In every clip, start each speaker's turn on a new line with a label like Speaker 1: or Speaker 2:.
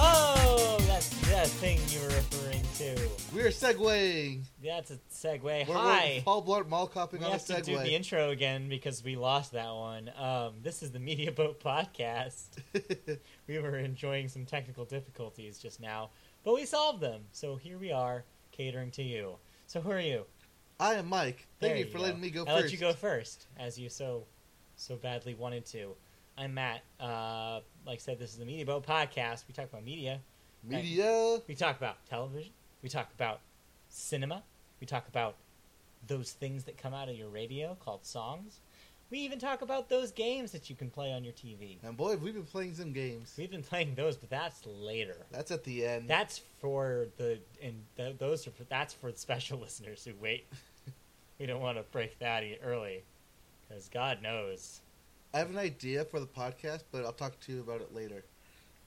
Speaker 1: Oh,
Speaker 2: segue.
Speaker 1: That's a segue.
Speaker 2: We're- we're
Speaker 1: Hi.
Speaker 2: Paul Blart mall copping
Speaker 1: We
Speaker 2: on a
Speaker 1: have to do the
Speaker 2: segue.
Speaker 1: intro again because we lost that one. Um, this is the Media Boat Podcast. we were enjoying some technical difficulties just now, but we solved them. So here we are, catering to you. So who are you?
Speaker 2: I am Mike. Thank
Speaker 1: There
Speaker 2: you for letting me go
Speaker 1: I
Speaker 2: first.
Speaker 1: let you go first, as you so so badly wanted to. I'm Matt. Uh, like I said, this is the Media Boat Podcast. We talk about media.
Speaker 2: Media.
Speaker 1: We talk about television. We talk about cinema. We talk about those things that come out of your radio called songs. We even talk about those games that you can play on your TV.
Speaker 2: And boy, have we been playing some games.
Speaker 1: We've been playing those, but that's later.
Speaker 2: That's at the end.
Speaker 1: That's for the and th- those are for, that's for the special listeners who wait. we don't want to break that e- early, because God knows.
Speaker 2: I have an idea for the podcast, but I'll talk to you about it later.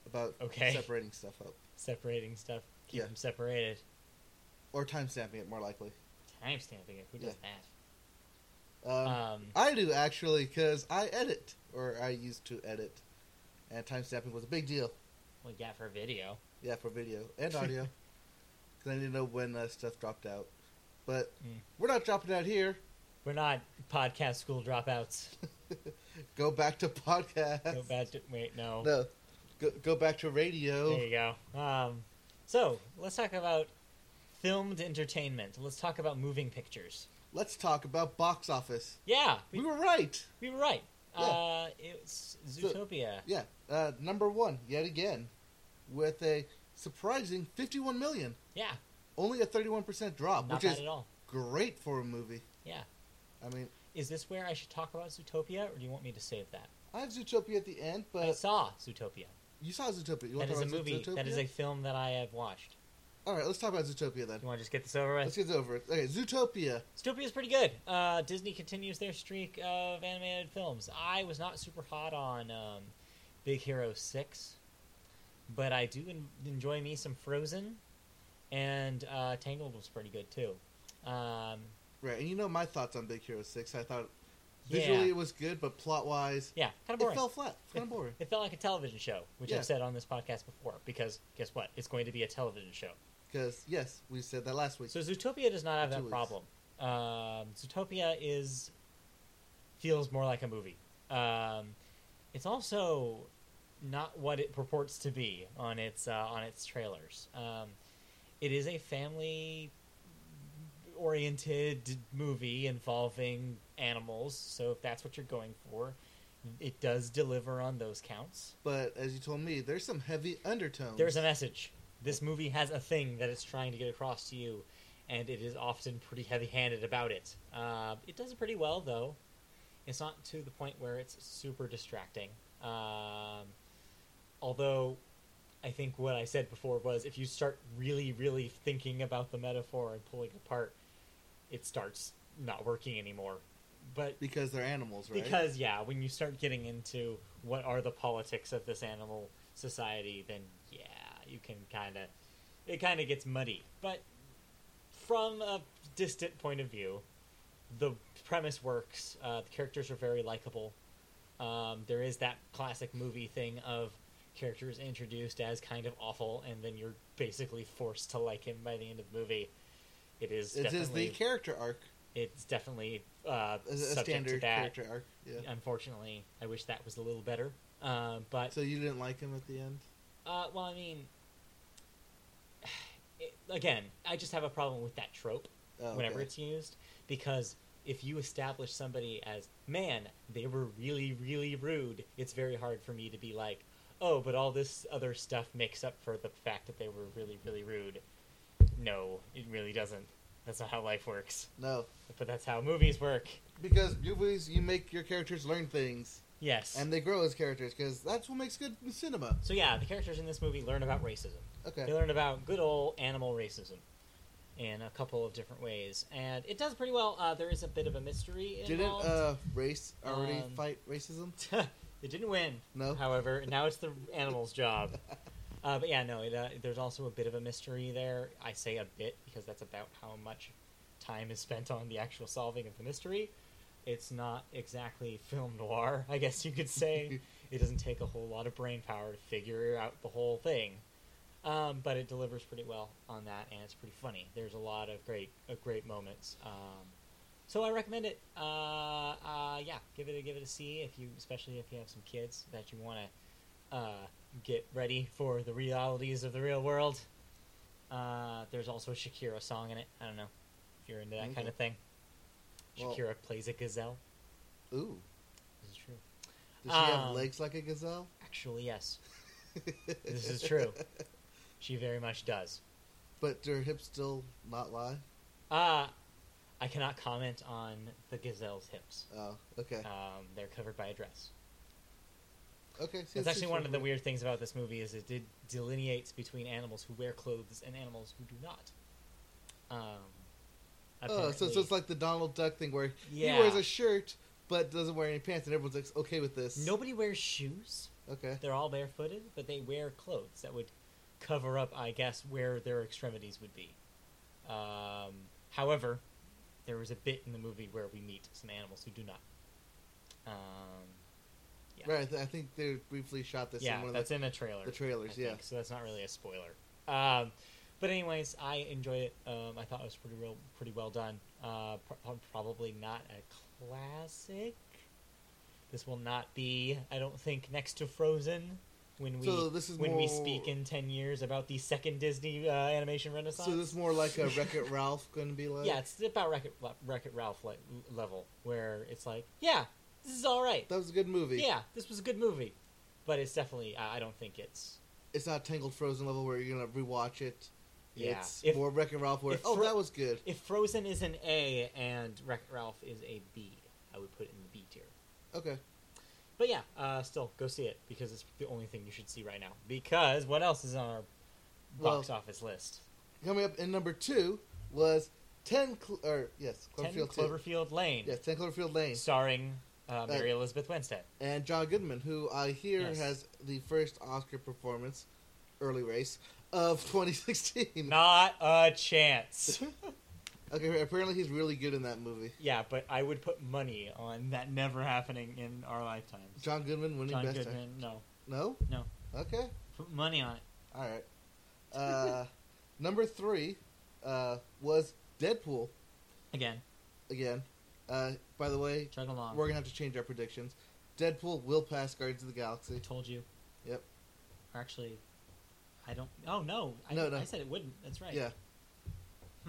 Speaker 2: About
Speaker 1: Okay.
Speaker 2: separating stuff up.
Speaker 1: separating stuff, keep
Speaker 2: Yeah.
Speaker 1: them separated.
Speaker 2: Or timestamping it, more likely.
Speaker 1: Time stamping it. Who does
Speaker 2: Um,
Speaker 1: that? Um,
Speaker 2: I do, actually, because I edit. Or I used to edit. And timestamping was a big deal.
Speaker 1: well, yeah, for video.
Speaker 2: Yeah, for video and audio. Because I need to know when uh, stuff dropped out. But
Speaker 1: Mm.
Speaker 2: we're not dropping out here.
Speaker 1: We're not podcast school dropouts.
Speaker 2: Go back to podcast.
Speaker 1: Go back to wait, no.
Speaker 2: No, go, go back to radio.
Speaker 1: There you go. Um, so let's talk about filmed entertainment. Let's talk about moving pictures.
Speaker 2: Let's talk about box office.
Speaker 1: Yeah,
Speaker 2: We
Speaker 1: we,
Speaker 2: were right.
Speaker 1: we were right.
Speaker 2: Mm-hmm. Yeah.
Speaker 1: Uh, it's Zootopia.
Speaker 2: Yeah, uh, number one yet again, with a surprising 51 million,
Speaker 1: Yeah,
Speaker 2: only a 31 percent drop,
Speaker 1: not
Speaker 2: Uh, which
Speaker 1: bad
Speaker 2: is
Speaker 1: at all.
Speaker 2: great for a movie.
Speaker 1: Yeah.
Speaker 2: I mean,
Speaker 1: Is this where I should talk about Zootopia, or do you want me to save that?
Speaker 2: I have Zootopia at the end, but
Speaker 1: I saw Zootopia.
Speaker 2: you saw Zootopia. Uh, You want
Speaker 1: That
Speaker 2: to
Speaker 1: is a
Speaker 2: talk about
Speaker 1: movie.
Speaker 2: Zootopia?
Speaker 1: That is a film that I have watched.
Speaker 2: All right, let's talk about Zootopia then.
Speaker 1: You want to just get this over
Speaker 2: Let's get
Speaker 1: with?
Speaker 2: this over. it. Okay, Zootopia.
Speaker 1: Zootopia is pretty good. Uh, Disney continues their streak of animated films. I was not super hot on um, Big Hero 6, but I do en- enjoy me some Frozen, and uh, Tangled was pretty good too. Um,
Speaker 2: Right, and you know my thoughts on Big Hero Six. I thought
Speaker 1: yeah.
Speaker 2: visually it was good, but plot wise,
Speaker 1: yeah, kind of
Speaker 2: it
Speaker 1: boring.
Speaker 2: fell flat. Kind of boring.
Speaker 1: It felt like a television show, which
Speaker 2: Yeah.
Speaker 1: I've said on this podcast before, because guess what? It's going to be a television show.
Speaker 2: Because yes, we said that last week.
Speaker 1: So Zootopia does not have
Speaker 2: Two
Speaker 1: that
Speaker 2: weeks.
Speaker 1: problem. Um, Zootopia is feels more like a movie. Um, it's also not what it purports to be on its uh, on its trailers. Um, it is a family oriented movie involving animals. So if that's what you're going for, it does deliver on those counts.
Speaker 2: But as you told me, there's some heavy undertones.
Speaker 1: There's a message. This movie has a thing that it's trying to get across to you, and it is often pretty heavy-handed about it. Uh, it does it pretty well, though. It's not to the point where it's super distracting. Um, although, I think what I said before was if you start really, really thinking about the metaphor and pulling it apart, it starts not working anymore. But
Speaker 2: because they're animals, right?
Speaker 1: because yeah, when you start getting into what are the politics of this animal society, then yeah, you can kind of it kind of gets muddy. But from a distant point of view, the premise works. Uh, the characters are very likable. Um, there is that classic movie thing of characters introduced as kind of awful, and then you're basically forced to like him by the end of the movie. It is
Speaker 2: it is
Speaker 1: definitely
Speaker 2: the character arc,
Speaker 1: it's definitely uh,
Speaker 2: a, a
Speaker 1: subject to
Speaker 2: standard
Speaker 1: that
Speaker 2: character arc. Yeah.
Speaker 1: unfortunately, I wish that was a little better. Uh, but
Speaker 2: So you didn't like him at the end?
Speaker 1: uh, well, I mean, it, again, I just have a problem with that trope
Speaker 2: Oh,
Speaker 1: whenever
Speaker 2: okay.
Speaker 1: it's used because if you establish somebody as man, they were really, really rude. It's very hard for me to be like, oh, but all this other stuff makes up for the fact that they were really, really rude. No, it really doesn't. That's not how life works.
Speaker 2: no,
Speaker 1: But that's how movies work.
Speaker 2: because movies you make your characters learn things
Speaker 1: Yes.
Speaker 2: and they grow as characters because that's what makes good cinema.
Speaker 1: so yeah, the characters in this movie learn about racism. They
Speaker 2: Okay.
Speaker 1: learned about good old animal racism in a couple of different ways, and it does pretty well. Uh, there is a bit of a mystery
Speaker 2: Didn't
Speaker 1: involved.
Speaker 2: uh, race already
Speaker 1: Um,
Speaker 2: fight racism?
Speaker 1: it didn't win,
Speaker 2: No.
Speaker 1: however. Now it's the animal's job. Uh, but yeah, no. It, uh, there's also a bit of a mystery there. I say a bit because that's about how much time is spent on the actual solving of the mystery. It's not exactly film noir, I guess you could say. it doesn't take a whole lot of brain power to figure out the whole thing. um, but it delivers pretty well on that, and it's pretty funny. There's a lot of great of great moments. Um, so I recommend it. Uh, uh, yeah, give it a give it a C if you, especially if you have some kids that you want to uh, get ready for the realities of the real world. Uh, there's also a Shakira song in it. I don't know if you're into that kind of thing.
Speaker 2: Well-
Speaker 1: Shakira plays a gazelle.
Speaker 2: Ooh.
Speaker 1: This is true.
Speaker 2: Does she have
Speaker 1: Um,
Speaker 2: legs like a gazelle?
Speaker 1: Actually, yes, this is true. she very much does.
Speaker 2: But do her hips still not lie?
Speaker 1: Uh, I cannot comment on the gazelle's hips.
Speaker 2: Oh, okay.
Speaker 1: Um, they're covered by a dress.
Speaker 2: okay. see,
Speaker 1: That's
Speaker 2: that's
Speaker 1: actually one of the
Speaker 2: interesting.
Speaker 1: weird things about this movie is it did delineates between animals who wear clothes and animals who do not. Um,
Speaker 2: Oh, so, so
Speaker 1: apparently-
Speaker 2: it's like the Donald Duck thing where
Speaker 1: Yeah.
Speaker 2: he wears a shirt but doesn't wear any pants, and everyone's like, okay with this.
Speaker 1: nobody wears shoes.
Speaker 2: Okay.
Speaker 1: They're all barefooted, but they wear clothes that would cover up, I guess, where their extremities would be. Um, however, there was a bit in the movie where we meet some animals who do not. Um, yeah.
Speaker 2: Right. I, th- I think they briefly shot this
Speaker 1: yeah,
Speaker 2: in one of
Speaker 1: that's
Speaker 2: the,
Speaker 1: in the trailer.
Speaker 2: the trailers.
Speaker 1: I
Speaker 2: Yeah.
Speaker 1: think, so that's not really a spoiler. Um, but anyways, I enjoyed it. Um, I thought it was pretty real, pretty well done. Uh, pro- probably not a classic. This will not be, I don't think, next to Frozen when we
Speaker 2: So this is
Speaker 1: when we
Speaker 2: more-
Speaker 1: speak in ten years about the second Disney uh, animation renaissance.
Speaker 2: So this is more like a Wreck It Ralph going to be like?
Speaker 1: yeah, it's about Wreck It, Wreck it Ralph like, level where it's like, yeah, this is all right.
Speaker 2: That was a good movie.
Speaker 1: Yeah, this was a good movie, but it's definitely I I don't think it's
Speaker 2: It's not Tangled Frozen level where you're going to rewatch it.
Speaker 1: Yeah.
Speaker 2: It's
Speaker 1: If-
Speaker 2: more Wreck It Ralph where,
Speaker 1: if
Speaker 2: oh,
Speaker 1: Fro-
Speaker 2: that was good.
Speaker 1: If Frozen is an A and Wreck Ralph is a B, I would put it in the B tier.
Speaker 2: Okay.
Speaker 1: But yeah, uh, still go see it because it's the only thing you should see right now. Because what else is on our box
Speaker 2: Well,
Speaker 1: office list?
Speaker 2: Coming up in number two was 10, Cl- or yes,
Speaker 1: Ten
Speaker 2: Cloverfield 2.
Speaker 1: Cloverfield Lane,
Speaker 2: Yes, 10 Cloverfield Lane.
Speaker 1: starring uh, Mary Elizabeth Winstead.
Speaker 2: and John Goodman, who I hear
Speaker 1: Yes.
Speaker 2: has the first Oscar performance, early race, of 2016.
Speaker 1: Not a chance.
Speaker 2: Okay, apparently he's really good in that movie.
Speaker 1: yeah, but I would put money on that never happening in our lifetimes.
Speaker 2: John Goodman winning
Speaker 1: John
Speaker 2: best
Speaker 1: Goodman,
Speaker 2: actor.
Speaker 1: no,
Speaker 2: No?
Speaker 1: no,
Speaker 2: Okay.
Speaker 1: put money on it.
Speaker 2: All right. Uh, number three uh, was Deadpool
Speaker 1: Again,
Speaker 2: again. Uh, by the way,
Speaker 1: chug along.
Speaker 2: we're going to have to change our predictions. Deadpool will pass Guardians of the
Speaker 1: I
Speaker 2: Galaxy.
Speaker 1: told you.
Speaker 2: Yep.
Speaker 1: Or actually, I don't. Oh no, I,
Speaker 2: No, no.
Speaker 1: I said it wouldn't. That's right.
Speaker 2: Yeah,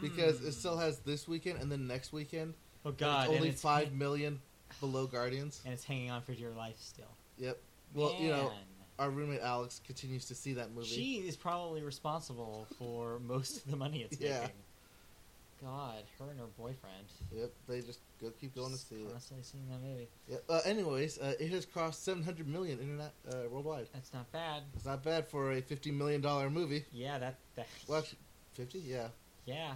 Speaker 2: because
Speaker 1: Hmm.
Speaker 2: it still has this weekend and then next weekend.
Speaker 1: Oh god,
Speaker 2: it's only
Speaker 1: and it's,
Speaker 2: five million below Guardians.
Speaker 1: and it's hanging on for dear life still.
Speaker 2: Yep. Well, you know,
Speaker 1: Man.
Speaker 2: our roommate Alex continues to see that movie.
Speaker 1: she is probably responsible for most of the money it's
Speaker 2: Yeah.
Speaker 1: making. God, her and her boyfriend.
Speaker 2: Yep, they just go keep going to
Speaker 1: Just
Speaker 2: see it.
Speaker 1: Constantly seeing that movie.
Speaker 2: Yep. Uh, anyways, uh, it has crossed 700 million internet uh, worldwide.
Speaker 1: That's not bad.
Speaker 2: It's not bad for a 50 million dollar movie.
Speaker 1: Yeah, that. that
Speaker 2: Well, actually, 50? Yeah.
Speaker 1: yeah.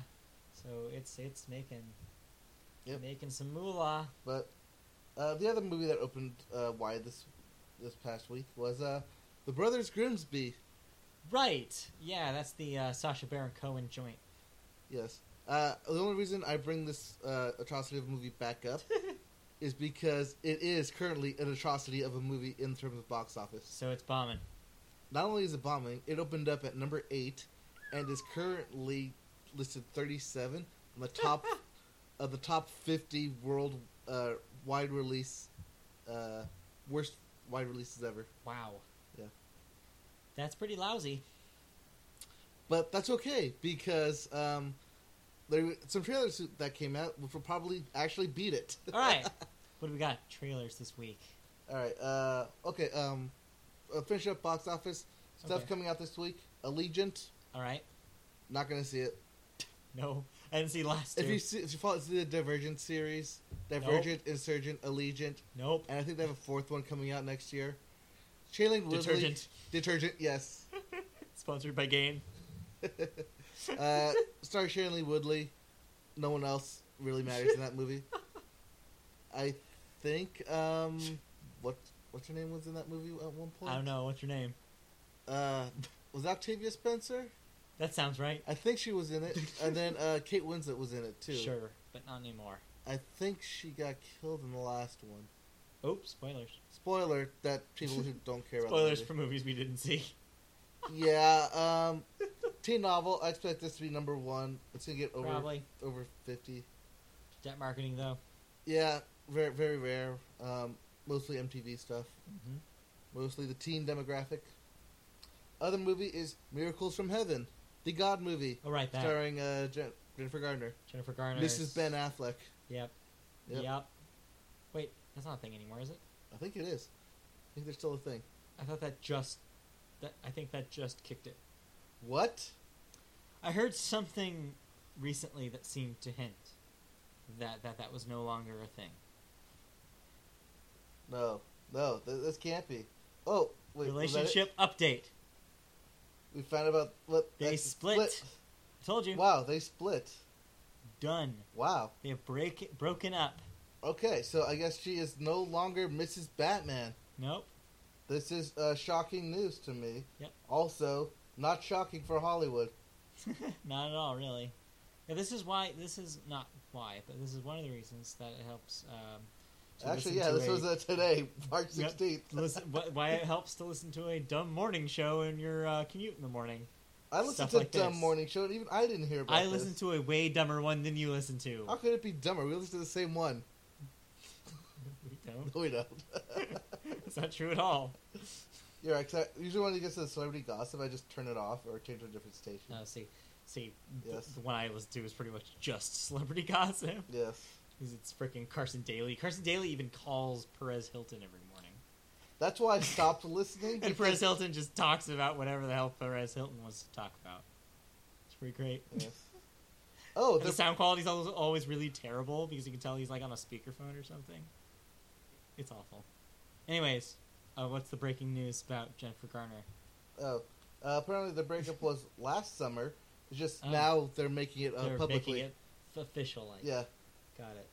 Speaker 1: So it's it's making.
Speaker 2: Yep.
Speaker 1: Making some moolah.
Speaker 2: But uh, the other movie that opened uh, wide this this past week was uh, The Brothers Grimsby.
Speaker 1: Right. Yeah, that's the uh, Sasha Baron Cohen joint.
Speaker 2: Yes. Uh, the only reason I bring this uh, atrocity of a movie back up is because it is currently an atrocity of a movie in terms of box office.
Speaker 1: So it's bombing.
Speaker 2: not only is it bombing, it opened up at number eight and is currently listed 37 on the top of the top 50 world uh, wide release uh, worst wide releases ever.
Speaker 1: Wow.
Speaker 2: Yeah.
Speaker 1: That's pretty lousy.
Speaker 2: But that's okay because um, there were some trailers that came out which will probably actually beat it.
Speaker 1: All right. what do we got? Trailers this week.
Speaker 2: All right. Uh, okay. Um, uh, finish up box office stuff
Speaker 1: Okay.
Speaker 2: coming out this week. Allegiant.
Speaker 1: All right.
Speaker 2: Not gonna see it.
Speaker 1: No, I didn't see the last two.
Speaker 2: If you see, if you follow see the Divergent series, Divergent, Insurgent, Allegiant,
Speaker 1: Nope.
Speaker 2: and I think they have a fourth one coming out next year. Shailene Woodley,
Speaker 1: Detergent.
Speaker 2: Detergent, yes.
Speaker 1: Sponsored by Gain.
Speaker 2: uh, star Shailene Woodley. No one else really matters in that movie. I think um, what what's her name was in that movie at one point?
Speaker 1: I don't know. What's your name?
Speaker 2: Uh, was that Octavia Spencer?
Speaker 1: That sounds right.
Speaker 2: I think she was in it, and then uh, Kate Winslet was in it too.
Speaker 1: Sure, but not anymore.
Speaker 2: I think she got killed in the last one.
Speaker 1: Oops, spoilers.
Speaker 2: Spoiler that people who don't care about the
Speaker 1: Spoilers
Speaker 2: movie.
Speaker 1: for movies we didn't see.
Speaker 2: yeah, um, teen novel. I expect this to be number one. It's gonna get over
Speaker 1: Probably.
Speaker 2: over fifty.
Speaker 1: Debt marketing, though.
Speaker 2: Yeah, very very rare. Um, mostly MTV stuff.
Speaker 1: Mhm.
Speaker 2: Mostly the teen demographic. Other movie is Miracles from Heaven, the God movie,
Speaker 1: Oh, right, that.
Speaker 2: starring uh, Jen- Jennifer Gardner,
Speaker 1: Jennifer Garner.
Speaker 2: Mrs. Ben Affleck.
Speaker 1: Yep.
Speaker 2: Yep.
Speaker 1: yep. Wait, that's not a thing anymore, is it?
Speaker 2: I think it is. I think there's still a thing.
Speaker 1: I thought that just. That I think that just kicked it.
Speaker 2: What?
Speaker 1: I heard something recently that seemed to hint that that, that was no longer a thing.
Speaker 2: No, no, th- this can't be. Oh, wait, was that it?
Speaker 1: Relationship update.
Speaker 2: We found about what
Speaker 1: They
Speaker 2: that's-
Speaker 1: split. I told you.
Speaker 2: Wow, they split.
Speaker 1: Done.
Speaker 2: Wow.
Speaker 1: They have break broken up.
Speaker 2: Okay, so I guess she is no longer Mrs. Batman.
Speaker 1: Nope.
Speaker 2: This is uh, shocking news to me.
Speaker 1: Yep.
Speaker 2: Also, not shocking for Hollywood.
Speaker 1: not at all, really. Yeah, this is why. This is not why, but this is one of the reasons that it helps. Um, to
Speaker 2: Actually,
Speaker 1: listen
Speaker 2: yeah,
Speaker 1: to
Speaker 2: this
Speaker 1: a-
Speaker 2: was uh, today, March
Speaker 1: Yep.
Speaker 2: sixteenth.
Speaker 1: listen, wh- why it helps to listen to a dumb morning show in your uh, commute in the morning.
Speaker 2: I listened
Speaker 1: stuff
Speaker 2: to
Speaker 1: like
Speaker 2: Dumb
Speaker 1: this.
Speaker 2: Morning Show, and even I didn't hear about
Speaker 1: I
Speaker 2: this.
Speaker 1: listened to a way dumber one than you listen to.
Speaker 2: How could it be dumber? We listened to the same one.
Speaker 1: We don't.
Speaker 2: No, we don't.
Speaker 1: It's not true at all.
Speaker 2: You're right. 'cause I, usually when it gets to the celebrity gossip, I just turn it off or change to a different station.
Speaker 1: No, see, see, th-
Speaker 2: Yes.
Speaker 1: the one I listen to is pretty much just celebrity gossip.
Speaker 2: Yes,
Speaker 1: Because it's freaking Carson Daly. Carson Daly even calls Perez Hilton every morning.
Speaker 2: that's why I stopped listening.
Speaker 1: And
Speaker 2: because-
Speaker 1: Perez Hilton just talks about whatever the hell Perez Hilton wants to talk about. It's pretty great.
Speaker 2: Yes. Oh,
Speaker 1: And the
Speaker 2: they're
Speaker 1: sound quality's always, always really terrible because you can tell he's like on a speakerphone or something. It's awful. Anyways, uh, what's the breaking news about Jennifer Garner?
Speaker 2: Oh, uh, apparently the breakup was last summer. It's just
Speaker 1: Oh.
Speaker 2: now they're making it uh,
Speaker 1: They're
Speaker 2: publicly.
Speaker 1: making it f- official. Like,
Speaker 2: Yeah,
Speaker 1: Got it.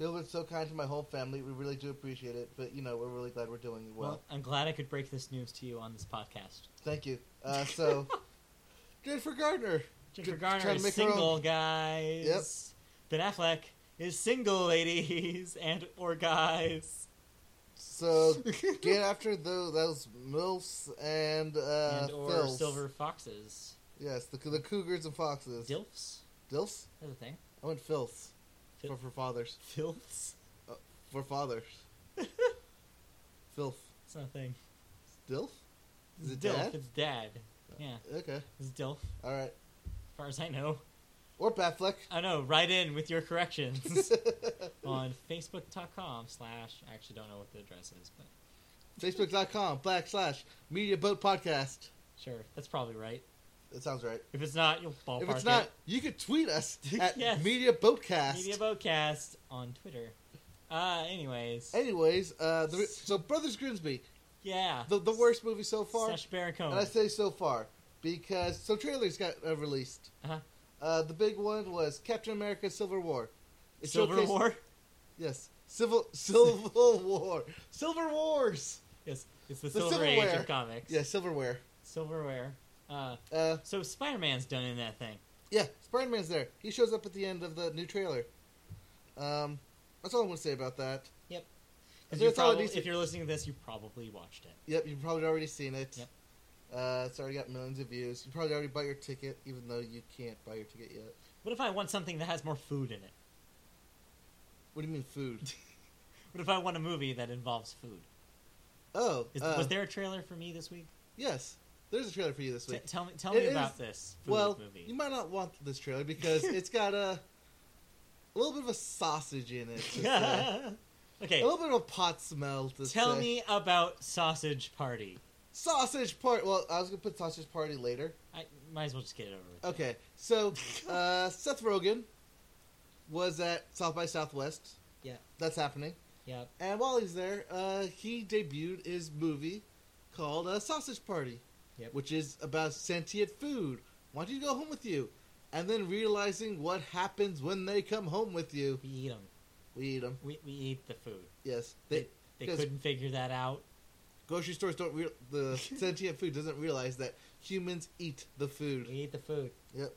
Speaker 2: Bill was so kind to my whole family. We really do appreciate it. But you know, we're really glad we're doing well.
Speaker 1: Well, I'm glad I could break this news to you on this podcast.
Speaker 2: Thank you. Uh, so, good for Gardner.
Speaker 1: Jennifer
Speaker 2: Just
Speaker 1: Garner
Speaker 2: trying to
Speaker 1: is
Speaker 2: make her own-
Speaker 1: single, guys. Ben Affleck is single, ladies and or guys.
Speaker 2: So get after those, those milfs and uh,
Speaker 1: and or
Speaker 2: fills.
Speaker 1: silver foxes.
Speaker 2: Yes, the, the cougars and foxes.
Speaker 1: Dilfs?
Speaker 2: Dilfs?
Speaker 1: That's a thing.
Speaker 2: I went filths
Speaker 1: Fil-
Speaker 2: for, for fathers
Speaker 1: Filths?
Speaker 2: for fathers. Filth.
Speaker 1: It's not a thing.
Speaker 2: Dilf? Is it
Speaker 1: Dilf.
Speaker 2: dad?
Speaker 1: It's dad. Yeah.
Speaker 2: Okay.
Speaker 1: It's Dilf, as
Speaker 2: All right.
Speaker 1: far as I know.
Speaker 2: Or Batfleck.
Speaker 1: I know, write in with your corrections on Facebook.com slash I actually don't know what the address is, but
Speaker 2: Facebook.com backslash Media Boat Podcast.
Speaker 1: sure, that's probably right.
Speaker 2: That sounds right.
Speaker 1: If it's not, you'll ballpark
Speaker 2: if it's not,
Speaker 1: it.
Speaker 2: you could tweet us at
Speaker 1: Yes.
Speaker 2: Media Boatcast.
Speaker 1: Media Boatcast on Twitter. Uh anyways.
Speaker 2: Anyways, uh, the, so Brothers Grimsby,
Speaker 1: yeah.
Speaker 2: the, the worst movie so far.
Speaker 1: Sacha Baron Cohen.
Speaker 2: And I say so far because so trailers got uh, released.
Speaker 1: Uh-huh.
Speaker 2: Uh, the big one was Captain America: Civil War. It
Speaker 1: Silver
Speaker 2: showcased-
Speaker 1: War?
Speaker 2: Yes, Civil Civil War, Silver Wars.
Speaker 1: Yes. It's the,
Speaker 2: The
Speaker 1: Silver Age
Speaker 2: silverware.
Speaker 1: of comics.
Speaker 2: Yeah, Silverware.
Speaker 1: Silverware. Uh
Speaker 2: Uh,
Speaker 1: So Spider Man's done in that thing.
Speaker 2: yeah, Spider Man's there. He shows up at the end of the new trailer. Um, that's all I want to say about that.
Speaker 1: Yep.
Speaker 2: That's
Speaker 1: Because you
Speaker 2: all I
Speaker 1: probably-
Speaker 2: need to-
Speaker 1: if you're listening to this, you probably watched it.
Speaker 2: Yep, you've probably already seen it.
Speaker 1: Yep.
Speaker 2: Uh, it's already got millions of views. You probably already bought your ticket, even though you can't buy your ticket yet.
Speaker 1: What if I want something that has more food in it?
Speaker 2: What do you mean food?
Speaker 1: What if I want a movie that involves food?
Speaker 2: oh,
Speaker 1: Is,
Speaker 2: uh,
Speaker 1: was there a trailer for me this week?
Speaker 2: yes. There's a trailer for you this
Speaker 1: T-
Speaker 2: week.
Speaker 1: tell me, tell
Speaker 2: It
Speaker 1: me
Speaker 2: is-
Speaker 1: about this food
Speaker 2: well,
Speaker 1: movie.
Speaker 2: you might not want this trailer because it's got a, a little bit of a sausage in it. to say. A
Speaker 1: okay,
Speaker 2: little bit of a pot smell. To
Speaker 1: tell
Speaker 2: say.
Speaker 1: me about Sausage Party.
Speaker 2: sausage part. Well, I was gonna put sausage party later.
Speaker 1: I might as well just get it over with.
Speaker 2: Okay, so uh, Seth Rogen was at South by Southwest.
Speaker 1: Yeah.
Speaker 2: that's happening.
Speaker 1: Yeah.
Speaker 2: And while he's there, uh, he debuted his movie called uh, Sausage Party,
Speaker 1: Yep.
Speaker 2: which is about sentient food. Why don't you go home with you? And then realizing what happens when they come home with you.
Speaker 1: We eat them.
Speaker 2: We eat them.
Speaker 1: We, we eat the food.
Speaker 2: Yes. They,
Speaker 1: They
Speaker 2: 'Cause-
Speaker 1: couldn't figure that out.
Speaker 2: grocery stores don't real the sentient food doesn't realize that humans eat the
Speaker 1: We
Speaker 2: food.
Speaker 1: eat the food.
Speaker 2: Yep.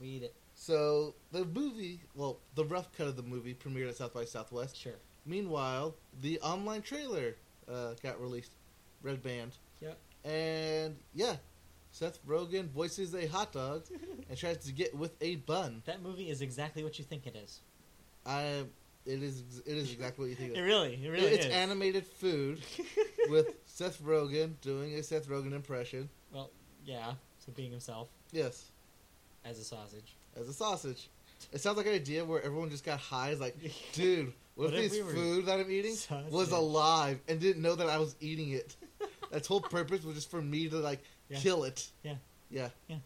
Speaker 1: We eat it.
Speaker 2: So the movie, well, the rough cut of the movie premiered at South by Southwest.
Speaker 1: Sure.
Speaker 2: Meanwhile, the online trailer uh, got released, Red Band.
Speaker 1: Yep.
Speaker 2: And yeah, Seth Rogen voices a hot dog and tries to get with a bun.
Speaker 1: That movie is exactly what you think it is.
Speaker 2: I, it is it is exactly what you think.
Speaker 1: It
Speaker 2: It
Speaker 1: really, it really
Speaker 2: it's
Speaker 1: is.
Speaker 2: animated food with Seth Rogen doing a Seth Rogen impression.
Speaker 1: well, yeah. So being himself
Speaker 2: Yes,
Speaker 1: as a sausage.
Speaker 2: as a sausage. It sounds like an idea where everyone just got high. Is like, dude, what,
Speaker 1: What
Speaker 2: if
Speaker 1: if
Speaker 2: this
Speaker 1: we were
Speaker 2: food that I'm eating was
Speaker 1: sausage?
Speaker 2: alive and didn't know that I was eating it? Its whole purpose was just for me to like
Speaker 1: Yeah.
Speaker 2: kill it.
Speaker 1: Yeah.
Speaker 2: Yeah.
Speaker 1: Yeah.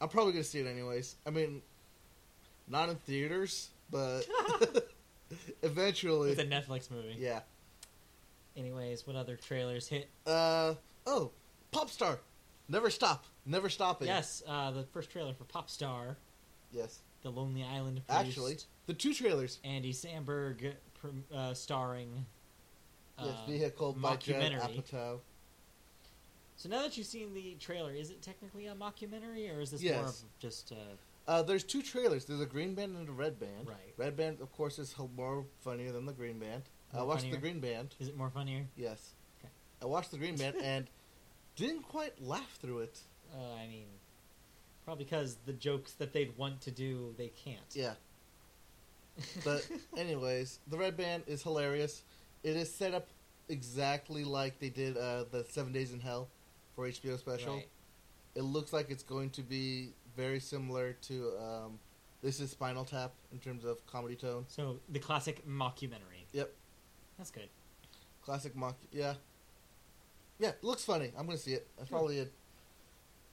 Speaker 2: I'm probably gonna see it anyways. I mean, not in theaters, but eventually.
Speaker 1: It's a Netflix movie.
Speaker 2: yeah.
Speaker 1: Anyways, what other trailers hit?
Speaker 2: Uh oh, pop star, never stop, never stopping.
Speaker 1: Yes, uh, the first trailer for Popstar,
Speaker 2: Yes.
Speaker 1: The Lonely Island. Produced,
Speaker 2: Actually, the two trailers.
Speaker 1: Andy Samberg pr- uh, starring.
Speaker 2: Yes,
Speaker 1: uh,
Speaker 2: vehicle by Judd
Speaker 1: mockumentary.
Speaker 2: Apatow.
Speaker 1: So now that you've seen the trailer, is it technically a mockumentary, or is this more
Speaker 2: Yes.
Speaker 1: of just uh,
Speaker 2: Uh, there's two trailers. There's a green band and a red band.
Speaker 1: Right.
Speaker 2: Red band, of course, is h- more funnier than the green band. I
Speaker 1: More
Speaker 2: watched the
Speaker 1: funnier?
Speaker 2: green band.
Speaker 1: is it more funnier?
Speaker 2: Yes.
Speaker 1: Okay.
Speaker 2: I watched the green band and didn't quite laugh through it.
Speaker 1: Uh, I mean, probably because the jokes that they'd want to do, they can't.
Speaker 2: Yeah. But anyways, the red band is hilarious. It is set up exactly like they did uh, the Seven Days in Hell for HBO special.
Speaker 1: Right.
Speaker 2: It looks like it's going to be very similar to um, this is Spinal Tap in terms of comedy tone.
Speaker 1: So the classic mockumentary.
Speaker 2: Yep.
Speaker 1: That's good.
Speaker 2: Classic mock. Yeah. Yeah, it looks funny. I'm gonna see it. That's
Speaker 1: Sure.
Speaker 2: probably it.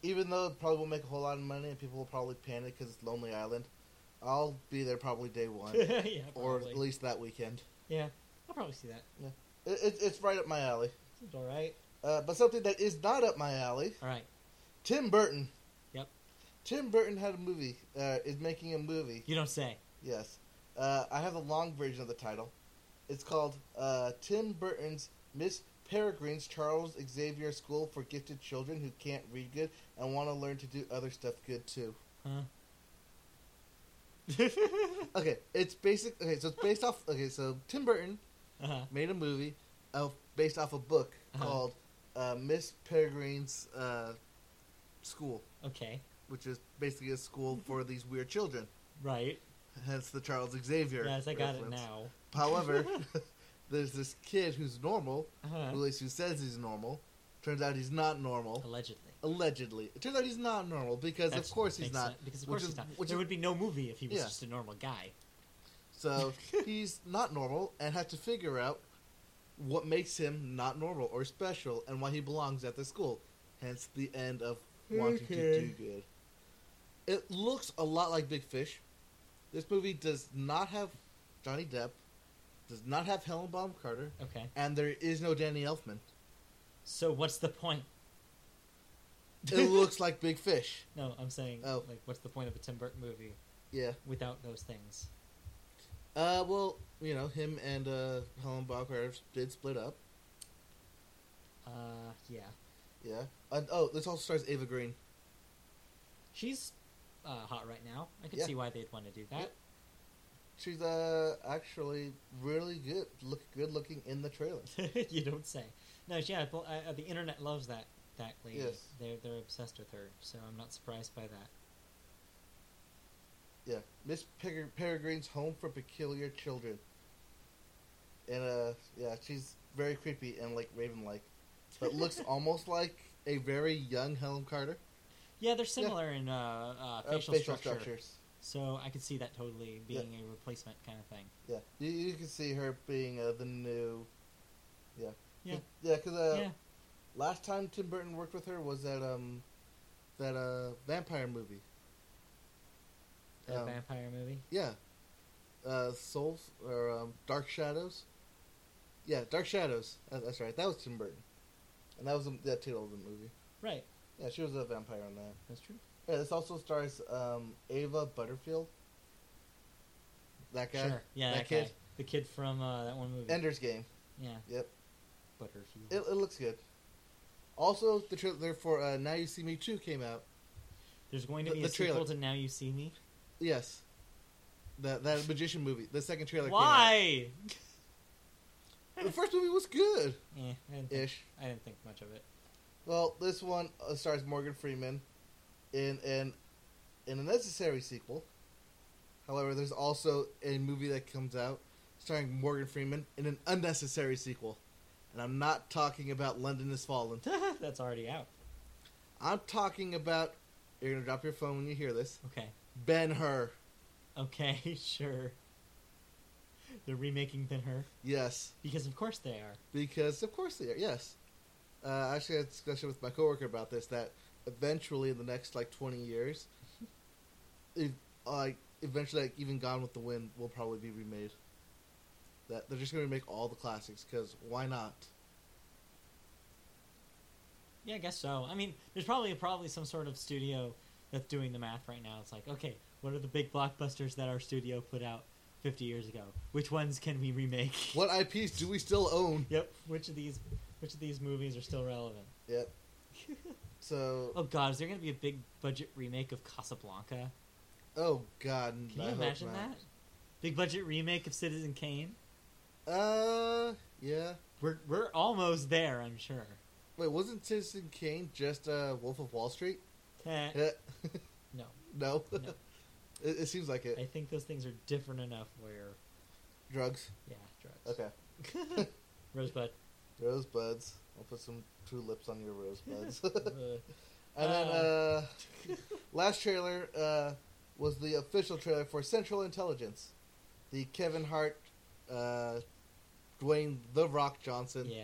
Speaker 2: Even though it probably won't make a whole lot of money and people will probably panic because it's Lonely Island, I'll be there probably day one
Speaker 1: yeah,
Speaker 2: or
Speaker 1: probably.
Speaker 2: at least that weekend.
Speaker 1: yeah, I'll probably see that.
Speaker 2: It, it, it's right up my alley.
Speaker 1: It's all right.
Speaker 2: Uh, but something that is not up my alley:
Speaker 1: All right.
Speaker 2: Tim Burton.
Speaker 1: Yep.
Speaker 2: Tim Burton had a movie. Uh, is making a movie.
Speaker 1: You don't say.
Speaker 2: Yes. Uh, I have the long version of the title. It's called uh, Tim Burton's Miss Peregrine's Charles Xavier School for Gifted Children Who Can't Read Good and Want to Learn to Do Other Stuff Good Too.
Speaker 1: Huh?
Speaker 2: Okay, it's basic. Okay, so it's based off. Okay, so Tim Burton
Speaker 1: uh-huh.
Speaker 2: made a movie of, based off a book
Speaker 1: Uh-huh.
Speaker 2: called uh, Miss Peregrine's uh, School,
Speaker 1: Okay.
Speaker 2: which is basically a school for these weird children.
Speaker 1: Right.
Speaker 2: Hence the Charles Xavier.
Speaker 1: yes, I got it
Speaker 2: reference.
Speaker 1: now.
Speaker 2: However, there's this kid who's normal,
Speaker 1: Uh-huh.
Speaker 2: or at least who says he's normal. Turns out he's not normal,
Speaker 1: Allegedly.
Speaker 2: allegedly. It turns out he's not normal because,
Speaker 1: That's-
Speaker 2: of course, he's
Speaker 1: makes
Speaker 2: not.
Speaker 1: sense, Because of
Speaker 2: which
Speaker 1: course
Speaker 2: is-
Speaker 1: he's not.
Speaker 2: which
Speaker 1: there
Speaker 2: is-
Speaker 1: would be no movie if he was
Speaker 2: Yeah.
Speaker 1: just a normal guy.
Speaker 2: So he's not normal and had to figure out what makes him not normal or special and why he belongs at the school. Hence the end of wanting to
Speaker 1: Okay.
Speaker 2: do good. It looks a lot like Big Fish. This movie does not have Johnny Depp, does not have Helen Baum Carter,
Speaker 1: Okay.
Speaker 2: and there is no Danny Elfman.
Speaker 1: So what's the point?
Speaker 2: it looks like Big Fish.
Speaker 1: No, I'm saying
Speaker 2: Oh.
Speaker 1: like what's the point of a Tim Burton movie
Speaker 2: Yeah.
Speaker 1: without those things?
Speaker 2: Uh, well, you know, him and uh, Helen Bachar did split up.
Speaker 1: Uh, yeah.
Speaker 2: Yeah. And, oh, this also stars Ava Green.
Speaker 1: She's uh, hot right now. I can
Speaker 2: Yeah.
Speaker 1: see why they'd want to do that.
Speaker 2: She's uh actually really good, look good looking in the trailer.
Speaker 1: you don't say. No, she- yeah. well, I- uh, the internet loves that that lady.
Speaker 2: Yes.
Speaker 1: They're they're obsessed with her. So I'm not surprised by that.
Speaker 2: Yeah, Miss Peg- Peregrine's Home for Peculiar Children. And uh, yeah, she's very creepy and like Raven-like, but looks almost like a very young Helen Carter.
Speaker 1: Yeah, they're similar in uh, uh,
Speaker 2: Uh,
Speaker 1: facial, structure.
Speaker 2: structures.
Speaker 1: So I could see that totally being a replacement kind of thing.
Speaker 2: Yeah, you, you can see her being uh, the new. Yeah.
Speaker 1: Yeah.
Speaker 2: Yeah, because uh,
Speaker 1: yeah.
Speaker 2: last time Tim Burton worked with her was that um, that uh vampire movie.
Speaker 1: A
Speaker 2: um,
Speaker 1: vampire movie.
Speaker 2: Yeah. Uh, Souls or um, Dark Shadows. Yeah, Dark Shadows. That- That's right. That was Tim Burton, and that was the that title of the movie.
Speaker 1: Right.
Speaker 2: Yeah, she was a vampire in that.
Speaker 1: That's true.
Speaker 2: Yeah, this also stars um, Ava Butterfield. That guy.
Speaker 1: Sure. Yeah,
Speaker 2: That
Speaker 1: that,
Speaker 2: kid.
Speaker 1: Guy. The kid from uh, that one movie.
Speaker 2: Ender's Game.
Speaker 1: yeah.
Speaker 2: Yep.
Speaker 1: Butterfield.
Speaker 2: It, it looks good. Also, the trailer for uh, Now You See Me 2 came out.
Speaker 1: There's going to
Speaker 2: the-
Speaker 1: be
Speaker 2: the
Speaker 1: a sequel
Speaker 2: trailer.
Speaker 1: to Now You See Me.
Speaker 2: Yes. That, that magician movie. The second trailer
Speaker 1: Why?
Speaker 2: came out. The first movie was good.
Speaker 1: Eh, I, didn't think,
Speaker 2: Ish.
Speaker 1: I didn't think much of it.
Speaker 2: Well, this one uh, stars Morgan Freeman in an in a necessary sequel. However, there's also a movie that comes out starring Morgan Freeman in an unnecessary sequel. And I'm not talking about London Has Fallen.
Speaker 1: That's already out.
Speaker 2: I'm talking about you're gonna drop your phone when you hear this.
Speaker 1: Okay.
Speaker 2: Ben Hur.
Speaker 1: Okay, sure. They're remaking Ben Hur
Speaker 2: Yes.
Speaker 1: because, of course, they are.
Speaker 2: Because of course they are. Yes. Uh, I actually had a discussion with my coworker about this. That eventually, in the next like twenty years, if like eventually, like even Gone with the Wind will probably be remade. That they're just gonna remake all the classics because why not?
Speaker 1: Yeah, I guess so. I mean, there's probably probably some sort of studio that's doing the math right now. It's like, okay, what are the big blockbusters that our studio put out 50 years ago? Which ones can we remake?
Speaker 2: What IPs do we still own?
Speaker 1: Yep. Which of these which of these movies are still relevant?
Speaker 2: Yep. So,
Speaker 1: Oh God, is there going to be a big budget remake of Casablanca?
Speaker 2: oh god,
Speaker 1: Can
Speaker 2: I
Speaker 1: you
Speaker 2: hope
Speaker 1: imagine
Speaker 2: not.
Speaker 1: that? Big budget remake of Citizen Kane.
Speaker 2: Uh, yeah.
Speaker 1: We're we're almost there, I'm sure.
Speaker 2: Wait, wasn't Citizen Kane just uh, Wolf of Wall Street?
Speaker 1: Eh,
Speaker 2: Eh,
Speaker 1: no,
Speaker 2: no,
Speaker 1: No.
Speaker 2: it, it seems like it.
Speaker 1: I think those things are different enough. Where,
Speaker 2: Drugs.
Speaker 1: yeah, drugs.
Speaker 2: Okay.
Speaker 1: Okay. Rosebud.
Speaker 2: Rosebuds. I'll put some true lips on your rosebuds. and
Speaker 1: Ugh.
Speaker 2: then uh, last trailer uh, was the official trailer for Central Intelligence, the Kevin Hart, uh, Dwayne the Rock Johnson
Speaker 1: yeah,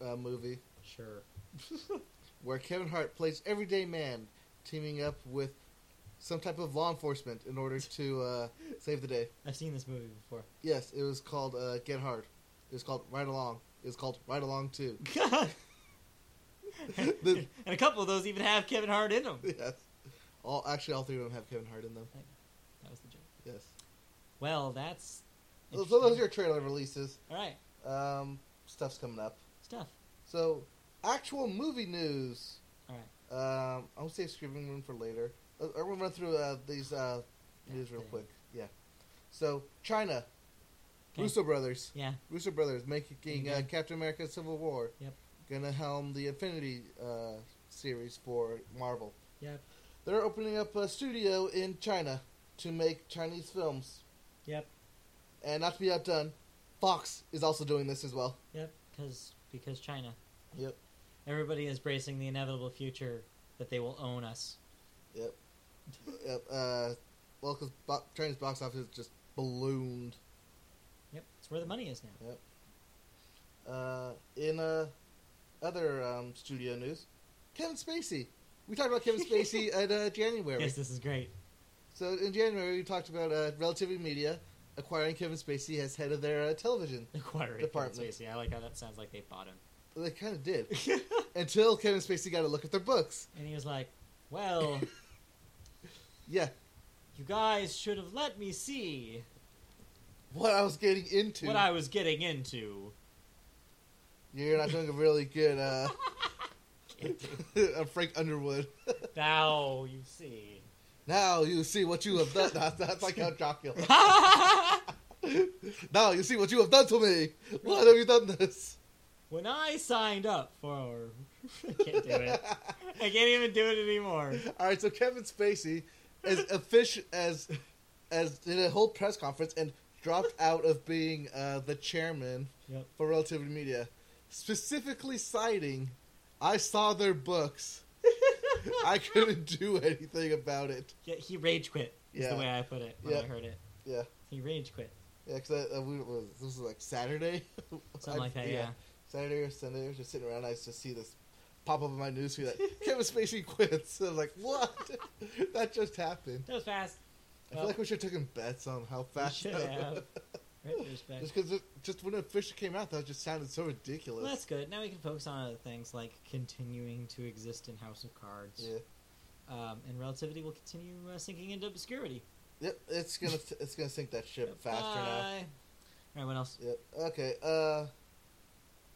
Speaker 2: uh, movie,
Speaker 1: sure.
Speaker 2: where Kevin Hart plays everyday man teaming up with some type of law enforcement in order to uh, save the day.
Speaker 1: I've seen this movie before.
Speaker 2: Yes, it was called uh, Get Hard. It was called Ride Along. It was called Ride Along Two.
Speaker 1: and a couple of those even have Kevin Hart in them.
Speaker 2: yes, all actually all three of them have Kevin Hart in them.
Speaker 1: That was the joke.
Speaker 2: Yes.
Speaker 1: Well, that's
Speaker 2: So those are
Speaker 1: interesting.
Speaker 2: your trailer releases.
Speaker 1: all right
Speaker 2: Um, stuff's coming up.
Speaker 1: stuff.
Speaker 2: So, actual movie news.
Speaker 1: All right.
Speaker 2: Um, I'll save screaming room for later. Uh, I'm gonna run through uh, these uh, news real
Speaker 1: thing.
Speaker 2: quick. Yeah. So China,
Speaker 1: Okay.
Speaker 2: Russo brothers,
Speaker 1: Yeah,
Speaker 2: Russo brothers making uh,
Speaker 1: Again.
Speaker 2: Captain America: Civil War.
Speaker 1: Yep.
Speaker 2: Gonna helm the Infinity uh, series for Marvel.
Speaker 1: Yep.
Speaker 2: They're opening up a studio in China to make Chinese films.
Speaker 1: yep,
Speaker 2: And not to be outdone, Fox is also doing this as well.
Speaker 1: yep. Because because China,
Speaker 2: Yep.
Speaker 1: everybody is bracing the inevitable future that they will own us.
Speaker 2: Yep. yep. Uh, well, because bo- China's box office just ballooned.
Speaker 1: Yep, it's where the money is now.
Speaker 2: Uh, in uh, other um, studio news, Kevin Spacey. We talked about Kevin Spacey in uh, January.
Speaker 1: Yes, this is great.
Speaker 2: So in January, we talked about uh, Relativity Media acquiring Kevin Spacey as head of their uh, television.
Speaker 1: Acquiring
Speaker 2: Department.
Speaker 1: Spacey. I like how that sounds like they bought him.
Speaker 2: Well, they kind of did until Kevin Spacey got a look at their books.
Speaker 1: and he was like, "Well,
Speaker 2: Yeah,
Speaker 1: you guys should have let me see
Speaker 2: what I was getting into.
Speaker 1: what I was getting into."
Speaker 2: You're not doing a really good uh, uh, Frank Underwood.
Speaker 1: now you see.
Speaker 2: Now you see what you have done. That's, that's like how Dracula. now you see what you have done to me. Why have you done this?
Speaker 1: when I signed up for, I can't do it. I can't even do it anymore.
Speaker 2: All right, so Kevin Spacey, as a fish, as as did a whole press conference and dropped out of being uh, the chairman
Speaker 1: Yep.
Speaker 2: for Relativity Media, specifically citing, "I saw their books. I couldn't do anything about it."
Speaker 1: Yeah, he rage quit. Is
Speaker 2: Yeah.
Speaker 1: the way I put it when
Speaker 2: Yeah.
Speaker 1: I heard it.
Speaker 2: Yeah,
Speaker 1: He rage quit.
Speaker 2: yeah, because uh, we was this was like Saturday,
Speaker 1: Something
Speaker 2: I-
Speaker 1: like that. Yeah.
Speaker 2: Saturday or Sunday, I was just sitting around. I just see this pop up in my newsfeed like Kevin Spacey quits. I was like, what? that just happened.
Speaker 1: That was fast.
Speaker 2: I feel like we should have taken bets on how
Speaker 1: we
Speaker 2: fast.
Speaker 1: should have. Retrospect.
Speaker 2: just because just when it officially came out, that just sounded so ridiculous.
Speaker 1: Well, that's good. Now we can focus on other things like continuing to exist in House of Cards.
Speaker 2: yeah.
Speaker 1: Um, and relativity will continue uh, sinking into obscurity.
Speaker 2: Yep. It's gonna it's gonna sink that ship faster now.
Speaker 1: Bye. All right, what else?
Speaker 2: Yep. Okay. Uh,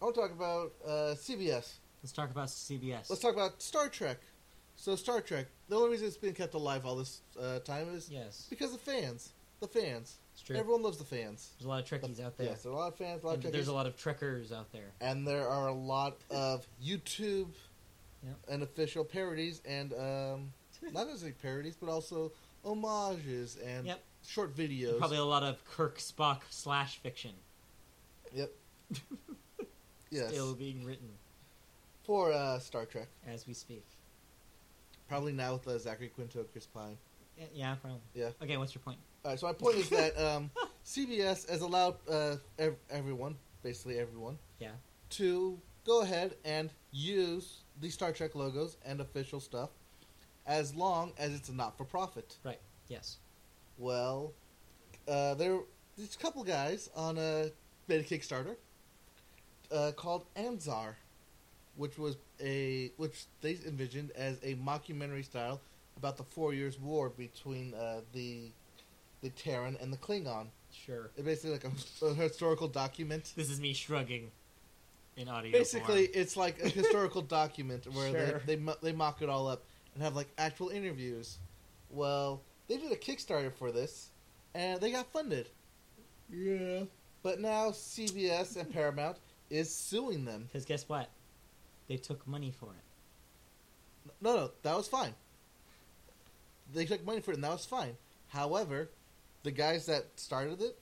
Speaker 2: I want to talk about uh, CBS.
Speaker 1: Let's talk about CBS.
Speaker 2: Let's talk about Star Trek. So Star Trek. The only reason it's been kept alive all this uh, time is
Speaker 1: Yes,
Speaker 2: because of fans. The fans.
Speaker 1: it's true.
Speaker 2: Everyone loves the fans.
Speaker 1: There's a lot of Trekkies out there.
Speaker 2: Yes, there are a lot of fans, a lot
Speaker 1: And
Speaker 2: of
Speaker 1: there's
Speaker 2: checkers,
Speaker 1: a lot of Trekkers out there.
Speaker 2: and there are a lot of YouTube
Speaker 1: Yeah.
Speaker 2: and official parodies and um, not necessarily parodies, but also homages and
Speaker 1: Yep.
Speaker 2: short videos.
Speaker 1: Probably a lot of Kirk Spock slash fiction
Speaker 2: Yep. yes.
Speaker 1: still being written
Speaker 2: For uh, Star Trek,
Speaker 1: as we speak.
Speaker 2: probably now with uh, Zachary Quinto, Chris Pine.
Speaker 1: Yeah, Yeah, probably.
Speaker 2: Yeah.
Speaker 1: Okay, what's your point?
Speaker 2: All right, so my point is that um, CBS has allowed uh, ev- everyone, basically everyone,
Speaker 1: Yeah.
Speaker 2: to go ahead and use the Star Trek logos and official stuff, as long as it's not for profit.
Speaker 1: Right. Yes.
Speaker 2: Well, uh, there there's a couple guys on a beta Kickstarter uh, called Anzar, which was a which they envisioned as a mockumentary style about the four years war between uh, the the Terran and the Klingon.
Speaker 1: Sure.
Speaker 2: It's basically like a, a historical document.
Speaker 1: This is me shrugging in audio.
Speaker 2: Basically,
Speaker 1: form.
Speaker 2: it's like a historical document where
Speaker 1: Sure.
Speaker 2: they, they mo- they mock it all up and have like actual interviews. Well, they did a Kickstarter for this, and they got funded.
Speaker 1: Yeah.
Speaker 2: But now CBS and Paramount is suing them.
Speaker 1: Because guess what? They took money for it.
Speaker 2: No, no, that was fine. They took money for it, and that was fine. However, the guys that started it,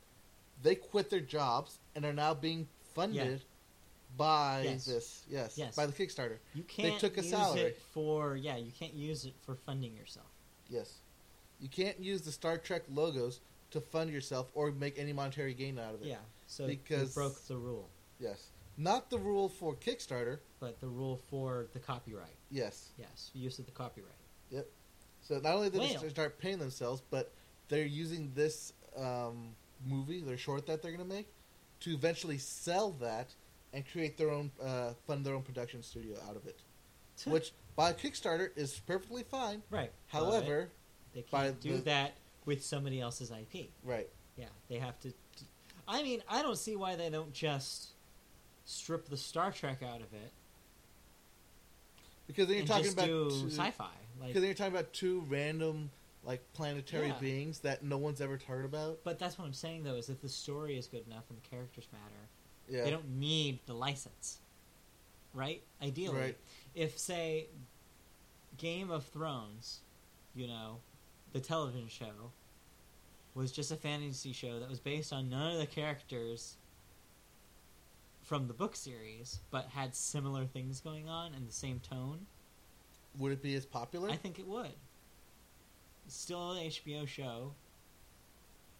Speaker 2: they quit their jobs and are now being funded by
Speaker 1: Yes.
Speaker 2: this. Yes,
Speaker 1: Yes.
Speaker 2: by the Kickstarter.
Speaker 1: You can't
Speaker 2: took a
Speaker 1: use
Speaker 2: salary.
Speaker 1: it for yeah. You can't use it for funding yourself.
Speaker 2: Yes, you can't use the Star Trek logos to fund yourself or make any monetary gain out of it.
Speaker 1: Yeah. So
Speaker 2: Because-
Speaker 1: they broke the rule,
Speaker 2: Yes, not the rule for Kickstarter.
Speaker 1: but the rule for the copyright.
Speaker 2: Yes.
Speaker 1: Yes, use of the copyright.
Speaker 2: So not only did they
Speaker 1: Well.
Speaker 2: st- start paying themselves, but they're using this um, movie, their short that they're going to make, to eventually sell that and create their own, uh, fund their own production studio out of it. Which, by Kickstarter, is perfectly fine.
Speaker 1: right. but
Speaker 2: However,
Speaker 1: they can't
Speaker 2: by
Speaker 1: do
Speaker 2: the-
Speaker 1: that with somebody else's IP.
Speaker 2: right,
Speaker 1: Yeah, they have to. I mean, I don't see why they don't just strip the Star Trek out of it
Speaker 2: because then you're
Speaker 1: and
Speaker 2: talking
Speaker 1: just
Speaker 2: about
Speaker 1: do
Speaker 2: two,
Speaker 1: sci-fi. Like,
Speaker 2: because then you're talking about two random like planetary
Speaker 1: Yeah.
Speaker 2: beings that no one's ever heard about.
Speaker 1: but that's what I'm saying though is if the story is good enough and the characters matter,
Speaker 2: Yeah,
Speaker 1: they don't need the license, right? Ideally,
Speaker 2: Right.
Speaker 1: if say Game of Thrones, you know, the television show was just a fantasy show that was based on none of the characters from the book series, but had similar things going on and the same tone.
Speaker 2: would it be as popular?
Speaker 1: I think it would. It's still an HBO show.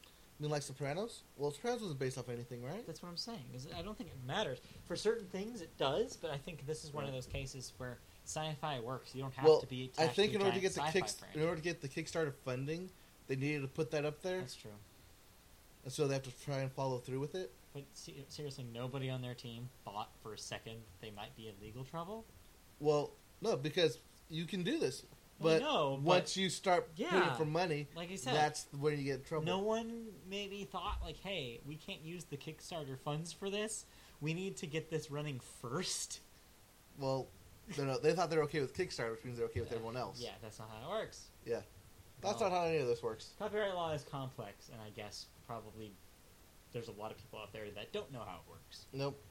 Speaker 2: I mean, like Sopranos. Well, Sopranos wasn't based off anything, right?
Speaker 1: That's what I'm saying. Is I don't think it matters for certain things. It does, but I think this is one of those cases where sci-fi works. You don't have
Speaker 2: Well,
Speaker 1: to be.
Speaker 2: I
Speaker 1: Attached
Speaker 2: think
Speaker 1: to
Speaker 2: in order to get the
Speaker 1: kick,
Speaker 2: kick, in order to get the Kickstarter funding, they needed to put that up there,
Speaker 1: that's true.
Speaker 2: and so they have to try and follow through with it.
Speaker 1: But se- seriously, nobody on their team thought for a second they might be in legal trouble.
Speaker 2: Well, no, because you can do this,
Speaker 1: Well,
Speaker 2: but
Speaker 1: no, but-
Speaker 2: once you start putting
Speaker 1: Yeah.
Speaker 2: for money,
Speaker 1: Like I said,
Speaker 2: that's where you get in trouble.
Speaker 1: no one maybe thought like, "Hey, we can't use the Kickstarter funds for this. We need to get this running first.
Speaker 2: Well, no, no, they thought they were okay with Kickstarter, which means they're okay with
Speaker 1: Yeah.
Speaker 2: everyone else.
Speaker 1: Yeah, that's not how it works.
Speaker 2: yeah. That's
Speaker 1: No.
Speaker 2: not how any of this works.
Speaker 1: Copyright law is complex, and I guess probably there's a lot of people out there that don't know how it works.
Speaker 2: Nope.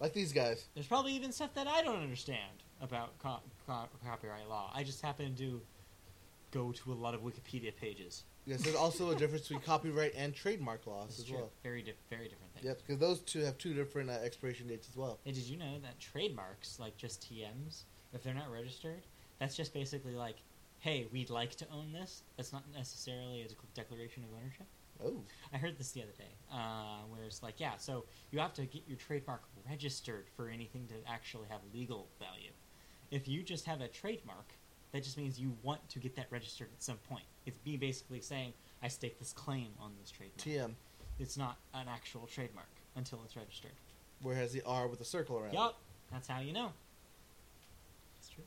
Speaker 2: Like these guys.
Speaker 1: There's probably even stuff that I don't understand about co- co- copyright law. I just happen to go to a lot of Wikipedia pages.
Speaker 2: Yes, there's also a difference between copyright and trademark laws
Speaker 1: This
Speaker 2: as
Speaker 1: is true.
Speaker 2: well.
Speaker 1: Very, di- very different thing.
Speaker 2: Yep, because those two have two different uh, expiration dates as well.
Speaker 1: And did you know that trademarks, like just TMs, if they're not registered, that's just basically like, hey, we'd like to own this. That's not necessarily a dec- declaration of ownership.
Speaker 2: Oh,
Speaker 1: I heard this the other day, uh, where it's like, yeah, so you have to get your trademark registered for anything to actually have legal value. If you just have a trademark, that just means you want to get that registered at some point. It's me basically saying, I stake this claim on this trademark.
Speaker 2: TM.
Speaker 1: It's not an actual trademark until it's registered.
Speaker 2: Where it has the R with a circle around. it.
Speaker 1: Yup, that's how you know. That's true.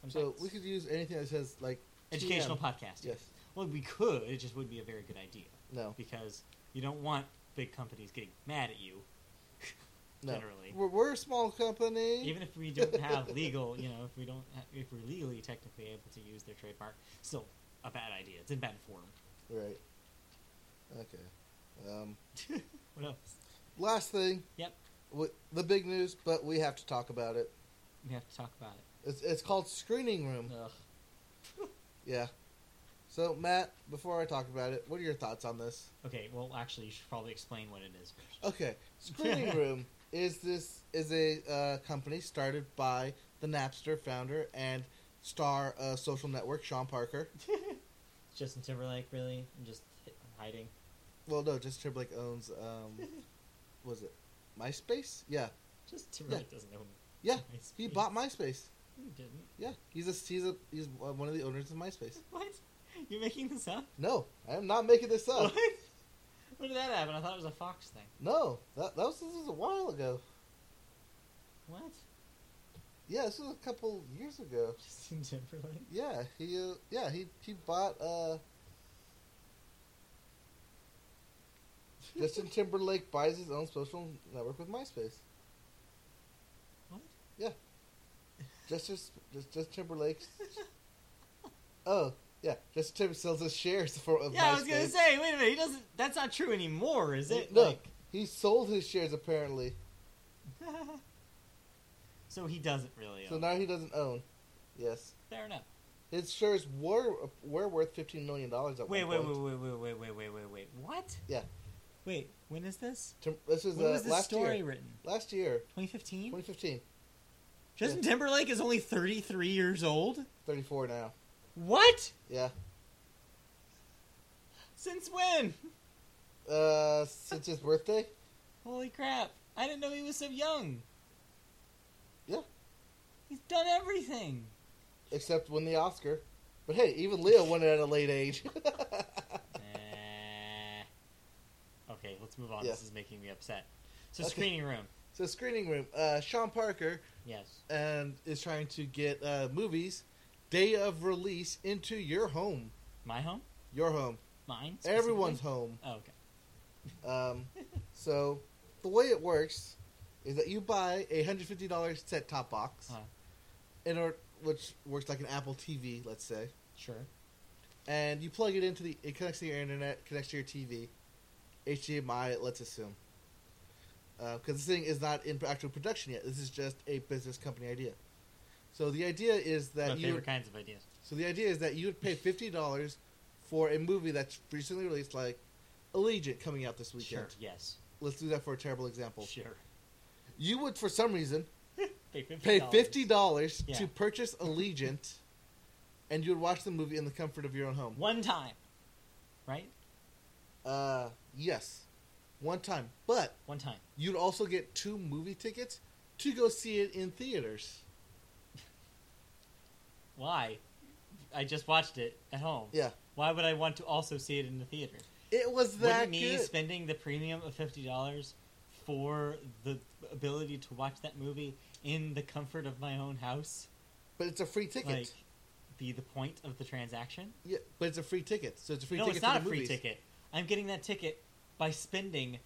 Speaker 1: Fun
Speaker 2: So
Speaker 1: facts.
Speaker 2: we could use anything that says like
Speaker 1: Educational
Speaker 2: TM.
Speaker 1: podcast.
Speaker 2: Yes.
Speaker 1: Well, we could. It just would be a very good idea.
Speaker 2: No.
Speaker 1: because you don't want big companies getting mad at you.
Speaker 2: No.
Speaker 1: Generally,
Speaker 2: We're, we're a small company.
Speaker 1: even if we don't have legal, you know, if we don't, ha- if we're legally technically able to use their trademark, still a bad idea. It's in bad form.
Speaker 2: right. Okay. Um,
Speaker 1: what else?
Speaker 2: last thing.
Speaker 1: Yep.
Speaker 2: W- the big news, but we have to talk about it.
Speaker 1: We have to talk about it.
Speaker 2: It's it's called Screening Room.
Speaker 1: Ugh.
Speaker 2: Yeah. So Matt, before I talk about it, what are your thoughts on this?
Speaker 1: Okay, well, actually, you should probably explain what it is first.
Speaker 2: Okay, Screening Room is this is a uh, company started by the Napster founder and star of Social Network Sean Parker.
Speaker 1: Justin Timberlake, really? I'm just hi- hiding.
Speaker 2: Well, no, just Timberlake owns um, was it MySpace? Yeah,
Speaker 1: Just Timberlake doesn't own
Speaker 2: yeah.
Speaker 1: MySpace.
Speaker 2: He bought MySpace.
Speaker 1: He didn't.
Speaker 2: Yeah, he's a he's a he's uh, one of the owners of MySpace.
Speaker 1: What? You're making this up?
Speaker 2: No, I am not making this up.
Speaker 1: What? When did that happen? I thought it was a Fox thing.
Speaker 2: No, that that was this was a while ago.
Speaker 1: What?
Speaker 2: Yeah, this was a couple years ago.
Speaker 1: Justin Timberlake?
Speaker 2: Yeah, he uh, yeah he he bought uh Justin Timberlake buys his own social network with MySpace.
Speaker 1: What?
Speaker 2: Justin just just Timberlake's oh yeah Justin Timberlake sells his shares for of
Speaker 1: yeah,
Speaker 2: MySpace.
Speaker 1: I was gonna say. Wait a minute. He doesn't. That's not true anymore, is it?
Speaker 2: No.
Speaker 1: Like,
Speaker 2: He sold his shares apparently,
Speaker 1: so he doesn't really.
Speaker 2: so
Speaker 1: own
Speaker 2: now
Speaker 1: it.
Speaker 2: he doesn't own. Yes,
Speaker 1: Fair enough.
Speaker 2: his shares were were worth fifteen million dollars at
Speaker 1: Wait,
Speaker 2: one
Speaker 1: wait,
Speaker 2: point.
Speaker 1: wait, wait, wait, wait, wait, wait, wait, wait. What?
Speaker 2: Yeah.
Speaker 1: Wait. When is this?
Speaker 2: Tim, this is
Speaker 1: When
Speaker 2: uh,
Speaker 1: was this
Speaker 2: last
Speaker 1: story
Speaker 2: year.
Speaker 1: written?
Speaker 2: Last year,
Speaker 1: 2015.
Speaker 2: 2015,
Speaker 1: Justin Timberlake is only 33 years old.
Speaker 2: 34 now.
Speaker 1: What?
Speaker 2: Yeah.
Speaker 1: Since when?
Speaker 2: Uh, since his birthday?
Speaker 1: Holy crap! I didn't know he was so young.
Speaker 2: Yeah.
Speaker 1: He's done everything.
Speaker 2: Except win the Oscar. But hey, even Leo won it at a late age.
Speaker 1: Eh. okay, let's move on.
Speaker 2: Yeah.
Speaker 1: This is making me upset. So,
Speaker 2: Okay.
Speaker 1: screening room.
Speaker 2: so screening room. Uh, Sean Parker
Speaker 1: Yes.
Speaker 2: and is trying to get uh, movies day of release into your home,
Speaker 1: My home?
Speaker 2: your home,
Speaker 1: Mine? specifically?
Speaker 2: everyone's home.
Speaker 1: Oh, okay.
Speaker 2: Um, so the way it works is that you buy a hundred fifty dollars set top box,
Speaker 1: Uh-huh.
Speaker 2: in or which works like an Apple TV, let's say.
Speaker 1: Sure.
Speaker 2: and you plug it into the it connects to your internet, connects to your TV, HDMI. Let's assume because this thing is not in actual production yet. This is just a business company idea. So the idea is
Speaker 1: My
Speaker 2: that you
Speaker 1: favorite kinds of ideas.
Speaker 2: so the idea is that you would pay fifty dollars for a movie that's recently released, like Allegiant coming out this weekend.
Speaker 1: Sure. Yes.
Speaker 2: Let's do that for a terrible example.
Speaker 1: Sure.
Speaker 2: You would, for some reason,
Speaker 1: Pay fifty.
Speaker 2: pay fifty dollars
Speaker 1: Yeah.
Speaker 2: to purchase Allegiant, and you would watch the movie in the comfort of your own home.
Speaker 1: one time, right?
Speaker 2: Uh, yes, one time. But
Speaker 1: One time.
Speaker 2: you'd also get two movie tickets to go see it in theaters.
Speaker 1: Why? I just watched it at home.
Speaker 2: Yeah,
Speaker 1: Why would I want to also see it in the theater?
Speaker 2: it was that
Speaker 1: Wouldn't me
Speaker 2: good.
Speaker 1: spending the premium of fifty dollars for the ability to watch that movie in the comfort of my own house,
Speaker 2: but it's a free ticket.
Speaker 1: like, be the point of the transaction?
Speaker 2: yeah, but it's a free ticket, so it's a free
Speaker 1: no,
Speaker 2: ticket.
Speaker 1: it's not
Speaker 2: to
Speaker 1: a
Speaker 2: the
Speaker 1: free
Speaker 2: movies.
Speaker 1: ticket. I'm getting that ticket by spending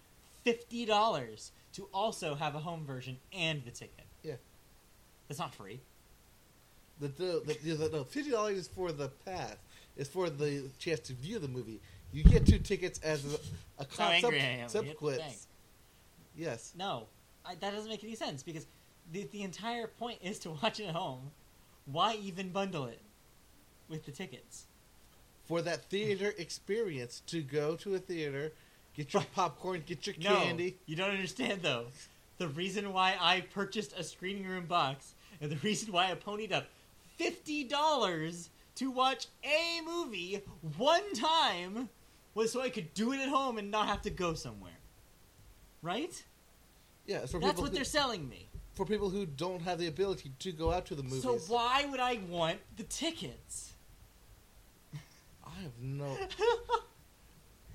Speaker 1: fifty dollars to also have a home version and the ticket.
Speaker 2: Yeah.
Speaker 1: that's not free.
Speaker 2: The, the, the, the- no, fifty dollars is for the pass. It's for the chance to view the movie. You get two tickets as a, a
Speaker 1: That's how
Speaker 2: con-
Speaker 1: angry I am.
Speaker 2: sub-
Speaker 1: You hit the
Speaker 2: subquits.
Speaker 1: thing.
Speaker 2: Yes,
Speaker 1: No, I, that doesn't make any sense because the, the entire point is to watch it at home. Why even bundle it with the tickets?
Speaker 2: for that theater experience to go to a theater, get your popcorn, get your candy.
Speaker 1: No, you don't understand though. The reason why I purchased a screening room box and the reason why I ponied up fifty dollars to watch a movie one time was so I could do it at home and not have to go somewhere. Right?
Speaker 2: Yeah, it's for
Speaker 1: That's
Speaker 2: people
Speaker 1: what
Speaker 2: who,
Speaker 1: they're selling me.
Speaker 2: for people who don't have the ability to go out to the movies.
Speaker 1: So why would I want the tickets?
Speaker 2: I have no.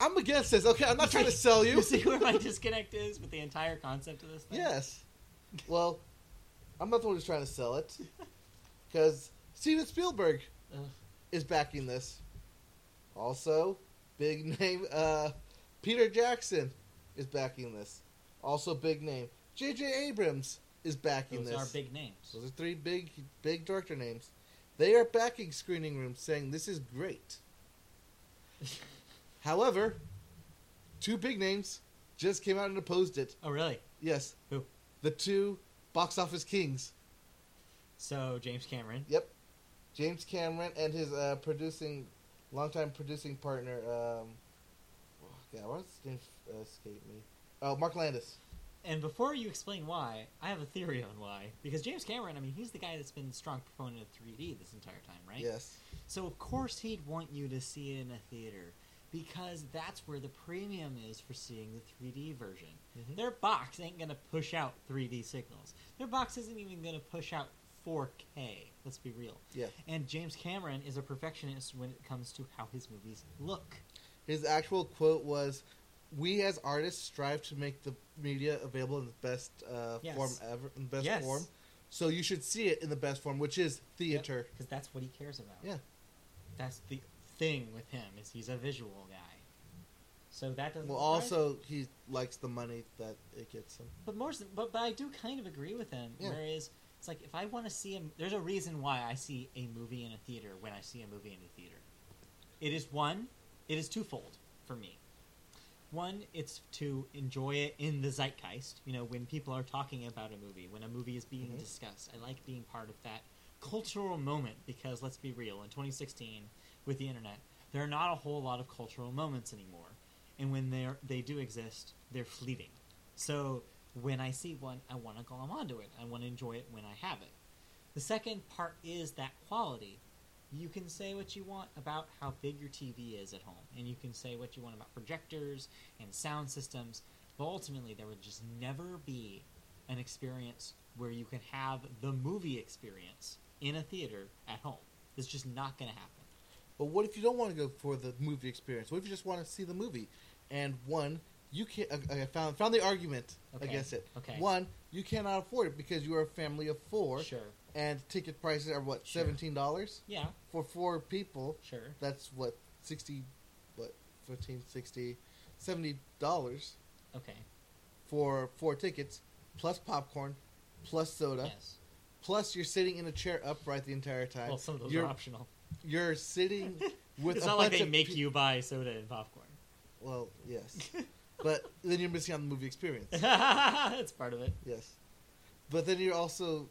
Speaker 2: I'm against this. Okay, I'm not trying to sell you.
Speaker 1: You see where my disconnect is with the entire concept of this thing?
Speaker 2: Yes. Well, I'm not the one who's trying to sell it, because Steven Spielberg
Speaker 1: Ugh.
Speaker 2: is backing this. Also, big name uh, Peter Jackson is backing this. Also, big name J.J. Abrams is backing
Speaker 1: Those
Speaker 2: this.
Speaker 1: are big names.
Speaker 2: Those are three big, big director names. They are backing Screening Room, saying this is great. However, two big names just came out and opposed it.
Speaker 1: Oh, really?
Speaker 2: Yes,
Speaker 1: Who?
Speaker 2: the two box office kings,
Speaker 1: So James Cameron.
Speaker 2: Yep. James Cameron and his uh, producing, longtime producing partner. Um, oh, God, why does his name uh, escape me? Oh, Mark Landis.
Speaker 1: And before you explain why, I have a theory on why. Because James Cameron, I mean, he's the guy that's been a strong proponent of 3D this entire time, right?
Speaker 2: Yes.
Speaker 1: So of course he'd want you to see it in a theater because that's where the premium is for seeing the 3D version.
Speaker 2: Mhm.
Speaker 1: Their box ain't gonna push out 3D signals. Their box isn't even gonna push out 4K. Let's be real.
Speaker 2: Yeah.
Speaker 1: And James Cameron is a perfectionist when it comes to how his movies look.
Speaker 2: His actual quote was, "We as artists strive to make the media available in the best uh,
Speaker 1: Yes.
Speaker 2: form ever, in the best
Speaker 1: Yes.
Speaker 2: form. So you should see it in the best form, which is theater.
Speaker 1: because that's what he cares about.
Speaker 2: Yeah.
Speaker 1: That's the thing with him is he's a visual guy. So that doesn't
Speaker 2: Well,
Speaker 1: surprise
Speaker 2: also he likes the money that it gets him.
Speaker 1: But more, s- but, but I do kind of agree with him.
Speaker 2: Yeah.
Speaker 1: Whereas it's like if I want to see a, there's a reason why I see a movie in a theater when I see a movie in a theater. It is one, it is twofold for me. One, it's to enjoy it in the zeitgeist. You know, when people are talking about a movie, when a movie is being
Speaker 2: Mhm.
Speaker 1: discussed, I like being part of that cultural moment because let's be real, in 2016 with the internet, there are not a whole lot of cultural moments anymore, and when they are they do exist, they're fleeting. So when I see one, I want to glom onto it. I want to enjoy it when I have it. The second part is that quality. You can say what you want about how big your TV is at home, and you can say what you want about projectors and sound systems, but ultimately, there would just never be an experience where you can have the movie experience in a theater at home. It's just not going to happen.
Speaker 2: But what if you don't want to go for the movie experience? What if you just want to see the movie? And one, you can't. I, I found found the argument
Speaker 1: Okay.
Speaker 2: against it.
Speaker 1: Okay.
Speaker 2: One, you cannot afford it because you are a family of four,
Speaker 1: sure.
Speaker 2: and ticket prices are what
Speaker 1: Sure.
Speaker 2: seventeen dollars
Speaker 1: Yeah,
Speaker 2: for four people.
Speaker 1: sure.
Speaker 2: That's what sixty, what 15, 60, 70 dollars
Speaker 1: Okay.
Speaker 2: for four tickets, plus popcorn, plus soda,
Speaker 1: Yes.
Speaker 2: plus you're sitting in a chair upright the entire time.
Speaker 1: Well, some of those
Speaker 2: you're
Speaker 1: are optional.
Speaker 2: you're sitting with
Speaker 1: It's
Speaker 2: a
Speaker 1: not like
Speaker 2: bunch
Speaker 1: they
Speaker 2: of
Speaker 1: make
Speaker 2: pe-
Speaker 1: you buy soda and popcorn.
Speaker 2: Well, yes. but then you're missing out on the movie experience.
Speaker 1: That's part of it.
Speaker 2: Yes. But then you're also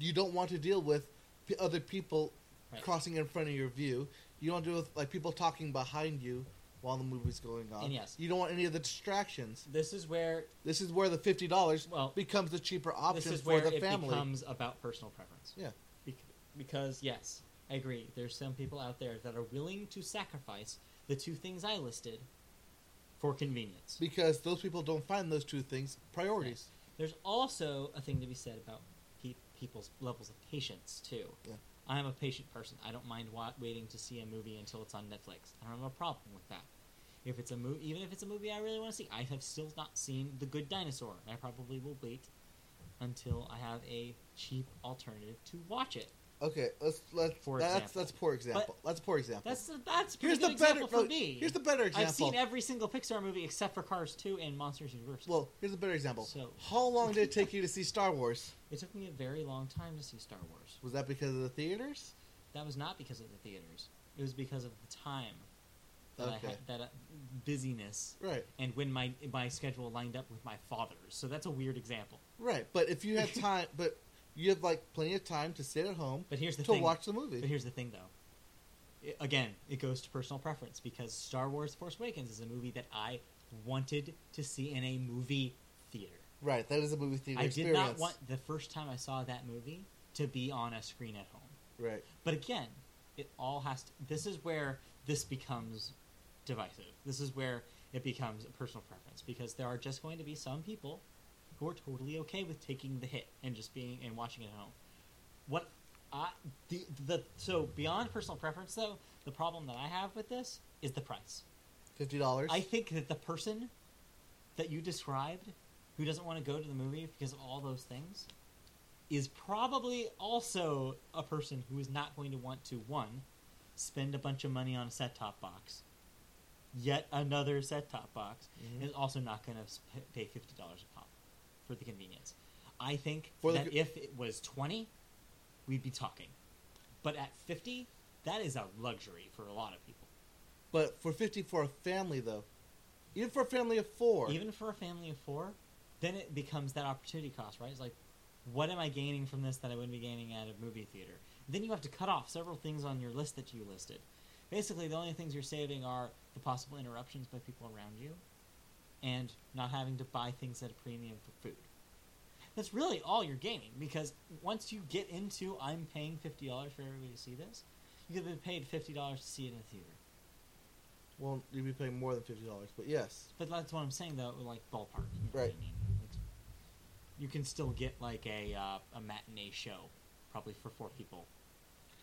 Speaker 2: you don't want to deal with p- other people
Speaker 1: Right.
Speaker 2: crossing in front of your view. You don't deal with like people talking behind you while the movie's going on.
Speaker 1: And yes.
Speaker 2: You don't want any of the distractions.
Speaker 1: This is where
Speaker 2: This is where the fifty dollars
Speaker 1: Well,
Speaker 2: becomes the cheaper
Speaker 1: this
Speaker 2: option
Speaker 1: is
Speaker 2: for
Speaker 1: where
Speaker 2: the
Speaker 1: it
Speaker 2: family.
Speaker 1: becomes about personal preference.
Speaker 2: Yeah.
Speaker 1: Bec- because yes, I agree. There's some people out there that are willing to sacrifice the two things I listed for convenience.
Speaker 2: Because those people don't find those two things priorities.
Speaker 1: There's also a thing to be said about pe- people's levels of patience too.
Speaker 2: Yeah.
Speaker 1: I'm a patient person. I don't mind wa- waiting to see a movie until it's on Netflix. I don't have a problem with that. If it's a movie, even if it's a movie I really want to see, I have still not seen The Good Dinosaur, and I probably will wait until I have a cheap alternative to watch it.
Speaker 2: Okay, let's let's
Speaker 1: For
Speaker 2: that's
Speaker 1: example.
Speaker 2: that's a poor example. that's a poor example.
Speaker 1: That's that's a pretty
Speaker 2: here's
Speaker 1: good
Speaker 2: the better
Speaker 1: example for
Speaker 2: no,
Speaker 1: me.
Speaker 2: here's the better example.
Speaker 1: I've seen every single Pixar movie except for Cars 2 and Monsters University.
Speaker 2: Well, here's a better example.
Speaker 1: So-
Speaker 2: How long did it take you to see Star Wars?
Speaker 1: it took me a very long time to see Star Wars.
Speaker 2: Was that because of the theaters?
Speaker 1: That was not because of the theaters. It was because of the time that I
Speaker 2: Okay.
Speaker 1: had, that uh, busyness,
Speaker 2: Right,
Speaker 1: and when my my schedule lined up with my father's. So that's a weird example.
Speaker 2: right. But if you had time, but you have like plenty of time to sit at home
Speaker 1: But here's the
Speaker 2: to
Speaker 1: thing.
Speaker 2: watch the
Speaker 1: but
Speaker 2: movie.
Speaker 1: here's the thing, though. I- again, it goes to personal preference because Star Wars: Force Awakens is a movie that I wanted to see in a movie theater.
Speaker 2: Right, that is a movie theater
Speaker 1: I did
Speaker 2: experience.
Speaker 1: not want the first time I saw that movie to be on a screen at home.
Speaker 2: Right,
Speaker 1: But again, it all has to. This is where this becomes divisive. This is where it becomes a personal preference because there are just going to be some people who are totally okay with taking the hit and just being and watching it at home. What I the the so beyond personal preference though, the problem that I have with this is the price.
Speaker 2: fifty dollars.
Speaker 1: I think that the person that you described who doesn't want to go to the movie because of all those things is probably also a person who is not going to want to one spend a bunch of money on a set top box yet another set top box
Speaker 2: Mhm.
Speaker 1: is also not going to pay $50 a pop for the convenience i think
Speaker 2: For the
Speaker 1: that
Speaker 2: co-
Speaker 1: if it was 20 we'd be talking but at 50 that is a luxury for a lot of people
Speaker 2: But for fifty for a family though, even for a family of four,
Speaker 1: even for a family of four, then it becomes that opportunity cost, right? It's like, what am I gaining from this that I wouldn't be gaining at a movie theater? Then you have to cut off several things on your list that you listed. Basically, the only things you're saving are the possible interruptions by people around you and not having to buy things at a premium for food. That's really all you're gaining because once you get into I'm paying $50 for everybody to see this, you could have been paid $50 to see it in the theater.
Speaker 2: Well, you'd be paying more than fifty dollars, but yes,
Speaker 1: But that's what I'm saying though, like ballpark. You know what I
Speaker 2: Right.
Speaker 1: mean? Like, you can still get like a uh, a matinee show, probably for four people,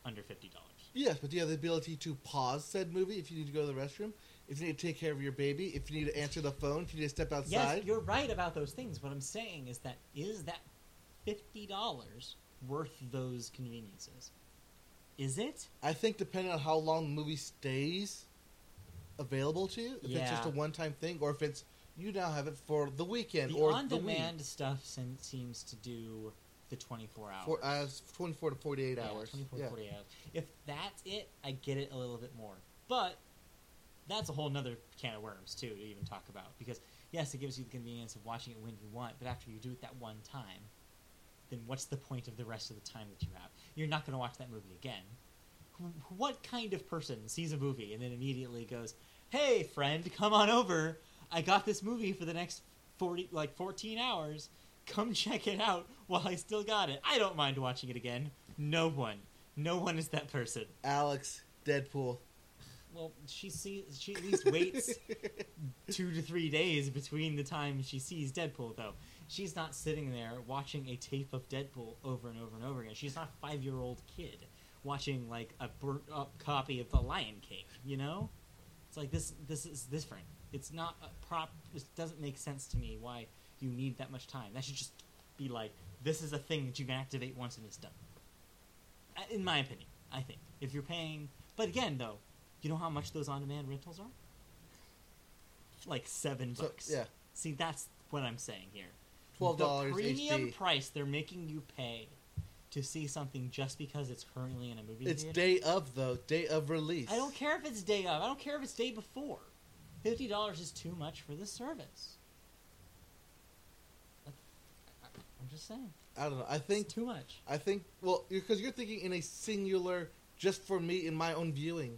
Speaker 1: under fifty dollars.
Speaker 2: yes, but do you have the ability to pause said movie if you need to go to the restroom, if you need to take care of your baby, if you need to answer the phone, if you need to step outside?
Speaker 1: Yes, you're right about those things. What I'm saying is that is that fifty dollars worth those conveniences? Is it?
Speaker 2: I think depending on how long the movie stays available to you, if it's just
Speaker 1: Yeah.
Speaker 2: a one-time thing, or if it's you now have it for the weekend
Speaker 1: the
Speaker 2: or the week,
Speaker 1: on-demand stuff sen- seems to do the twenty-four hours.
Speaker 2: for uh, twenty-four to forty-eight
Speaker 1: Yeah,
Speaker 2: hours.
Speaker 1: 24,
Speaker 2: yeah.
Speaker 1: 48 hours. If that's it, I get it a little bit more. But that's a whole nother can of worms, too, to even talk about. Because, yes, it gives you the convenience of watching it when you want, but after you do it that one time, then what's the point of the rest of the time that you have? You're not going to watch that movie again. Wh- What kind of person sees a movie and then immediately goes, hey, friend, come on over. I got this movie for the next 40, like 14 hours. Come check it out while I still got it. I don't mind watching it again. No one. No one is that person.
Speaker 2: Alex Deadpool.
Speaker 1: Well, she sees she at least waits two to three days between the time she sees Deadpool though. She's not sitting there watching a tape of Deadpool over and over and over again. She's not a five year old kid watching like a burnt up copy of The Lion King, you know? It's like this this is different. It's not a prop this doesn't make sense to me why you need that much time. That should just be like this is a thing that you can activate once and it's done. Uh, In my opinion, I think. If you're paying but again though, you know how much those on demand rentals are? Like seven
Speaker 2: So,
Speaker 1: bucks.
Speaker 2: yeah,
Speaker 1: See, that's what I'm saying here.
Speaker 2: twelve
Speaker 1: The
Speaker 2: dollars
Speaker 1: premium
Speaker 2: HD.
Speaker 1: price they're making you pay to see something just because it's currently in a movie
Speaker 2: It's
Speaker 1: theater.
Speaker 2: day of though, day of release.
Speaker 1: I don't care if it's day of. I don't care if it's day before. Fifty dollars is too much for this service. I'm just saying,
Speaker 2: I don't know. I think
Speaker 1: it's too much.
Speaker 2: I think well because you're thinking in a singular just for me in my own viewing.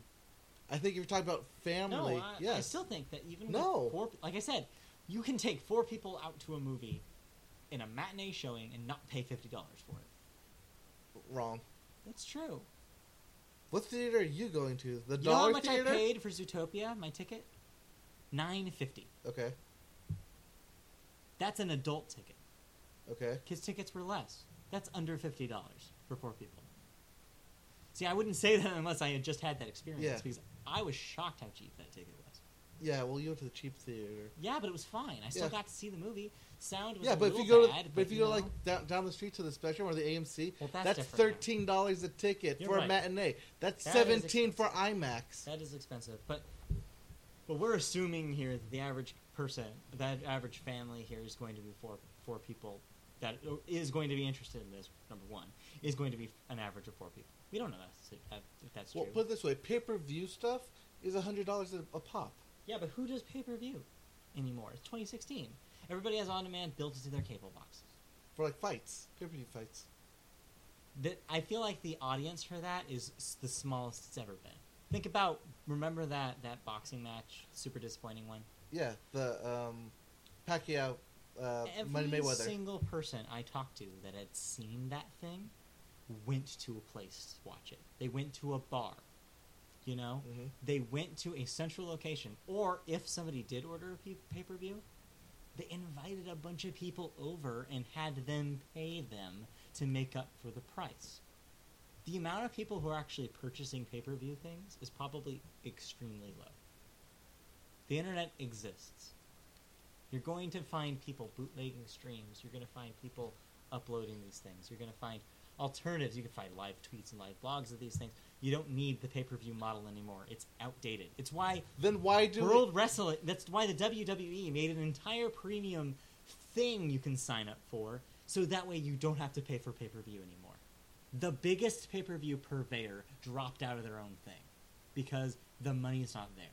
Speaker 2: I think if you're talking about family.
Speaker 1: No, I,
Speaker 2: yes.
Speaker 1: I still think that even
Speaker 2: No.
Speaker 1: with four, like I said, you can take four people out to a movie in a matinee showing and not pay fifty dollars for it.
Speaker 2: wrong.
Speaker 1: That's true.
Speaker 2: What theater are you going to? The
Speaker 1: You know how
Speaker 2: dollar
Speaker 1: much
Speaker 2: theater.
Speaker 1: I paid for Zootopia, my ticket? Nine fifty.
Speaker 2: Okay.
Speaker 1: That's an adult ticket.
Speaker 2: Okay.
Speaker 1: Kids tickets were less. That's under fifty dollars for four people. See, I wouldn't say that unless I had just had that experience
Speaker 2: Yeah.
Speaker 1: because I was shocked how cheap that ticket was.
Speaker 2: Yeah. Well, you went to the cheap theater.
Speaker 1: Yeah, but it was fine. I still
Speaker 2: Yeah.
Speaker 1: got to see the movie. Sound was
Speaker 2: Yeah,
Speaker 1: a
Speaker 2: but if
Speaker 1: little
Speaker 2: you go,
Speaker 1: bad,
Speaker 2: to, but if you go
Speaker 1: know,
Speaker 2: like down, down the street to the Spectrum or the AMC,
Speaker 1: Well, that's
Speaker 2: that's,
Speaker 1: different now.
Speaker 2: thirteen dollars a ticket
Speaker 1: You're
Speaker 2: for
Speaker 1: right.
Speaker 2: a matinee. That's
Speaker 1: That is
Speaker 2: seventeen for IMAX.
Speaker 1: That is expensive, but but we're assuming here that the average person, that average family here is going to be four four people that is going to be interested in this. Number one is going to be an average of four people. We don't know that's, if that's true.
Speaker 2: Well, put it this way: pay-per-view stuff is hundred dollars a a pop.
Speaker 1: yeah, but who does pay per view anymore? It's 2016. Everybody has on demand built into their cable box.
Speaker 2: for like fights, pay-per-view fights.
Speaker 1: That I feel like the audience for that is s- the smallest it's ever been. Think about remember that that boxing match, super disappointing one.
Speaker 2: Yeah, the um, Pacquiao, uh,
Speaker 1: Every
Speaker 2: Money Mayweather.
Speaker 1: single person I talked to that had seen that thing went to a place to watch it. They went to a bar. You know?
Speaker 2: hmm
Speaker 1: They went to a central location. Or if somebody did order a pay per view, they invited a bunch of people over and had them pay them to make up for the price. The amount of people who are actually purchasing pay per view things is probably extremely low. The internet exists. You're going to find people bootlegging streams. You're going to find people uploading these things. You're going to find alternatives. You can find live tweets and live blogs of these things. You don't need the pay per view model anymore. It's outdated. It's why
Speaker 2: Then why do we-
Speaker 1: World Wrestling. That's why the WWE made an entire premium thing you can sign up for, so that way you don't have to pay for pay per view anymore. The biggest pay per view purveyor dropped out of their own thing because the money's not there.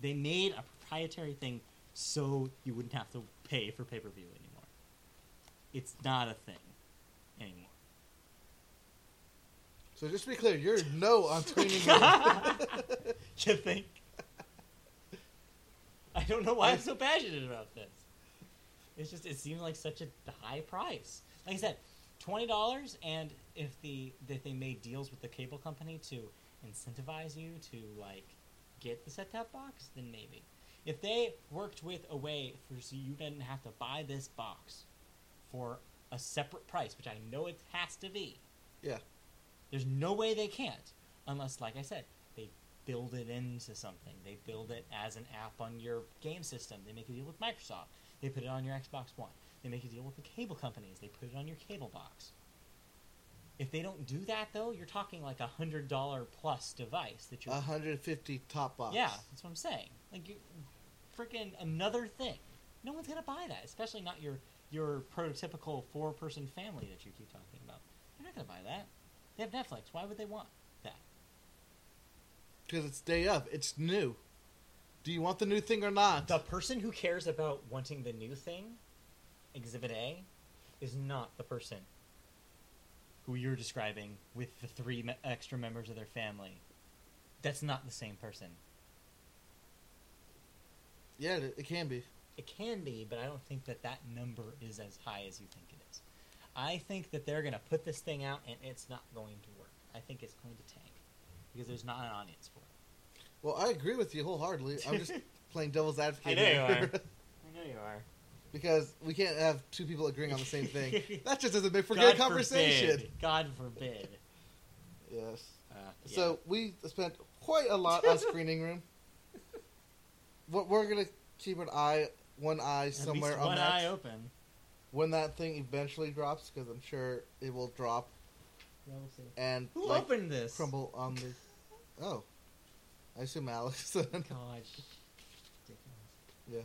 Speaker 1: They made a proprietary thing so you wouldn't have to pay for pay per view anymore. It's not a thing. anymore.
Speaker 2: So just to be clear, you're no on Tweenie Moon.
Speaker 1: you think? I don't know why I'm so passionate about this. It's just it seems like such a high price. Like I said, twenty dollars, and if the that they made deals with the cable company to incentivize you to like get the set top box, then maybe. If they worked with a way for so you didn't have to buy this box for a separate price, which I know it has to be.
Speaker 2: yeah.
Speaker 1: There's no way they can't, unless, like I said, they build it into something. They build it as an app on your game system. They make a deal with Microsoft. They put it on your Xbox One. They make a deal with the cable companies. They put it on your cable box. If they don't do that, though, you're talking like a hundred dollar plus device that you're.
Speaker 2: 150 top box.
Speaker 1: Yeah, that's what I'm saying. Like, you, freaking another thing. No one's gonna buy that, especially not your your prototypical four person family that you keep talking about. They're not gonna buy that. They have Netflix. Why would they want that?
Speaker 2: Because it's day of. It's new. Do you want the new thing or not?
Speaker 1: The person who cares about wanting the new thing, Exhibit A, is not the person who you're describing with the three me- extra members of their family. That's not the same person.
Speaker 2: yeah, it, it can be.
Speaker 1: It can be, but I don't think that that number is as high as you think it is. I think that they're going to put this thing out and it's not going to work. I think it's going to tank because there's not an audience for it.
Speaker 2: Well, I agree with you wholeheartedly. I'm just playing devil's advocate.
Speaker 1: I know you
Speaker 2: here.
Speaker 1: are. I know you are.
Speaker 2: because we can't have two people agreeing on the same thing. that just doesn't make for good conversation.
Speaker 1: Forbid. God forbid.
Speaker 2: Yes.
Speaker 1: Uh,
Speaker 2: So we spent quite a lot on screening room. But we're gonna keep an eye, one eye
Speaker 1: yeah. At
Speaker 2: somewhere
Speaker 1: least
Speaker 2: on
Speaker 1: one
Speaker 2: that
Speaker 1: eye open.
Speaker 2: when that thing eventually drops, because I'm sure it will drop and
Speaker 1: Who
Speaker 2: like,
Speaker 1: opened this?
Speaker 2: crumble on the. Oh, I assume Alex.
Speaker 1: God.
Speaker 2: Yeah.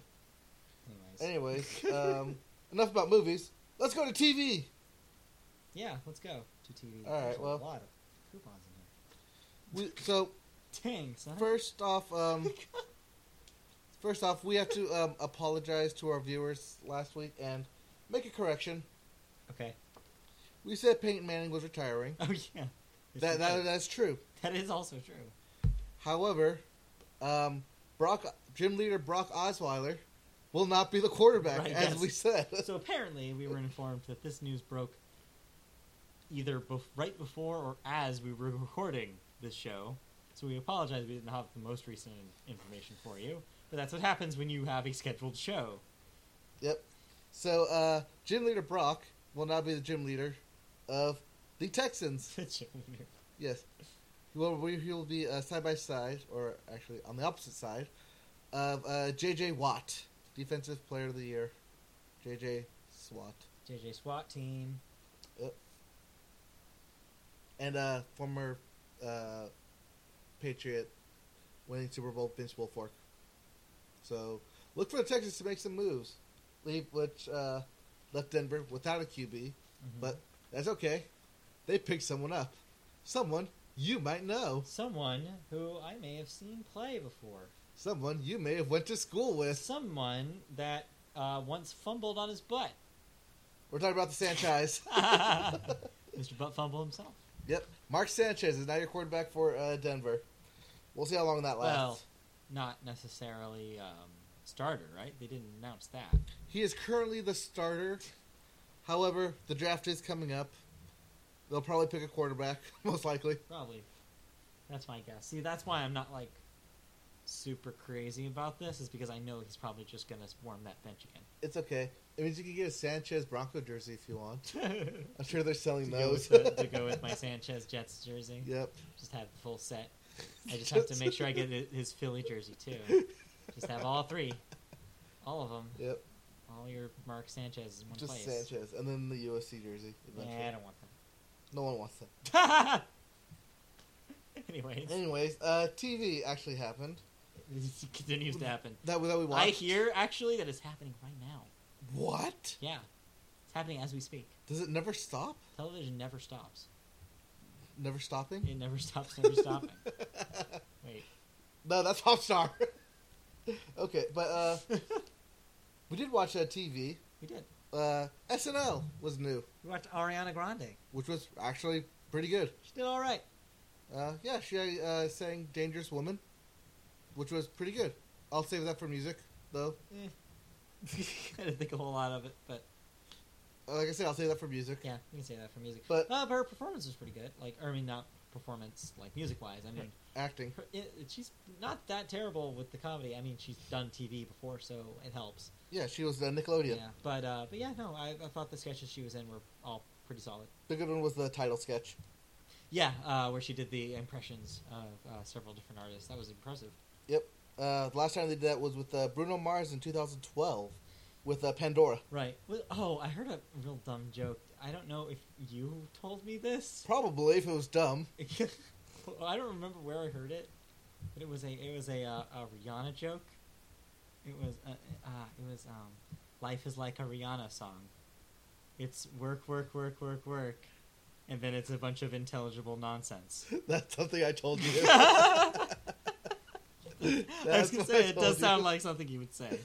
Speaker 1: Anyways.
Speaker 2: Anyways, um, enough about movies. Let's go to TV.
Speaker 1: yeah, let's go to TV.
Speaker 2: All right,
Speaker 1: There's
Speaker 2: well.
Speaker 1: a lot of coupons in
Speaker 2: We, so
Speaker 1: here. Dang, son.
Speaker 2: first off, um, first off, we have to um, apologize to our viewers last week and make a correction.
Speaker 1: okay.
Speaker 2: We said Peyton Manning was retiring.
Speaker 1: Oh yeah. Yes,
Speaker 2: That,
Speaker 1: we
Speaker 2: that
Speaker 1: did.
Speaker 2: that's true.
Speaker 1: that is also true.
Speaker 2: However, um, Brock gym leader Brock Osweiler will not be the quarterback
Speaker 1: Right,
Speaker 2: as
Speaker 1: yes.
Speaker 2: we said.
Speaker 1: So apparently, we were informed that this news broke either bef- right before or as we were recording this show. So we apologize we didn't have the most recent information for you, but that's what happens when you have a scheduled show.
Speaker 2: Yep. So uh, gym leader Brock will now be the gym leader of the Texans. Yes. He will, he will be uh, side by side, or actually on the opposite side, of uh, J.J. Watt, Defensive Player of the Year. J.J. Swat.
Speaker 1: JJ SWAT team.
Speaker 2: And uh, former uh, Patriot winning Super Bowl, Vince Wilfork. So look for the Texans to make some moves, leave which uh, left Denver without a QB,
Speaker 1: Mhm.
Speaker 2: but that's okay. They picked someone up. Someone you might know.
Speaker 1: someone who I may have seen play before.
Speaker 2: Someone you may have went to school with.
Speaker 1: Someone that uh, once fumbled on his butt.
Speaker 2: We're talking about the Sanchez.
Speaker 1: Mr. Butt Fumble himself.
Speaker 2: yep. Mark Sanchez is now your quarterback for uh, Denver. We'll see how long that lasts.
Speaker 1: Well, not necessarily um, starter, right? They didn't announce that.
Speaker 2: He is currently the starter. However, the draft is coming up. They'll probably pick a quarterback, most likely.
Speaker 1: Probably. That's my guess. See, that's why I'm not like super crazy about this, is because I know he's probably just gonna warm that bench
Speaker 2: It's okay. It means you can get a Sanchez Bronco jersey if you want.
Speaker 1: again.
Speaker 2: I'm sure they're
Speaker 1: to,
Speaker 2: selling
Speaker 1: go
Speaker 2: those.
Speaker 1: with the- to go with my Sanchez Jets jersey.
Speaker 2: yep.
Speaker 1: Just have the full set. I just have to make sure I get hi- his Philly jersey too. Just have all three, all of them,
Speaker 2: Yep.
Speaker 1: all your Mark Sanchez in one
Speaker 2: Just
Speaker 1: place.
Speaker 2: Sanchez. And then the USC jersey. eventually.
Speaker 1: Yeah, I don't want
Speaker 2: No one wants that.
Speaker 1: them. Anyways,
Speaker 2: Anyways, uh, TV actually happened.
Speaker 1: this continues to happen.
Speaker 2: That, that we watched.
Speaker 1: I hear actually that it's happening right now.
Speaker 2: What?
Speaker 1: Yeah, it's happening as we speak.
Speaker 2: Does it never stop?
Speaker 1: Television never stops.
Speaker 2: Never stopping?
Speaker 1: It never stops, never stopping. Wait,
Speaker 2: No, that's Popstar. okay, but uh, we did watch uh, TV.
Speaker 1: we did.
Speaker 2: uh, SNL was new,
Speaker 1: We watched Ariana Grande.
Speaker 2: which was actually pretty good.
Speaker 1: She did all right.
Speaker 2: Uh, yeah, she uh, sang "Dangerous Woman," which was pretty good. I'll save that for music, though.
Speaker 1: Eh. I didn't think a whole lot of it, but
Speaker 2: Uh, Like I said, I'll save that for music.
Speaker 1: yeah, you can say that for music.
Speaker 2: But-
Speaker 1: uh, but her performance was pretty good. Like, or, I mean, not performance, like music wise. I mean,
Speaker 2: Acting.
Speaker 1: her, it, it- she's not that terrible with the comedy. I mean, she's done TV before, so it helps.
Speaker 2: Yeah, she was uh, Nickelodeon.
Speaker 1: Yeah, but uh, but yeah, no, I, I thought the sketches she was in were all pretty solid.
Speaker 2: The good one was the title sketch.
Speaker 1: Yeah, uh, where she did the impressions of uh, several different artists. That was impressive.
Speaker 2: Uh, the last time they did that was with uh, Bruno Mars in 2012 with uh, Pandora.
Speaker 1: Right. Well, oh, I heard a real dumb joke. I don't know if you told me this.
Speaker 2: Probably, if it was dumb.
Speaker 1: Well, I don't remember where I heard it, but it was a it was a, uh, a Rihanna joke. It was uh, uh, it was um, life is like a Rihanna song. It's work work work work work, and then it's a bunch of intelligible nonsense.
Speaker 2: That's something I told you.
Speaker 1: I was
Speaker 2: That's
Speaker 1: gonna
Speaker 2: what
Speaker 1: say
Speaker 2: I
Speaker 1: it
Speaker 2: told
Speaker 1: does sound
Speaker 2: you.
Speaker 1: like something you would say.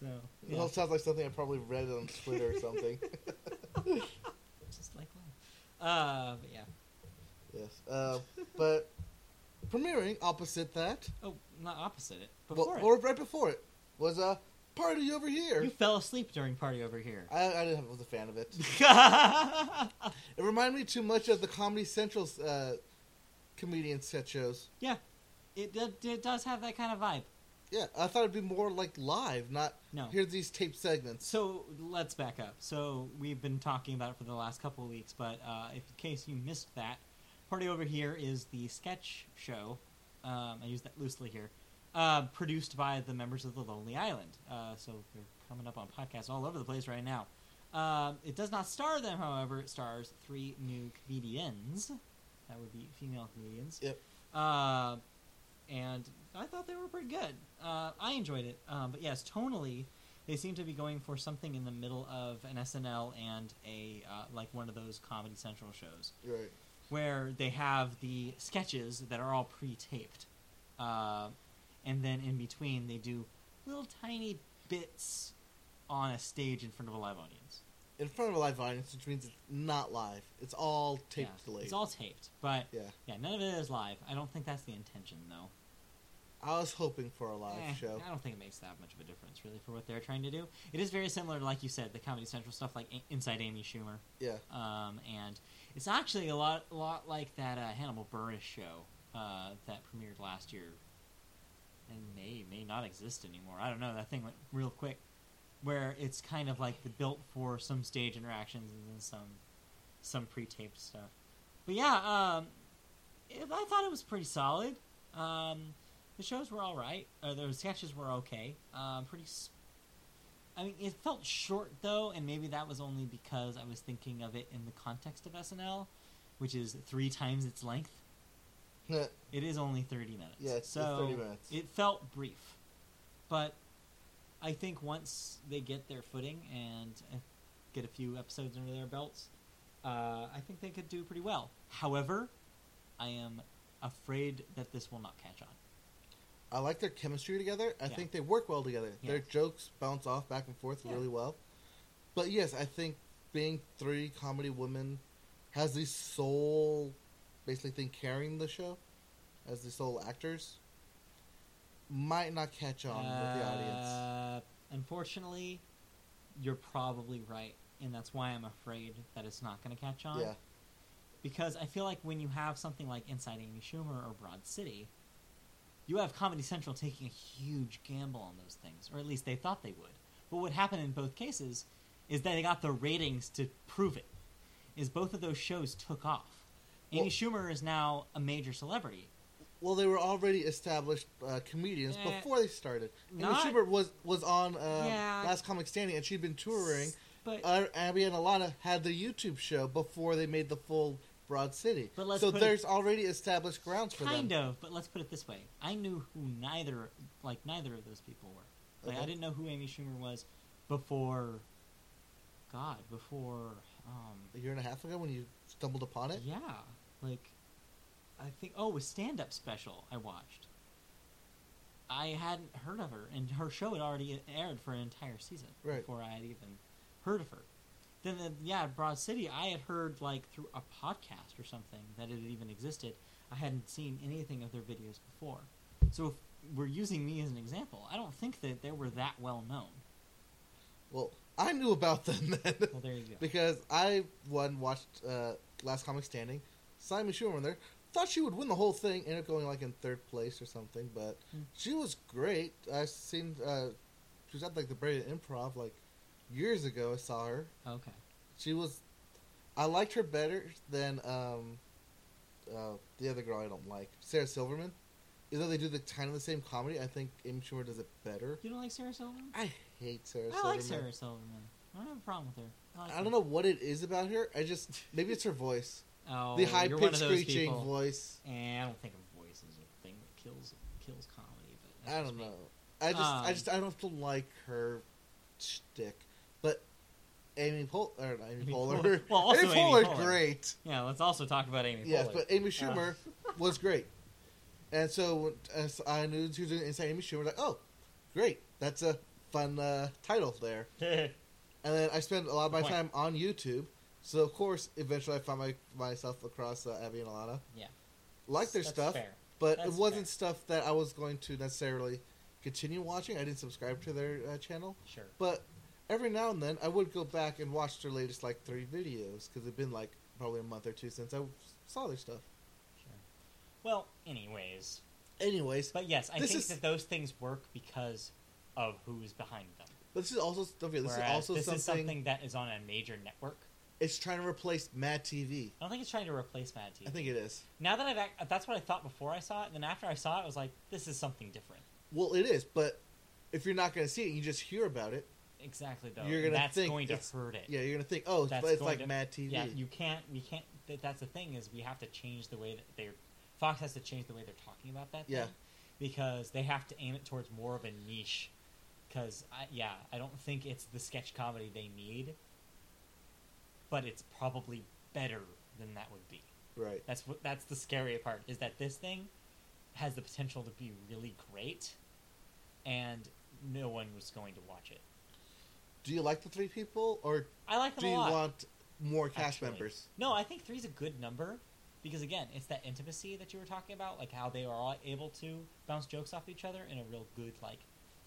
Speaker 1: So
Speaker 2: It all sounds like something I probably read on Twitter or something.
Speaker 1: just like life. Uh, but yeah.
Speaker 2: yes. Uh, but premiering opposite that,
Speaker 1: Oh, not opposite it.
Speaker 2: well,
Speaker 1: Before it.
Speaker 2: or right before it, was a party over
Speaker 1: You
Speaker 2: here.
Speaker 1: fell asleep during party over here.
Speaker 2: I, I didn't- was a fan of it. It reminded me too much of the Comedy Central's uh, comedian set shows.
Speaker 1: yeah, it, do- it does have that kind of vibe.
Speaker 2: Yeah, I thought it'd be more like live, not
Speaker 1: No.
Speaker 2: here's these tape segments.
Speaker 1: So let's back up. So we've been talking about it for the last couple of weeks, but uh, if, in case you missed that, Party Over Here is the sketch show. Um, I use that loosely here. Uh, produced by the members of the Lonely Island. Uh, so they're coming up on podcasts all over the place right now. Um, it does not star them, however. It stars three new comedians. That would be female comedians.
Speaker 2: Yep.
Speaker 1: Uh, and I thought they were pretty good. Uh, I enjoyed it. Um, but yes, tonally, they seem to be going for something in the middle of an SNL and a uh, like one of those Comedy Central shows
Speaker 2: Right.
Speaker 1: where they have the sketches that are all pre-taped, uh, and then in between they do little tiny bits on a stage in front of a live audience.
Speaker 2: In front of a live audience, which means it's not live. It's all taped
Speaker 1: Yeah,
Speaker 2: delayed.
Speaker 1: It's all taped, but
Speaker 2: yeah.
Speaker 1: yeah, none of it is live. I don't think that's the intention, though.
Speaker 2: I was hoping for a live
Speaker 1: Eh,
Speaker 2: show.
Speaker 1: I don't think it makes that much of a difference, really, for what they're trying to do. It is very similar to, like you said, the Comedy Central stuff, like A- Inside Amy Schumer.
Speaker 2: Yeah.
Speaker 1: um, and it's actually a lot, a lot like that uh, Hannibal Buress show uh, that premiered last year, and may may not exist anymore. I don't know. That thing went real quick, where it's kind of like the built for some stage interactions and then some some pre-taped stuff. But yeah, um, it, I thought it was pretty solid. Um, the shows were all right. Uh, the sketches were okay. Um, pretty s- I mean, it felt short though, and maybe that was only because I was thinking of it in the context of SNL, which is three times its length.
Speaker 2: yeah.
Speaker 1: It is only thirty minutes.
Speaker 2: Yeah, it's- it's
Speaker 1: so
Speaker 2: 30 minutes.
Speaker 1: it felt brief, but I think once they get their footing and uh, get a few episodes under their belts, uh, I think they could do pretty well. However, I am afraid that this will not catch on.
Speaker 2: I like their chemistry together. I
Speaker 1: Yeah.
Speaker 2: think they work well together.
Speaker 1: Yeah.
Speaker 2: Their jokes bounce off back and forth
Speaker 1: Yeah.
Speaker 2: really well. But yes, I think being three comedy women has the sole basically thing carrying the show as the sole actors might not catch on with the audience.
Speaker 1: Uh, Unfortunately, you're probably right, and that's why I'm afraid that it's not going to catch on.
Speaker 2: Yeah.
Speaker 1: Because I feel like when you have something like Inside Amy Schumer or Broad City, you have Comedy Central taking a huge gamble on those things, or at least they thought they would. But what happened in both cases is that they got the ratings to prove it. Is both of those shows took off. Amy
Speaker 2: Well-
Speaker 1: Schumer is now a major celebrity.
Speaker 2: Well, they were already established uh, comedians
Speaker 1: Eh,
Speaker 2: before they started. Amy
Speaker 1: not-
Speaker 2: Schubert was was on uh,
Speaker 1: Yeah.
Speaker 2: Last Comic Standing, and she'd been touring.
Speaker 1: But
Speaker 2: Uh, Abby and Alana had the YouTube show before they made the full Broad City.
Speaker 1: But let's
Speaker 2: so
Speaker 1: put
Speaker 2: there's already established grounds for
Speaker 1: kind
Speaker 2: them.
Speaker 1: of but let's put it this way i knew who neither like neither of those people were like i
Speaker 2: Okay.
Speaker 1: didn't know who amy schumer was before god before um
Speaker 2: A year and a half ago, when you stumbled upon it,
Speaker 1: yeah like i think oh a stand-up special i watched i hadn't heard of her and her show had already aired for an entire season
Speaker 2: Right.
Speaker 1: before i had even
Speaker 3: heard of her. Then, the, yeah, Broad City, I had heard, like, through a podcast or something that it had even existed. I hadn't seen anything of their videos before. So if we're using me as an example, I don't think that they were that well known.
Speaker 2: Well, I knew about them then
Speaker 3: Well, there you go.
Speaker 2: because I one watched uh, Last Comic Standing. Simon Schumer in there thought she would win the whole thing, ended up going like in third place or something. But
Speaker 3: Hmm.
Speaker 2: she was great. I seen uh, she was at like the Brady Improv like years ago. I saw her.
Speaker 3: Okay.
Speaker 2: She was. I liked her better than um, uh, the other girl I don't like, Sarah Silverman. Even though they do the kind of the same comedy, I think Amy Schumer does it better.
Speaker 3: You don't like Sarah Silverman?
Speaker 2: I hate Sarah.
Speaker 3: I like Sarah
Speaker 2: Silverman.
Speaker 3: Silverman. I don't have a problem with her. like
Speaker 2: I
Speaker 3: her.
Speaker 2: don't know what it is about her. I just maybe it's her voice,
Speaker 3: Oh,
Speaker 2: the high
Speaker 3: you're one
Speaker 2: pitched
Speaker 3: of those
Speaker 2: screeching
Speaker 3: people.
Speaker 2: voice.
Speaker 3: And I don't think her voice is a thing that kills kills comedy. But that's
Speaker 2: I
Speaker 3: just
Speaker 2: don't
Speaker 3: me.
Speaker 2: know. I just I
Speaker 3: Um,
Speaker 2: just I don't have to like her shtick, but Amy Pol or not Amy
Speaker 3: Amy
Speaker 2: Poehler.
Speaker 3: Poehler. Well, also Amy Poehler.
Speaker 2: great.
Speaker 3: Yeah, let's also talk about Amy.
Speaker 2: Yes,
Speaker 1: Poehler.
Speaker 2: but Amy Schumer
Speaker 1: uh.
Speaker 2: was great. And so as I knew she was doing Inside Amy Schumer, like oh, great, that's a fun uh, title there. And then I spend a lot of my
Speaker 3: Good point.
Speaker 2: time on YouTube. So of course, eventually I found my, myself across uh, Abby and Alana.
Speaker 3: Yeah.
Speaker 2: Like their
Speaker 1: That's
Speaker 2: stuff,
Speaker 1: fair.
Speaker 2: but
Speaker 1: That's
Speaker 2: it wasn't
Speaker 1: fair.
Speaker 2: stuff that I was going to necessarily continue watching. I didn't subscribe to their uh, channel,
Speaker 1: Sure.
Speaker 2: but every now and then I would go back and watch their latest like three videos because it'd been like probably a month or two since I saw their stuff.
Speaker 3: Sure.
Speaker 1: Well, anyways,
Speaker 2: Anyways,
Speaker 1: but yes, I
Speaker 2: This
Speaker 1: think
Speaker 2: is-
Speaker 1: that those things work because of who's behind them.
Speaker 2: but this is also don't forget, this
Speaker 1: Whereas
Speaker 2: is also
Speaker 1: this
Speaker 2: something,
Speaker 1: is something that is on a major network.
Speaker 2: It's trying to replace Mad TV.
Speaker 1: I don't think it's trying to replace Mad TV.
Speaker 2: I think it is.
Speaker 1: now that I've act- that's what I thought before I saw it, and then after I saw it, I was like, this is something different.
Speaker 2: Well, it is, but if you're not going to see it, you just hear about it.
Speaker 1: Exactly though.
Speaker 2: You're
Speaker 1: and
Speaker 2: gonna
Speaker 1: that's
Speaker 2: think
Speaker 1: going to
Speaker 2: it's-
Speaker 1: hurt it.
Speaker 2: Yeah, you're gonna think, oh, it's,
Speaker 1: That's
Speaker 2: it's
Speaker 1: going
Speaker 2: like
Speaker 1: to-
Speaker 2: Mad TV.
Speaker 1: Yeah, you can't. We can't. That, that's the thing is we have to change the way that they're. Fox has to change the way they're talking about that.
Speaker 2: Yeah.
Speaker 1: thing, because they have to aim it towards more of a niche. Because I, yeah, I don't think it's the sketch comedy they need, but it's probably better than that would be.
Speaker 2: right.
Speaker 1: That's what. That's the scary part is that this thing has the potential to be really great, and no one was going to watch it.
Speaker 2: Do you like the three people, or
Speaker 1: I like them
Speaker 2: do
Speaker 1: a
Speaker 2: you
Speaker 1: lot.
Speaker 2: want more cast
Speaker 1: actually.
Speaker 2: members?
Speaker 1: No, I think three's a good number because again, it's that intimacy that you were talking about, like how they are all able to bounce jokes off each other in a real good, like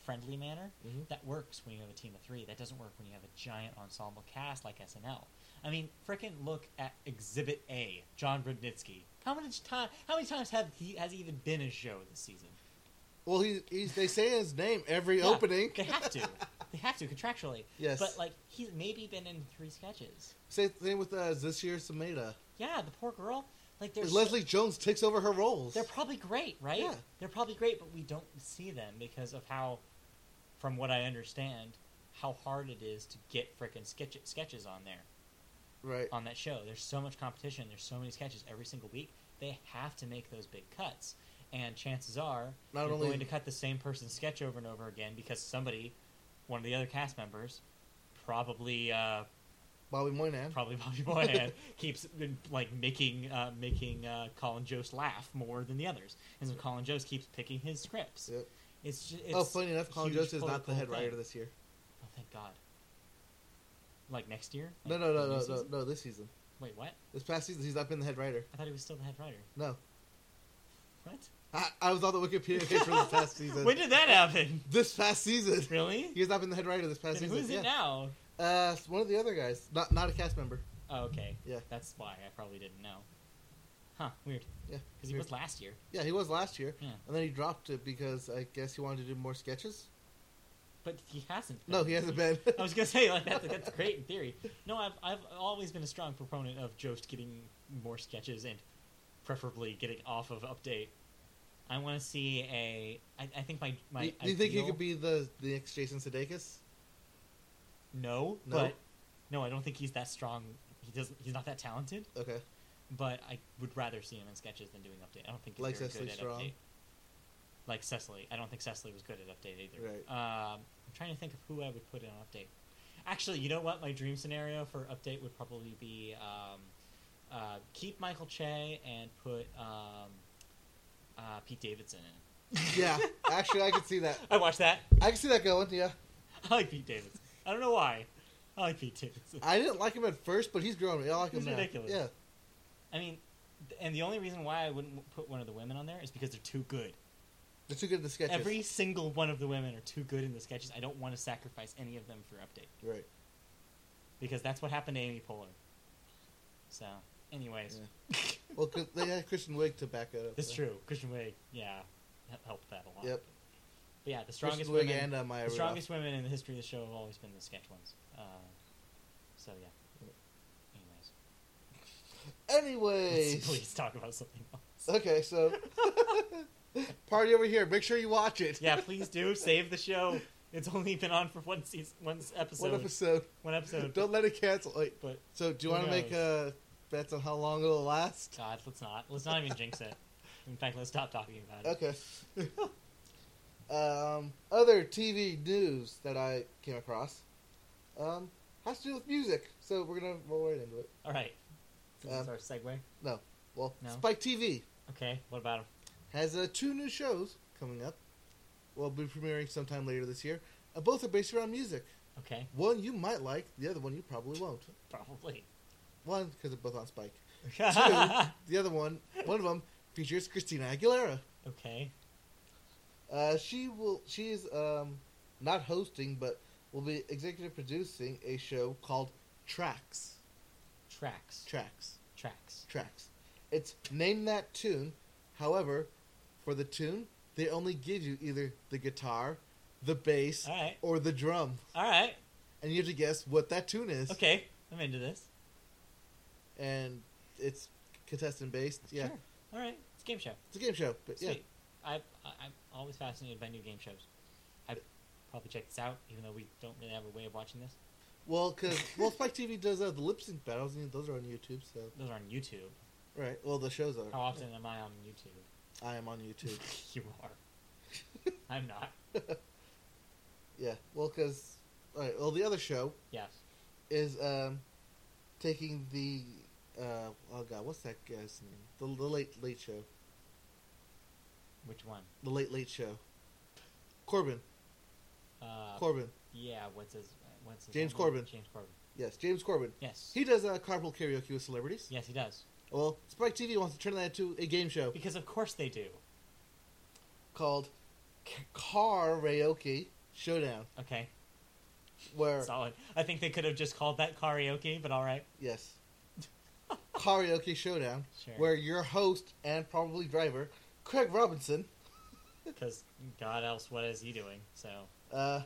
Speaker 1: friendly manner.
Speaker 2: Mhm.
Speaker 1: That works when you have a team of three. That doesn't work when you have a giant ensemble cast like SNL. I mean, frickin' look at Exhibit A, John Rudnitsky. How many time? How many times have he has he even been a show this season?
Speaker 2: Well, he, he's they say his name every
Speaker 1: Yeah,
Speaker 2: opening.
Speaker 1: They have to. they have to contractually.
Speaker 2: Yes.
Speaker 1: But like he's maybe been in three sketches.
Speaker 2: Same thing with uh, this year's Sameda.
Speaker 1: Yeah, the poor girl. Like there's
Speaker 2: Leslie Jones takes over her roles.
Speaker 1: They're probably great, right?
Speaker 2: Yeah.
Speaker 1: They're probably great, but we don't see them because of how, from what I understand, how hard it is to get frickin' sketch- sketches on there,
Speaker 2: right.
Speaker 1: on that show. There's so much competition. There's so many sketches every single week. They have to make those big cuts. And chances are,
Speaker 2: Not
Speaker 1: you're
Speaker 2: only-
Speaker 1: going to cut the same person's sketch over and over again because somebody, one of the other cast members, probably uh,
Speaker 2: Bobby Moynihan.
Speaker 1: probably Bobby Moynihan keeps like making uh, making uh, Colin Jost laugh more than the others, and so Colin Jost keeps picking his scripts.
Speaker 2: Yep.
Speaker 1: It's just,
Speaker 2: oh, funny enough, Colin Jost is not the head writer
Speaker 1: Thing.
Speaker 2: this year.
Speaker 1: Oh, thank God. Like next year?
Speaker 2: No,
Speaker 1: Like,
Speaker 2: no, no, no,
Speaker 1: the new
Speaker 2: no,
Speaker 1: season?
Speaker 2: no. This season,
Speaker 1: Wait, what?
Speaker 2: this past season, he's not been the head writer.
Speaker 1: I thought he was still the head writer.
Speaker 2: No,
Speaker 1: What?
Speaker 2: I, I was on the Wikipedia page for this past season.
Speaker 1: when did that happen?
Speaker 2: this past season,
Speaker 1: Really?
Speaker 2: he has not been the head writer this past
Speaker 1: Then
Speaker 2: season.
Speaker 1: who's
Speaker 2: yeah.
Speaker 1: it now?
Speaker 2: Uh, it's one of the other guys, not not a cast member.
Speaker 1: Oh, okay.
Speaker 2: Yeah.
Speaker 1: That's why I probably didn't know. Huh? Weird.
Speaker 2: Yeah,
Speaker 1: Because he
Speaker 2: weird.
Speaker 1: was last year.
Speaker 2: Yeah, he was last year,
Speaker 1: Yeah.
Speaker 2: and then he dropped it because I guess he wanted to do more sketches.
Speaker 1: But he hasn't.
Speaker 2: No, he hasn't been.
Speaker 1: I was gonna say like that's, that's great in theory. No, I've I've always been a strong proponent of Jost getting more sketches and preferably getting off of update. I want to see a. I, I think my my.
Speaker 2: do, do you think he
Speaker 1: ideal-
Speaker 2: could be the the next Jason Sudeikis?
Speaker 1: No,
Speaker 2: No?
Speaker 1: but no, I don't think he's that strong. He doesn't. He's not that talented.
Speaker 2: Okay,
Speaker 1: But I would rather see him in sketches than doing update. I don't think he's
Speaker 2: Like
Speaker 1: very
Speaker 2: Cecily
Speaker 1: good at
Speaker 2: Strong?
Speaker 1: update. Like Cecily, I don't think Cecily was good at update either.
Speaker 2: Right.
Speaker 1: Um, I'm trying to think of who I would put in on update. Actually, you know what? My dream scenario for update would probably be um, uh, keep Michael Che and put um, uh, Pete Davidson in.
Speaker 2: yeah, actually, I could see that.
Speaker 1: I watched that.
Speaker 2: I can see that going. Yeah,
Speaker 1: I like Pete Davidson. I don't know why.
Speaker 4: I like B2.
Speaker 2: I didn't like him at first, but he's grown. on me. I like him
Speaker 4: He's
Speaker 2: now.
Speaker 4: ridiculous.
Speaker 2: Yeah,
Speaker 1: I mean, th- and the only reason why I wouldn't w- put one of the women on there is because they're too good.
Speaker 2: they're too good at the sketches.
Speaker 1: Every single one of the women are too good in the sketches. I don't want to sacrifice any of them for update
Speaker 2: Right.
Speaker 1: because that's what happened to Amy Poehler. So, anyways,
Speaker 2: Well, 'cause they had Christian Wiig to back it up.
Speaker 1: that's
Speaker 2: so.
Speaker 1: true. Christian Wiig, yeah, he- helped that a lot.
Speaker 2: Yep.
Speaker 1: But yeah, the strongest
Speaker 2: Christian
Speaker 1: women,
Speaker 2: Wiig and uh, Maya
Speaker 1: the
Speaker 2: Rudolph.
Speaker 1: strongest women in the history of the show have always been the sketch ones. Uh, so yeah. Anyways,
Speaker 2: Anyways,
Speaker 1: let's please talk about something else.
Speaker 2: okay, so party over here. Make sure you watch it.
Speaker 1: yeah, please do save the show. It's only been on for one season, one episode,
Speaker 2: One episode.
Speaker 1: one episode.
Speaker 2: Don't let it cancel. Wait.
Speaker 1: But
Speaker 2: So, do you
Speaker 1: Who
Speaker 2: want to make uh, bets on how long it'll last?
Speaker 1: God, let's not. Let's not even jinx it. In fact, let's stop talking about it.
Speaker 2: Okay. um, other TV news that I came across um, has to do with music. So we're gonna roll right into it.
Speaker 1: All right. This
Speaker 2: Um,
Speaker 1: is our segue.
Speaker 2: No, well,
Speaker 1: No?
Speaker 2: Spike TV
Speaker 1: Okay. What about him?
Speaker 2: has uh, two new shows coming up. Well, be premiering sometime later this year. Uh, both are based around music.
Speaker 1: Okay.
Speaker 2: One you might like, the other one you probably won't.
Speaker 1: Probably.
Speaker 2: One because they're both on Spike.
Speaker 1: okay.
Speaker 2: The other one, one of them features Christina Aguilera. Uh, she will. She is um, not hosting, but will be executive producing a show called Tracks.
Speaker 1: Tracks.
Speaker 2: Tracks.
Speaker 1: Tracks.
Speaker 2: Tracks. It's name that tune. However, for the tune, they only give you either the guitar, the bass,
Speaker 1: All right.
Speaker 2: or the drum,
Speaker 1: All right.
Speaker 2: and you have to guess what that tune is.
Speaker 1: Okay. I'm into this.
Speaker 2: And it's contestant based. Yeah,
Speaker 1: Sure. All right. It's a game show.
Speaker 2: it's a game show, but
Speaker 1: Sweet. I, I I'm always fascinated by new game shows. I probably check this out, even though we don't really have a way of watching this.
Speaker 2: yeah. Well, because well, Spike TV does uh, the lip sync battles, and those are on YouTube. So
Speaker 1: Those are on YouTube.
Speaker 2: right. Well, the shows are.
Speaker 1: How often am I on YouTube?
Speaker 2: I am on YouTube.
Speaker 1: you are. I'm not.
Speaker 2: Yeah, well, because all right, well, the other show
Speaker 1: Yes.
Speaker 2: is um, taking the uh, oh god, what's that guy's name? The, the late late show,
Speaker 1: Which one?
Speaker 2: the late late show. Corbin,
Speaker 1: Uh,
Speaker 2: Corbin,
Speaker 1: Yeah, what's his what's his
Speaker 2: James
Speaker 1: name?
Speaker 2: Corbin.
Speaker 1: James Corbin.
Speaker 2: yes, James Corbin.
Speaker 1: Yes.
Speaker 2: He does uh, carpool karaoke with celebrities.
Speaker 1: yes, he does.
Speaker 2: Well, Spike TV wants to turn that into a game show
Speaker 1: Because of course they do.
Speaker 2: called K- Karaoke Showdown,
Speaker 1: Okay.
Speaker 2: where
Speaker 1: Solid. I think they could have just called that karaoke, but all right.
Speaker 2: yes, Karaoke Showdown,
Speaker 1: Sure.
Speaker 2: where your host and probably driver Craig Robinson
Speaker 1: Cuz god else what is he doing? So,
Speaker 2: uh,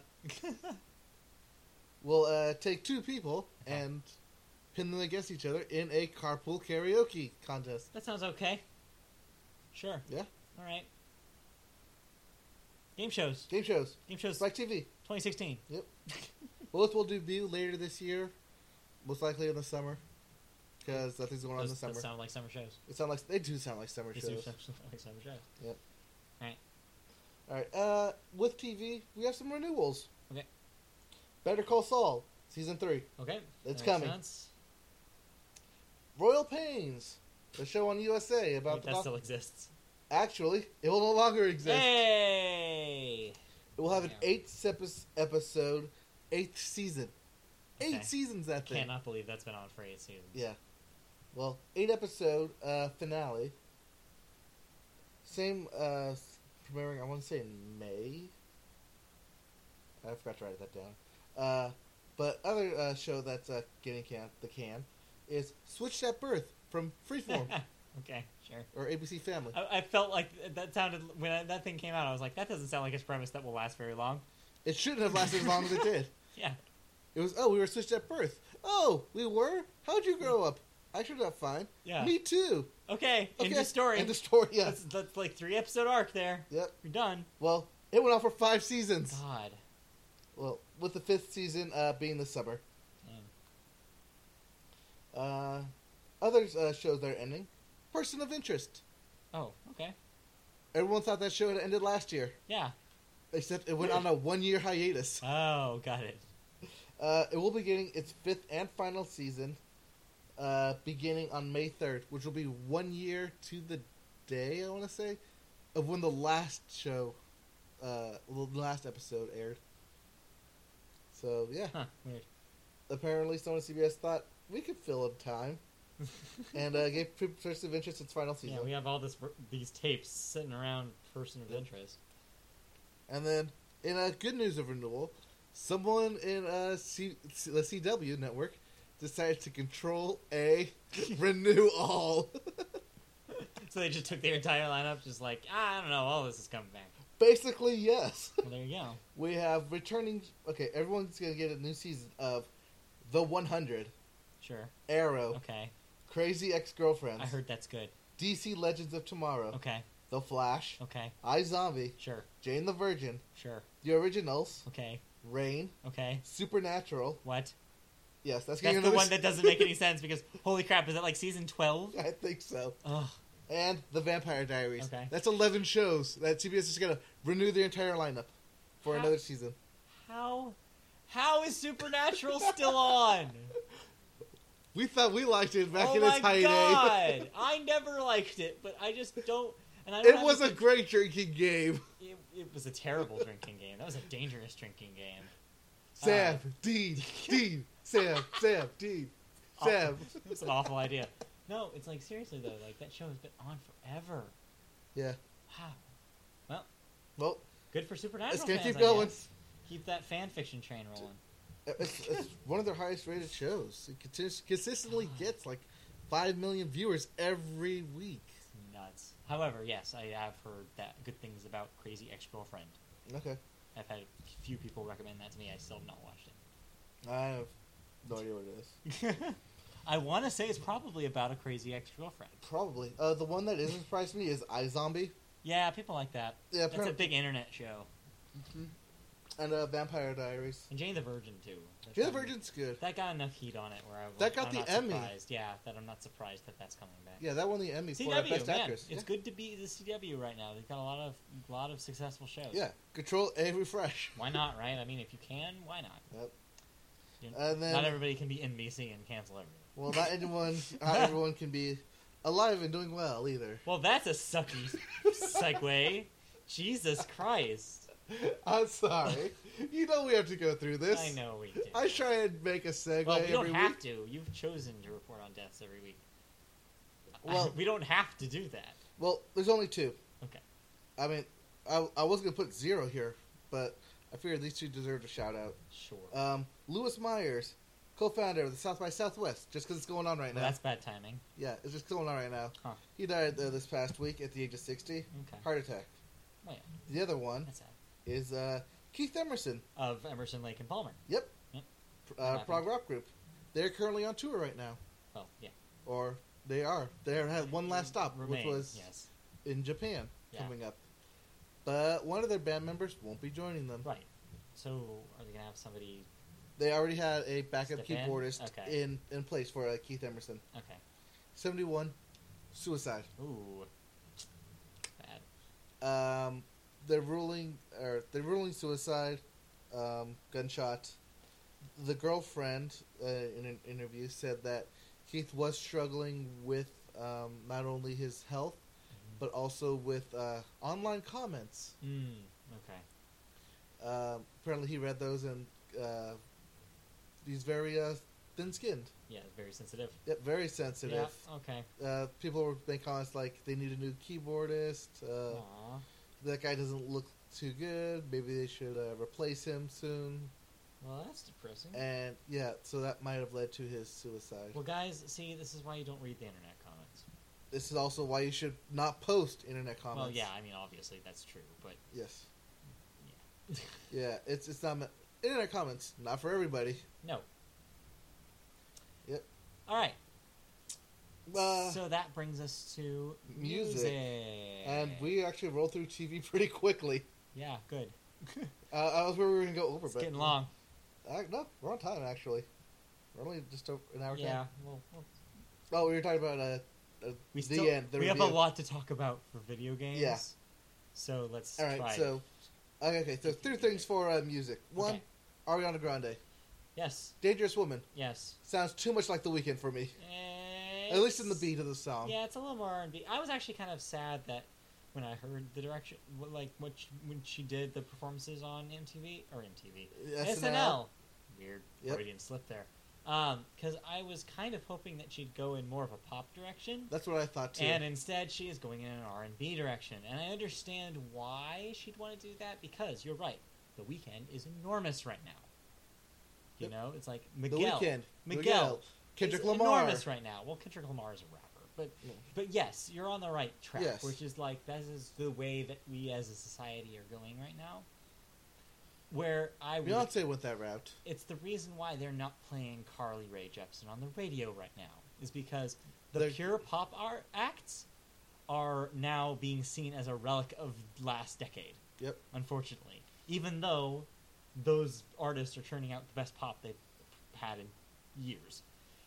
Speaker 2: will uh, take two people and pin them against each other in a carpool karaoke contest.
Speaker 1: that sounds okay. Sure.
Speaker 2: Yeah,
Speaker 1: All right. Game shows.
Speaker 2: game shows.
Speaker 1: Game shows
Speaker 2: It's like TV.
Speaker 1: 2016.
Speaker 2: Yep. Both will debut later this year, most likely in the summer, because nothing's going on in the
Speaker 1: Those,
Speaker 2: summer.
Speaker 1: those sound like summer shows.
Speaker 2: It sounds like they do sound like summer
Speaker 1: These
Speaker 2: shows.
Speaker 1: do sound like summer shows.
Speaker 2: Yep.
Speaker 1: All right.
Speaker 2: All right. Uh, with TV, we have some renewals.
Speaker 1: Okay.
Speaker 2: Better Call Saul season three.
Speaker 1: Okay.
Speaker 2: It's
Speaker 1: That makes
Speaker 2: coming.
Speaker 1: sense.
Speaker 2: Royal Pains, the show on USA about
Speaker 1: Wait,
Speaker 2: the
Speaker 1: that
Speaker 2: doc-
Speaker 1: still exists.
Speaker 2: actually it will no longer exist.
Speaker 1: Hey.
Speaker 2: It will have an
Speaker 1: Yeah.
Speaker 2: eighth epi- episode, eighth season. Eight
Speaker 1: Okay.
Speaker 2: seasons, that thing.
Speaker 1: Cannot believe that's been on for 8 seasons.
Speaker 2: Yeah. Well, eight episode uh, finale. Same uh, s- premiering, I want to say in May. I forgot to write that down. Uh, but other uh, show that's uh, getting can the can is Switched at Birth from Freeform
Speaker 1: okay, sure.
Speaker 2: or ABC Family.
Speaker 1: I, I felt like that sounded when I, that thing came out. I was like, that doesn't sound like its premise that will last very long.
Speaker 2: It shouldn't have lasted as long as it did.
Speaker 1: Yeah,
Speaker 2: It was, oh, we were switched at birth. Oh, we were? How'd you grow up? I turned out fine.
Speaker 1: yeah.
Speaker 2: Me too.
Speaker 1: okay, end
Speaker 2: Okay,
Speaker 1: of story.
Speaker 2: End of story, yeah.
Speaker 1: that's, that's like three episode arc there.
Speaker 2: Yep.
Speaker 1: You're done.
Speaker 2: Well, it went on for five seasons.
Speaker 1: God,
Speaker 2: Well, with the fifth season uh, being this summer.
Speaker 1: Damn.
Speaker 2: Uh, other uh, shows that are ending. Person of Interest.
Speaker 1: Oh, okay.
Speaker 2: Everyone thought that show had ended last year,
Speaker 1: Yeah.
Speaker 2: except it went on a one year hiatus.
Speaker 1: Oh, got it.
Speaker 2: Uh, it will be getting its fifth and final season uh, beginning on May 3rd, which will be one year to the day, I want to say, of when the last show, uh, the last episode aired. So, yeah.
Speaker 1: Huh. Weird.
Speaker 2: apparently someone at CBS thought we could fill up time and uh, gave Pe- Person of Interest its final season.
Speaker 1: Yeah, we have all this these tapes sitting around person of interest.
Speaker 2: And then, in uh, good news of renewal, someone in uh, C- C- the CW network decided to control A, renew all.
Speaker 1: So they just took their entire lineup, just like ah, I don't know, all this is coming back.
Speaker 2: Basically, yes.
Speaker 1: Well, there you go.
Speaker 2: We have returning. Okay, everyone's going to get a new season of The 100,
Speaker 1: Sure.
Speaker 2: Arrow,
Speaker 1: Okay.
Speaker 2: Crazy Ex Girlfriends,
Speaker 1: I heard that's good.
Speaker 2: DC Legends of Tomorrow,
Speaker 1: Okay.
Speaker 2: The Flash,
Speaker 1: Okay.
Speaker 2: I Zombie,
Speaker 1: Sure.
Speaker 2: Jane the Virgin,
Speaker 1: Sure.
Speaker 2: The Originals,
Speaker 1: Okay.
Speaker 2: Rain,
Speaker 1: Okay.
Speaker 2: Supernatural.
Speaker 1: What?
Speaker 2: Yes, that's,
Speaker 1: That's
Speaker 2: getting
Speaker 1: the
Speaker 5: another
Speaker 2: another
Speaker 1: one
Speaker 5: s-
Speaker 1: that doesn't make any sense because holy crap, is that like season twelve?
Speaker 2: se- I think so.
Speaker 1: Ugh.
Speaker 2: And The Vampire Diaries.
Speaker 1: Okay.
Speaker 2: That's 11 shows that CBS is going to renew their entire lineup for
Speaker 1: How-
Speaker 2: another season.
Speaker 1: How? How is Supernatural still on?
Speaker 2: We thought we liked it back
Speaker 1: oh
Speaker 2: in
Speaker 1: my
Speaker 2: its heyday.
Speaker 1: god! I never liked it, but I just don't. And I don't
Speaker 2: it
Speaker 1: have
Speaker 2: was
Speaker 1: a
Speaker 2: a great drinking game.
Speaker 1: It, it was a terrible drinking game. That was a dangerous drinking game.
Speaker 2: Sam, Dean, Dean, Sam, Sam, Dean,
Speaker 1: Oh.
Speaker 2: Sam.
Speaker 1: It's an awful idea. No, it's like seriously though, like that show has been on forever.
Speaker 2: Yeah.
Speaker 1: Wow.
Speaker 2: Well,
Speaker 1: Good for Supernatural.
Speaker 2: Let's get- keep
Speaker 1: fans, I
Speaker 2: going.
Speaker 1: guess. Keep that fan fiction train rolling.
Speaker 2: it's, it's one of their highest rated shows. It continues, consistently gets like 5 million viewers every week.
Speaker 1: It's nuts. However, yes, I have heard that good things about Crazy Ex Girlfriend.
Speaker 2: Okay.
Speaker 1: I've had a few people recommend that to me. I still have not watched
Speaker 2: I have no idea what it is.
Speaker 1: it. I want to say it's probably about a crazy ex girlfriend.
Speaker 2: Probably. Uh, the one that isn't surprised me is iZombie.
Speaker 1: Yeah, people like that.
Speaker 2: Yeah,
Speaker 1: That's a
Speaker 2: apparently.
Speaker 1: big internet show.
Speaker 2: and uh, Vampire Diaries.
Speaker 1: And Jane the Virgin too. That's
Speaker 2: Jane the
Speaker 1: on-
Speaker 2: Virgin's good.
Speaker 1: That got enough heat on it where I was.
Speaker 2: That got
Speaker 1: I'm
Speaker 2: the
Speaker 1: not
Speaker 2: Emmy.
Speaker 1: Surprised, yeah, that I'm not surprised that that's coming back.
Speaker 2: Yeah, that won the Emmy for uh,
Speaker 1: CW,
Speaker 2: Best
Speaker 1: man,
Speaker 2: Actress.
Speaker 1: it's good to be the CW right now. They've got a lot of lot of successful shows.
Speaker 2: yeah. yeah, Control A Refresh.
Speaker 1: Why not? Right? I mean, if you can, why not?
Speaker 2: Yep.
Speaker 1: You know,
Speaker 2: And then,
Speaker 1: not everybody can be NBC and cancel everything.
Speaker 2: well, not anyone, not everyone can be alive and doing well either.
Speaker 1: Well, that's a sucky segue. Jesus Christ!
Speaker 2: I'm sorry. you know we have to go through this.
Speaker 1: I know we did.
Speaker 2: I try and make a segue
Speaker 1: well, we don't
Speaker 2: every
Speaker 1: have
Speaker 2: week.
Speaker 1: to. You've chosen to report on deaths every week.
Speaker 2: Well-
Speaker 1: we don't have to do that.
Speaker 2: Well, there's only two.
Speaker 1: Okay.
Speaker 2: I mean, I, I was going to put zero here, but I figured these two deserved a shout out.
Speaker 1: Sure.
Speaker 2: Um, Lewis Myers, co-founder of the South by Southwest, just because it's going on right
Speaker 1: Well,
Speaker 2: now.
Speaker 1: that's bad timing.
Speaker 2: yeah, it's just going on right now.
Speaker 1: Huh.
Speaker 2: He died uh, this past week at the age of 60,
Speaker 1: Okay.
Speaker 2: heart attack.
Speaker 1: Well, yeah,
Speaker 2: The other one
Speaker 1: that's sad.
Speaker 2: is uh, Keith Emerson,
Speaker 1: Of Emerson, Lake, and Palmer.
Speaker 2: uh,
Speaker 1: Happened.
Speaker 2: prog rock group. They're currently on tour right now,
Speaker 1: Well, yeah.
Speaker 2: or they are. They had Uh, one last stop,
Speaker 1: Remain,
Speaker 2: which was
Speaker 1: yes,
Speaker 2: in Japan
Speaker 1: Yeah.
Speaker 2: coming up. But one of their band members won't be joining them.
Speaker 1: right. So are they gonna have somebody?
Speaker 2: They already had a backup
Speaker 1: Step in?
Speaker 2: keyboardist
Speaker 1: Okay.
Speaker 2: in in place for uh, Keith Emerson.
Speaker 1: Okay.
Speaker 2: Seventy one, suicide.
Speaker 1: Ooh. Bad.
Speaker 2: Um, they're ruling or they're ruling suicide, um, gunshot. The girlfriend uh, in an interview said that Keith was struggling with um, not only his health, but also with uh, online comments.
Speaker 1: Mm. Okay.
Speaker 2: Um apparently, he read those and uh, he's very uh, thin-skinned,
Speaker 1: Yeah, very sensitive.
Speaker 2: yep, very sensitive.
Speaker 1: Yeah. Okay.
Speaker 2: Uh, people were making comments like they need a new keyboardist. Uh,
Speaker 1: Aw.
Speaker 2: that guy doesn't look too good. Maybe they should uh, replace him soon.
Speaker 1: Well, that's depressing.
Speaker 2: And yeah, so that might have led to his suicide.
Speaker 1: Well, guys, see, this is why you don't read the internet comments.
Speaker 2: This is also why you should not post internet comments.
Speaker 1: Well, yeah, I mean, obviously that's true, but
Speaker 2: Yes. Yeah, it's it's not me- internet comments. Not for everybody.
Speaker 1: no.
Speaker 2: Yep.
Speaker 1: All right.
Speaker 2: Uh,
Speaker 1: so that brings us to
Speaker 2: music.
Speaker 1: music.
Speaker 2: and we actually rolled through TV pretty quickly.
Speaker 1: Yeah, good.
Speaker 2: Uh, I was where we were gonna go over,
Speaker 1: It's
Speaker 2: but
Speaker 1: getting long.
Speaker 2: Uh, no, we're on time actually. We're only just over an hour.
Speaker 1: Yeah.
Speaker 2: Yeah.
Speaker 1: Well, well,
Speaker 2: Oh, we were talking about uh, uh the
Speaker 1: we still
Speaker 2: end. The
Speaker 1: we have a
Speaker 2: review.
Speaker 1: lot to talk about for video games.
Speaker 2: Yeah.
Speaker 1: So let's
Speaker 2: All right,
Speaker 1: try. it.
Speaker 2: so okay, okay, so three things for uh, music. One,
Speaker 1: Okay.
Speaker 2: Ariana Grande,
Speaker 1: Yes.
Speaker 2: "Dangerous Woman"
Speaker 1: Yes.
Speaker 2: sounds too much like The Weeknd for me.
Speaker 1: Eh,
Speaker 2: At least in the
Speaker 1: it's-
Speaker 2: beat of the song.
Speaker 1: Yeah, it's a little more R and B. I was actually kind of sad that when I heard the direction, what- like what she, when she did the performances on MTV or MTV
Speaker 2: SNL.
Speaker 1: Weird
Speaker 2: Yep.
Speaker 1: Freudian slip there. Because I was kind of hoping that she'd go in more of a pop direction,
Speaker 2: That's what I thought too.
Speaker 1: and instead she is going in an R and B direction. And I understand why she'd want to do that because you're right. The weekend is enormous right now. You
Speaker 2: Yep.
Speaker 1: know, it's like
Speaker 2: the
Speaker 1: Miguel.
Speaker 2: weekend,
Speaker 1: Miguel.
Speaker 2: Kendrick
Speaker 1: is
Speaker 2: Lamar.
Speaker 1: enormous right now. Well, Kendrick Lamar is a rapper, but
Speaker 2: Yeah.
Speaker 1: but yes, you're on the right track,
Speaker 2: Yes.
Speaker 1: which is like that is the way that we as a society are going right now. Where I would,
Speaker 2: Beyonce went that route.
Speaker 1: it's the reason why they're not playing Carly Rae Jepsen on the radio right now is because the
Speaker 2: They're-
Speaker 1: pure pop art acts are now being seen as a relic of last decade.
Speaker 2: Yep.
Speaker 1: Unfortunately, even though those artists are churning out the best pop they've had in years,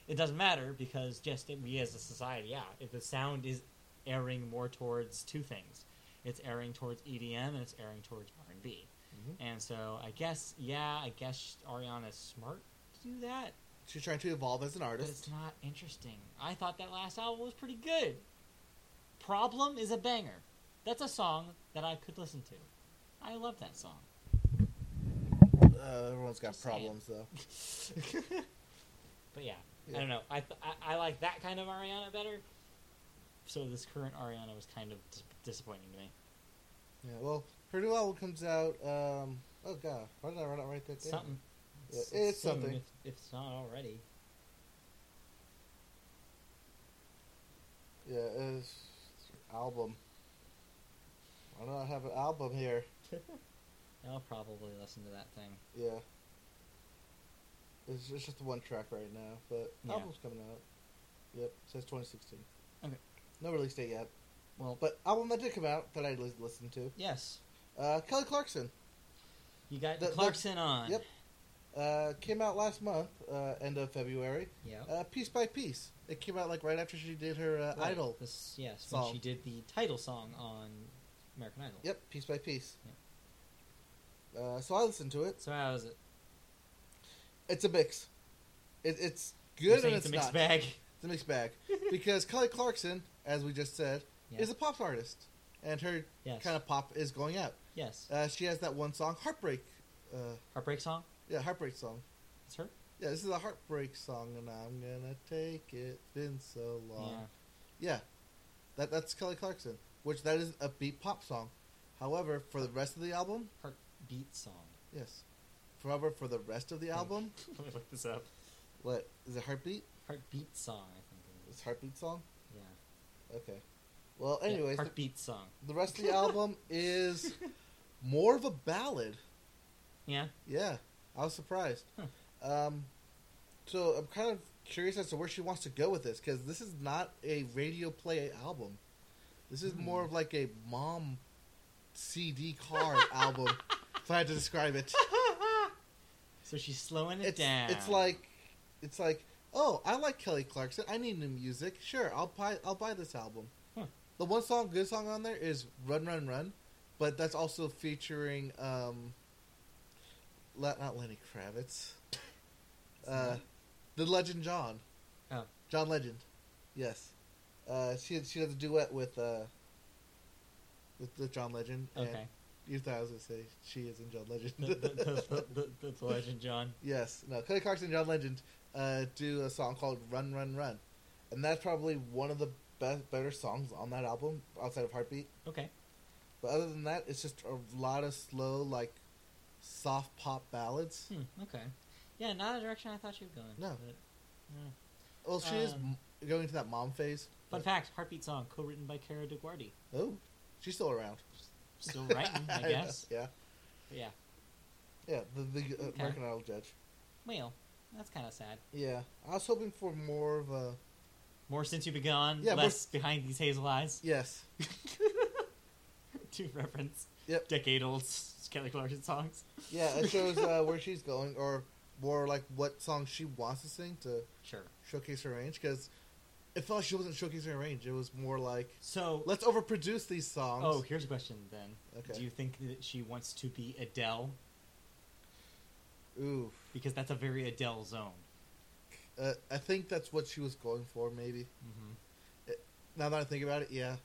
Speaker 1: it doesn't matter because just that we as a society, yeah, if the sound is airing more towards two things, it's airing towards EDM and it's airing towards R and B.
Speaker 2: Mhm.
Speaker 1: And so I guess, yeah, I guess Ariana's smart to do that,
Speaker 2: She's trying to evolve as an
Speaker 1: but it's
Speaker 2: artist.
Speaker 1: not interesting. I thought that last album was pretty good. Problem is a banger. That's a song that I could listen to. I love that song.
Speaker 2: Uh, everyone's got
Speaker 1: Just saying.
Speaker 2: problems though.
Speaker 1: but yeah,
Speaker 2: Yeah.
Speaker 1: I don't know. I, th- I I like that kind of Ariana better. So this current Ariana was kind of dis- disappointing to me.
Speaker 2: Yeah. Well, her new album comes out. Um, oh god, why did I run out right that day?
Speaker 1: Something.
Speaker 2: Yeah, it's
Speaker 1: soon,
Speaker 2: something.
Speaker 1: If, if it's not already.
Speaker 2: Yeah, it's album. I don't know, I have an album here.
Speaker 1: I'll probably listen to that thing.
Speaker 2: Yeah. It's, it's just one track right now, but
Speaker 1: Yeah.
Speaker 2: album's coming out. Yep, says 2016.
Speaker 1: Okay.
Speaker 2: No release date yet,
Speaker 1: Well,
Speaker 2: but album that did come out that I li- listened to.
Speaker 1: yes,
Speaker 2: Uh, Kelly Clarkson
Speaker 1: you got
Speaker 2: The- the-
Speaker 1: Clarkson on.
Speaker 2: yep. uh, came out last month, uh, end of February.
Speaker 1: Yep.
Speaker 2: Uh, piece by piece, it came out like right after she did her uh,
Speaker 1: Right.
Speaker 2: Idol.
Speaker 1: This, yes,
Speaker 2: song.
Speaker 1: when she did the title song on American Idol.
Speaker 2: Yep, piece by piece. Uh, so I listened to it.
Speaker 1: So how is it?
Speaker 2: It's a mix. It, it's
Speaker 1: You're
Speaker 2: good
Speaker 1: saying
Speaker 2: and it's,
Speaker 1: a mixed
Speaker 2: not.
Speaker 1: bag.
Speaker 2: It's a mixed bag because Kelly Clarkson, as we just said,
Speaker 1: Yeah.
Speaker 2: is a pop artist, and her
Speaker 1: Yes.
Speaker 2: kind of pop is going out.
Speaker 1: yes.
Speaker 2: Uh, she has that one song, "Heartbreak." Uh,
Speaker 1: Heartbreak song.
Speaker 2: yeah, heartbreak song.
Speaker 1: It's her.
Speaker 2: Yeah, this is a heartbreak song, and I'm gonna take it. Been so long. Yeah, that that's Kelly Clarkson, which that is a beat pop song. However, for the rest of the album,
Speaker 1: Heartbeat song.
Speaker 2: yes. However, for the rest of the album,
Speaker 1: Let me look this up.
Speaker 2: what is it? Heartbeat?
Speaker 1: Heartbeat song, I think. It is.
Speaker 2: It's heartbeat song.
Speaker 1: Yeah.
Speaker 2: Okay. Well,
Speaker 1: Yeah,
Speaker 2: anyways, the,
Speaker 1: heartbeat song.
Speaker 2: the rest of the album is more of a ballad.
Speaker 1: Yeah.
Speaker 2: Yeah, I was surprised.
Speaker 1: Huh.
Speaker 2: Um, so I'm kind of curious as to where she wants to go with this because this is not a radio play album. This is more of like a mom CD car album. If I had to describe it,
Speaker 1: So she's slowing it
Speaker 2: it's
Speaker 1: down.
Speaker 2: it's like it's like oh I like Kelly Clarkson. I need new music. Sure, I'll buy I'll buy this album.
Speaker 1: Huh.
Speaker 2: The one song good song on there is Run Run Run, but that's also featuring um, Le- not Lenny Kravitz. Uh, the legend John.
Speaker 1: Oh.
Speaker 2: John Legend. Yes. Uh, she she does a duet with uh with, with John Legend. and
Speaker 1: okay.
Speaker 2: You thought I was gonna say she is in John Legend.
Speaker 1: the, the, the, the, the, the legend, John.
Speaker 2: yes. No. Kelly Clarkson and John Legend uh, do a song called Run Run Run, and that's probably one of the best better songs on that album outside of Heartbeat.
Speaker 1: Okay.
Speaker 2: But other than that, it's just a lot of slow like soft pop ballads.
Speaker 1: Hmm, okay. Yeah, not a direction I thought she would go in.
Speaker 2: No.
Speaker 1: but-
Speaker 2: Well, she is
Speaker 1: Um,
Speaker 2: m- going to that mom phase.
Speaker 1: Fun fact: Heartbeat song co-written by Cara DeGuardi.
Speaker 2: Oh, she's still around.
Speaker 1: Still writing, I
Speaker 2: know,
Speaker 1: guess.
Speaker 2: Yeah.
Speaker 1: But yeah.
Speaker 2: Yeah, the, the uh,
Speaker 1: Okay.
Speaker 2: American Idol judge.
Speaker 1: Well, that's kind of sad.
Speaker 2: Yeah, I was hoping for more of a
Speaker 1: More since you've been gone,
Speaker 2: Yeah, more
Speaker 1: less behind these hazel eyes.
Speaker 2: yes,
Speaker 1: to reference
Speaker 2: Yep.
Speaker 1: decade-old s- Kelly Clarkson songs.
Speaker 2: yeah. It shows uh, where she's going, or more like what song she wants to sing to
Speaker 1: Sure.
Speaker 2: showcase her range. Because it felt like she wasn't showcasing her range. It was more like
Speaker 1: So
Speaker 2: let's overproduce these songs.
Speaker 1: Oh, here's a question then.
Speaker 2: Okay.
Speaker 1: Do you think that she wants to be Adele? Oh.
Speaker 2: ooh,
Speaker 1: Because that's a very Adele zone.
Speaker 2: uh, I think that's what she was going for. Maybe
Speaker 1: Mm-hmm.
Speaker 2: now that I think about it, yeah,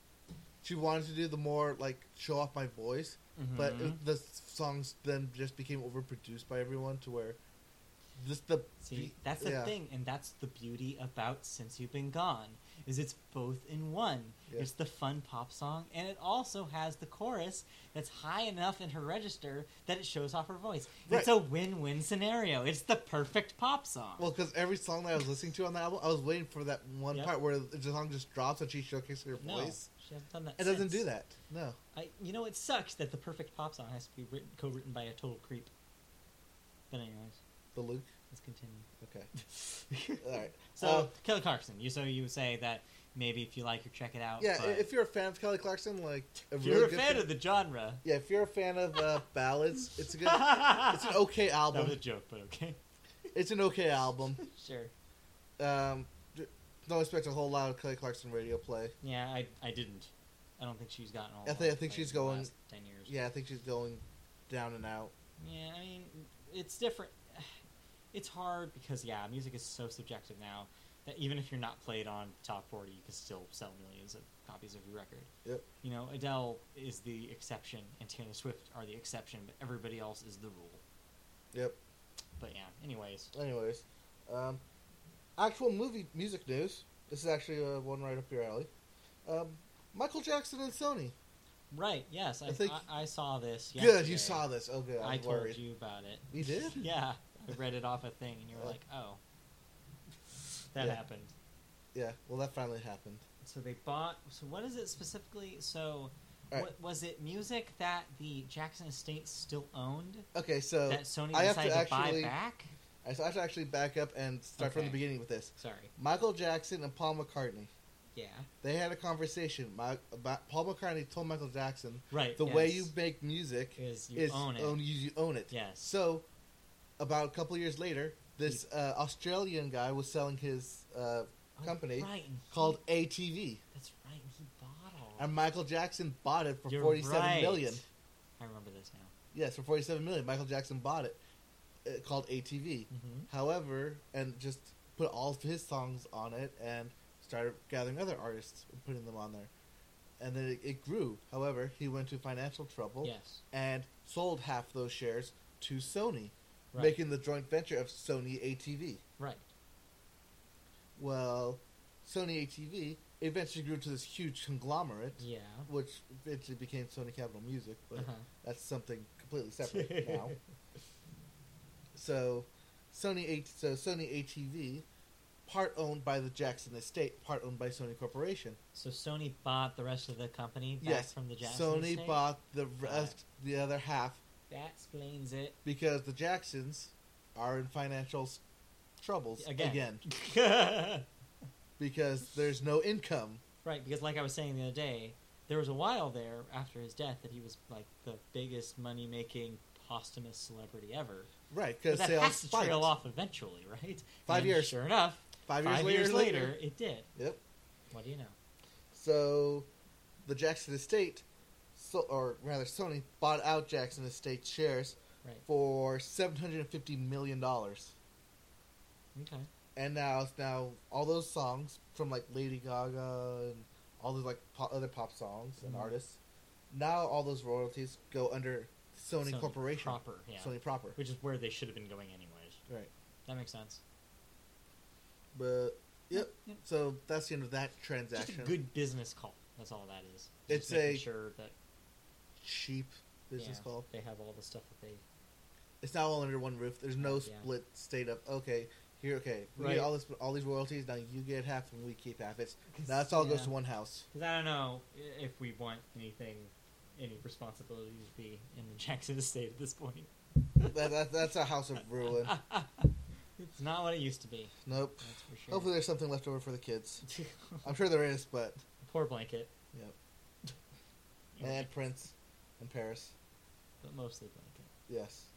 Speaker 2: she wanted to do the more like show off my
Speaker 1: Mm-hmm.
Speaker 2: voice, but it- the songs then just became overproduced by everyone to where Just the
Speaker 1: See, that's the
Speaker 2: yeah.
Speaker 1: thing, and that's the beauty about Since You've Been Gone, is it's both in one.
Speaker 2: Yeah.
Speaker 1: It's the fun pop song, and it also has the chorus that's high enough in her register that it shows off her voice. It's
Speaker 2: Right.
Speaker 1: a win-win scenario. It's the perfect pop song.
Speaker 2: Well, because every song that I was listening to on the album, I was waiting for that one
Speaker 1: Yep.
Speaker 2: part where the song just drops and she showcases her
Speaker 1: no,
Speaker 2: voice.
Speaker 1: she hasn't done that.
Speaker 2: It doesn't do
Speaker 1: since.
Speaker 2: that. No.
Speaker 1: I, you know, it sucks that the perfect pop song has to be written, co-written by a total creep. But anyways,
Speaker 2: The Luke.
Speaker 1: let's continue.
Speaker 2: Okay. All right.
Speaker 1: So,
Speaker 2: Uh,
Speaker 1: Kelly Clarkson. You so you say that maybe if you like her, check it out.
Speaker 2: Yeah, i-
Speaker 1: but
Speaker 2: if you're a fan of Kelly Clarkson, like a
Speaker 1: if
Speaker 2: really
Speaker 1: you're a
Speaker 2: good
Speaker 1: fan of the genre,
Speaker 2: yeah, if you're a fan of uh, ballads, it's a good, it's an
Speaker 1: that
Speaker 2: okay
Speaker 1: was a
Speaker 2: album.
Speaker 1: joke, but okay.
Speaker 2: It's an okay album.
Speaker 1: Sure.
Speaker 2: Um, d- don't expect a whole lot of Kelly Clarkson radio play.
Speaker 1: Yeah, I, I didn't. I don't think she's gotten all.
Speaker 2: I
Speaker 1: of
Speaker 2: think- I
Speaker 1: it,
Speaker 2: think
Speaker 1: like,
Speaker 2: she's
Speaker 1: in the
Speaker 2: going-
Speaker 1: last ten years.
Speaker 2: Yeah, I think she's going down and out.
Speaker 1: Yeah, I mean, it's different. It's hard because yeah, music is so subjective now that even if you're not played on top forty, you can still sell millions of copies of your record.
Speaker 2: Yep.
Speaker 1: You know, Adele is the exception, and Taylor Swift are the exception, but everybody else is the rule.
Speaker 2: Yep.
Speaker 1: But yeah, anyways,
Speaker 2: Anyways, um, actual movie music news. This is actually uh, one right up your alley. Um, Michael Jackson and Sony.
Speaker 1: right? Yes, I
Speaker 2: I think-
Speaker 1: I, I saw this.
Speaker 2: Good,
Speaker 1: yesterday.
Speaker 2: you saw this. Oh, good. I'm
Speaker 1: I told
Speaker 2: worried.
Speaker 1: you about it.
Speaker 2: You did?
Speaker 1: Yeah, I read it off a thing, and you were like, "Oh, that
Speaker 2: Yeah.
Speaker 1: happened."
Speaker 2: Yeah. Well, that finally happened.
Speaker 1: So they bought. So what is it specifically? So,
Speaker 2: All right.
Speaker 1: what, was it music that the Jackson Estate still owned
Speaker 2: Okay, so
Speaker 1: that Sony
Speaker 2: Uh, I have to
Speaker 1: decided to,
Speaker 2: actually-
Speaker 1: buy back?
Speaker 2: I have to actually back up and start from the
Speaker 1: Okay.
Speaker 2: beginning with this.
Speaker 1: Sorry.
Speaker 2: Michael Jackson and Paul McCartney.
Speaker 1: Yeah.
Speaker 2: They had a conversation. My, about, Paul McCartney told Michael Jackson,
Speaker 1: Right.
Speaker 2: "The way
Speaker 1: yes.
Speaker 2: you make music
Speaker 1: is you
Speaker 2: is
Speaker 1: own it.
Speaker 2: you, you own it."
Speaker 1: Yes.
Speaker 2: So, about a couple years later, this uh, Australian guy was selling his uh,
Speaker 1: Oh,
Speaker 2: company
Speaker 1: right, and he-
Speaker 2: called ATV,
Speaker 1: That's right. and He bought all.
Speaker 2: and Michael Jackson bought it for
Speaker 1: You're
Speaker 2: forty-seven million.
Speaker 1: right. I remember this now.
Speaker 2: Yes, for forty-seven million, Michael Jackson bought it, uh, called ATV.
Speaker 1: hmm
Speaker 2: However, and just put all of his songs on it and started gathering other artists and putting them on there. And then it, it grew. However, he went to financial trouble
Speaker 1: Yes.
Speaker 2: and sold half those shares to Sony,
Speaker 1: Right.
Speaker 2: making the joint venture of Sony ATV.
Speaker 1: right.
Speaker 2: Well, Sony ATV eventually grew to this huge conglomerate,
Speaker 1: Yeah.
Speaker 2: which eventually became Sony Capital Music, but
Speaker 1: Uh-huh.
Speaker 2: that's something completely separate now. So, Sony H- so Sony ATV, part owned by the Jackson Estate, part owned by Sony Corporation.
Speaker 1: So Sony bought the rest of the company back
Speaker 2: yes,
Speaker 1: from the Jackson
Speaker 2: Sony
Speaker 1: estate?
Speaker 2: bought the rest, the other half,
Speaker 1: That explains it.
Speaker 2: because the Jacksons are in financial s- troubles
Speaker 1: Again.
Speaker 2: again because there's no income.
Speaker 1: right, because like I was saying the other day, there was a while there after his death that he was like the biggest money making posthumous celebrity ever.
Speaker 2: Right,
Speaker 1: But
Speaker 2: because
Speaker 1: that
Speaker 2: sales
Speaker 1: has to
Speaker 2: spiked.
Speaker 1: trail off eventually, right?
Speaker 2: Five
Speaker 1: And
Speaker 2: years.
Speaker 1: Sure enough,
Speaker 2: Five
Speaker 1: five
Speaker 2: years,
Speaker 1: years,
Speaker 2: later,
Speaker 1: later, it did.
Speaker 2: Yep.
Speaker 1: What do you know?
Speaker 2: So, the Jackson Estate, so, or rather Sony, bought out Jackson Estate shares
Speaker 1: Right.
Speaker 2: for seven hundred and fifty million dollars.
Speaker 1: Okay.
Speaker 2: And now, now all those songs from like Lady Gaga and all those like pop, other pop songs and
Speaker 1: Mhm.
Speaker 2: artists, now all those royalties go under Sony, Corporation,
Speaker 1: Proper, yeah.
Speaker 2: Sony proper.
Speaker 1: Which is where they should have been going anyways.
Speaker 2: Right,
Speaker 1: That makes sense.
Speaker 2: but yep.
Speaker 1: Yep.
Speaker 2: So that's the end of that
Speaker 1: Just a
Speaker 2: transaction.
Speaker 1: good business call. That's all that is.
Speaker 2: It's
Speaker 1: Just making
Speaker 2: a
Speaker 1: sure that
Speaker 2: cheap business
Speaker 1: yeah,
Speaker 2: call.
Speaker 1: They have all the stuff that they
Speaker 2: It's now all under one roof. There's no
Speaker 1: Yeah.
Speaker 2: split state of okay. Here, okay, we
Speaker 1: Right.
Speaker 2: get all this, all these royalties. Now you get half, and we keep half. It's now that's all goes
Speaker 1: Yeah.
Speaker 2: to one house.
Speaker 1: Because I don't know i- if we want anything, any responsibility to be in the Jackson estate at this point.
Speaker 2: that, that, that's a house of ruin.
Speaker 1: It's not what it used to be,
Speaker 2: Nope.
Speaker 1: that's for sure.
Speaker 2: Hopefully, there's something left over for the kids. I'm sure there is, but
Speaker 1: Poor blanket.
Speaker 2: Yep.
Speaker 1: Okay,
Speaker 2: and Prince and Paris,
Speaker 1: But mostly
Speaker 2: yes,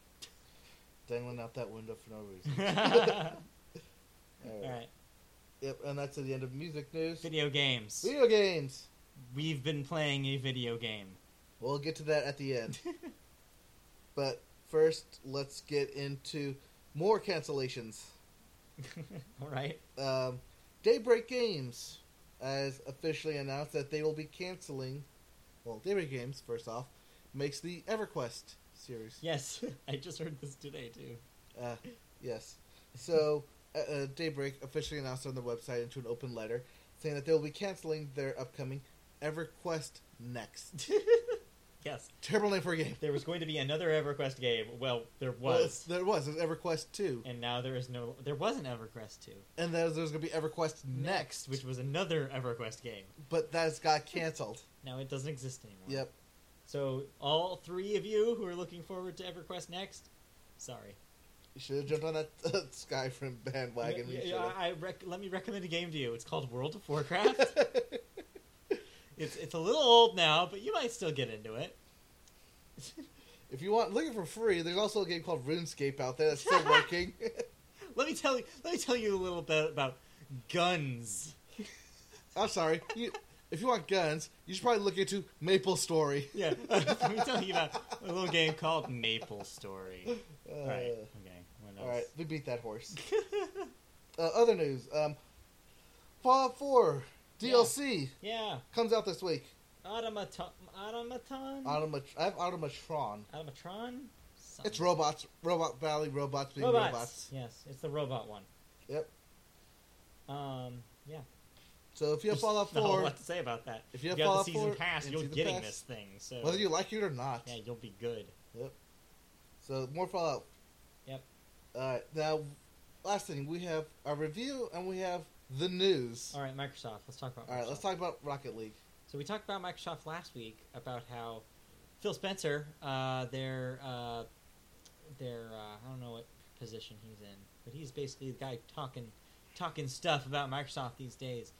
Speaker 2: dangling out that window for no reason.
Speaker 1: blanket.
Speaker 2: All right.
Speaker 1: Alright.
Speaker 2: Yep, and that's at the end of music news. Video,
Speaker 1: Video games.
Speaker 2: games.
Speaker 1: We've been playing a video game.
Speaker 2: We'll get to that at the end. but first, let's get into more cancellations.
Speaker 1: Alright.
Speaker 2: um, Daybreak Games has officially announced that they will be canceling. Well, Daybreak Games, first off, makes the EverQuest series.
Speaker 1: Yes, I just heard this today too.
Speaker 2: Uh, yes. So, uh, uh, Daybreak officially announced on their website into an open letter saying that they will be canceling their upcoming EverQuest Next.
Speaker 1: Yes,
Speaker 2: Terrible name for a game.
Speaker 1: there was going to be another EverQuest game. Well, there
Speaker 2: Well, it's-
Speaker 1: was,
Speaker 2: there was. There's EverQuest 2.
Speaker 1: and now there is no. There was an EverQuest two
Speaker 2: And there's, there's going to be EverQuest Next,
Speaker 1: which
Speaker 2: which,
Speaker 1: was another EverQuest game.
Speaker 2: but that's got canceled.
Speaker 1: Now it doesn't exist anymore.
Speaker 2: yep.
Speaker 1: So all three of you who are looking forward to EverQuest next, sorry.
Speaker 2: You should have jumped on that uh, Skyrim bandwagon.
Speaker 1: Yeah,
Speaker 2: We
Speaker 1: yeah,
Speaker 2: should've.
Speaker 1: I, I rec- let me recommend a game to you. It's called World of Warcraft. it's it's a little old now, but you might still get into it.
Speaker 2: if you want, looking for free, there's also a game called RuneScape out there that's still working.
Speaker 1: Let me tell you. Let me tell you a little bit about guns.
Speaker 2: I'm sorry. You, if you want guns, you should probably look into Maple Story.
Speaker 1: Yeah, let me tell you about a little game called Maple Story.
Speaker 2: Uh,
Speaker 1: All right. Okay. What else?
Speaker 2: All right, we beat that horse. uh, other news: um, Fallout 4 DLC
Speaker 1: Yeah.
Speaker 2: comes out this week.
Speaker 1: Automaton. Automaton.
Speaker 2: Automat- I have Automatron.
Speaker 1: Automatron. Some-
Speaker 2: It's robots, Robot Valley, robots being
Speaker 1: robots.
Speaker 2: robots.
Speaker 1: Yes, it's the robot one.
Speaker 2: Yep.
Speaker 1: Um. Yeah.
Speaker 2: So if you have
Speaker 1: There's
Speaker 2: Fallout
Speaker 1: Not a whole
Speaker 2: 4,
Speaker 1: lot to say about that.
Speaker 2: if you have
Speaker 1: got the
Speaker 2: Fallout
Speaker 1: season
Speaker 2: 4
Speaker 1: pass,
Speaker 2: and
Speaker 1: you're
Speaker 2: season
Speaker 1: getting
Speaker 2: pass,
Speaker 1: this thing. So
Speaker 2: whether you like it or not,
Speaker 1: yeah, you'll be good.
Speaker 2: So more Fallout.
Speaker 1: Yep.
Speaker 2: Uh, now, last thing we have our review and we have the news.
Speaker 1: All right, Microsoft. Let's talk about.
Speaker 2: All right, let's
Speaker 1: Microsoft.
Speaker 2: talk about Rocket League.
Speaker 1: So we talked about Microsoft last week about how Phil Spencer, uh, their uh, their uh, I don't know what position he's in, but he's basically the guy talking talking stuff about Microsoft these days.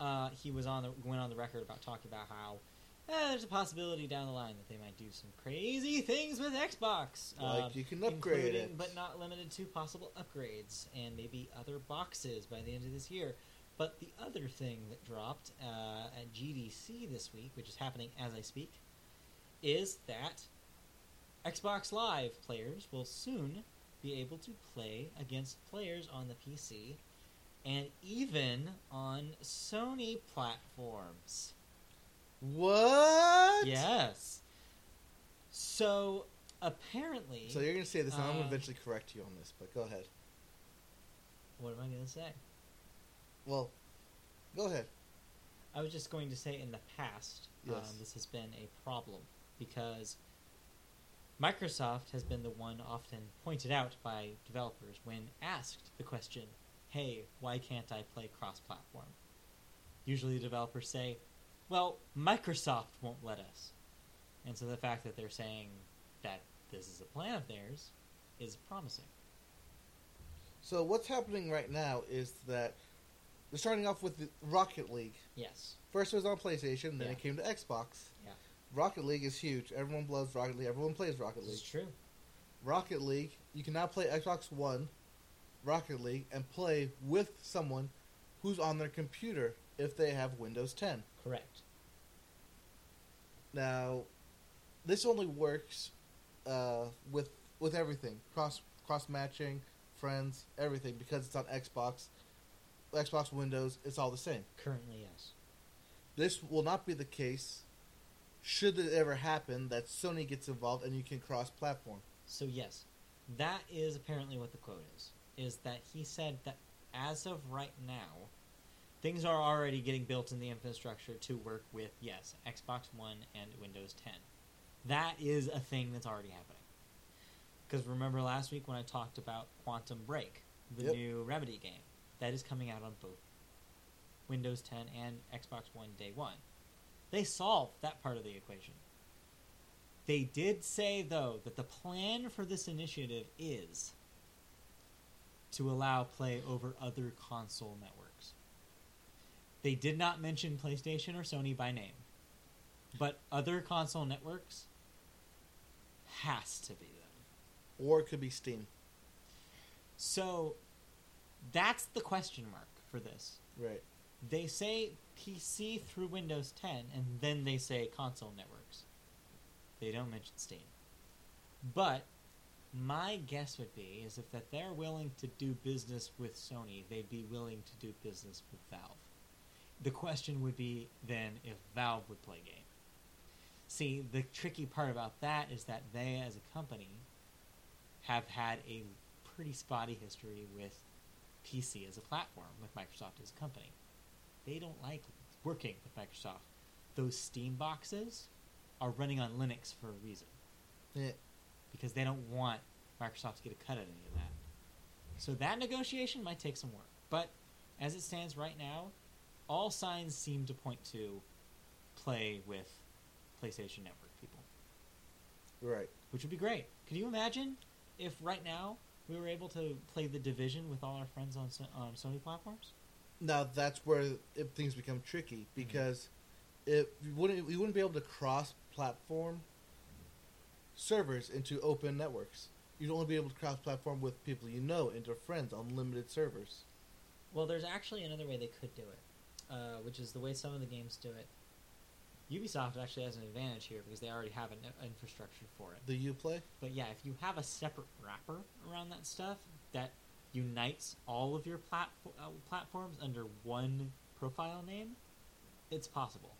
Speaker 1: Uh, he was on the went on the record about talking about how eh, there's a possibility down the line that they might do some crazy things with Xbox, uh,
Speaker 2: like you can upgrade
Speaker 1: including
Speaker 2: it,
Speaker 1: but not limited to possible upgrades and maybe other boxes by the end of this year. But the other thing that dropped uh, at GDC this week, which is happening as I speak, is that Xbox Live players will soon be able to play against players on the PC and even on Sony platforms.
Speaker 2: What?
Speaker 1: Yes. So apparently,
Speaker 2: So you're gonna say this, and I'm gonna
Speaker 1: Uh,
Speaker 2: eventually correct you on this. But go ahead.
Speaker 1: what am I going to say?
Speaker 2: Well, go ahead.
Speaker 1: I was just going to say in the past,
Speaker 2: Yes.
Speaker 1: um, this has been a problem because Microsoft has been the one often pointed out by developers when asked the question, hey, why can't I play cross platform? Usually developers say, well, Microsoft won't let us. And so the fact that they're saying that this is a plan of theirs is promising.
Speaker 2: So what's happening right now is that they're starting off with the Rocket League.
Speaker 1: Yes.
Speaker 2: First it was on PlayStation, then
Speaker 1: Yeah.
Speaker 2: it came to Xbox.
Speaker 1: Yeah.
Speaker 2: Rocket League is huge. Everyone loves Rocket League. Everyone plays Rocket
Speaker 1: This
Speaker 2: League.
Speaker 1: is true.
Speaker 2: Rocket League. You can now play Xbox One, Rocket League, and play with someone who's on their computer if they have Windows 10.
Speaker 1: Correct.
Speaker 2: Now, this only works uh, with with everything cross cross matching, friends, everything because it's on Xbox, Xbox Windows. It's all the same.
Speaker 1: Currently, yes.
Speaker 2: This will not be the case. Should it ever happen that Sony gets involved and you can cross platform?
Speaker 1: So yes, that is apparently what the quote is. Is that he said that as of right now, things are already getting built in the infrastructure to work with yes, Xbox One and Windows 10. That is a thing that's already happening. Because remember last week when I talked about Quantum Break, the
Speaker 2: Yep.
Speaker 1: new Remedy game that is coming out on both Windows 10 and Xbox One day one. They solved that part of the equation. They did say, though, that the plan for this initiative is to allow play over other console networks. They did not mention PlayStation or Sony by name, but other console networks has to be them.
Speaker 2: Or it could be Steam.
Speaker 1: So that's the question mark for this.
Speaker 2: Right.
Speaker 1: They say PC through Windows 10, and then they say console networks. They don't mention Steam. But my guess would be is if that they're willing to do business with Sony, they'd be willing to do business with Valve. The question would be then if Valve would play game. See, the tricky part about that is that they as a company have had a pretty spotty history with PC as a platform, with Microsoft as a company. They don't like working with Microsoft. Those Steam boxes are running on Linux for a reason
Speaker 2: Yeah.
Speaker 1: because they don't want Microsoft to get a cut at any of that. So that negotiation might take some work. But as it stands right now, all signs seem to point to play with PlayStation Network people,
Speaker 2: Right.
Speaker 1: which would be great. Could you imagine if right now we were able to play the division with all our friends on So- on Sony platforms?
Speaker 2: Now that's where it, things become tricky because if you wouldn't we wouldn't be able to cross platform servers into open networks. You'd only be able to cross platform with people you know and their friends on limited servers.
Speaker 6: Well, there's actually another way they could do it, uh, which is the way some of the games do it.
Speaker 1: Ubisoft actually has an advantage here because they already have an
Speaker 6: uh,
Speaker 1: an infrastructure for it.
Speaker 2: The you play?
Speaker 1: But yeah, if you have a separate wrapper around that stuff that unites all of your plat- uh, platforms under one profile name, it's possible.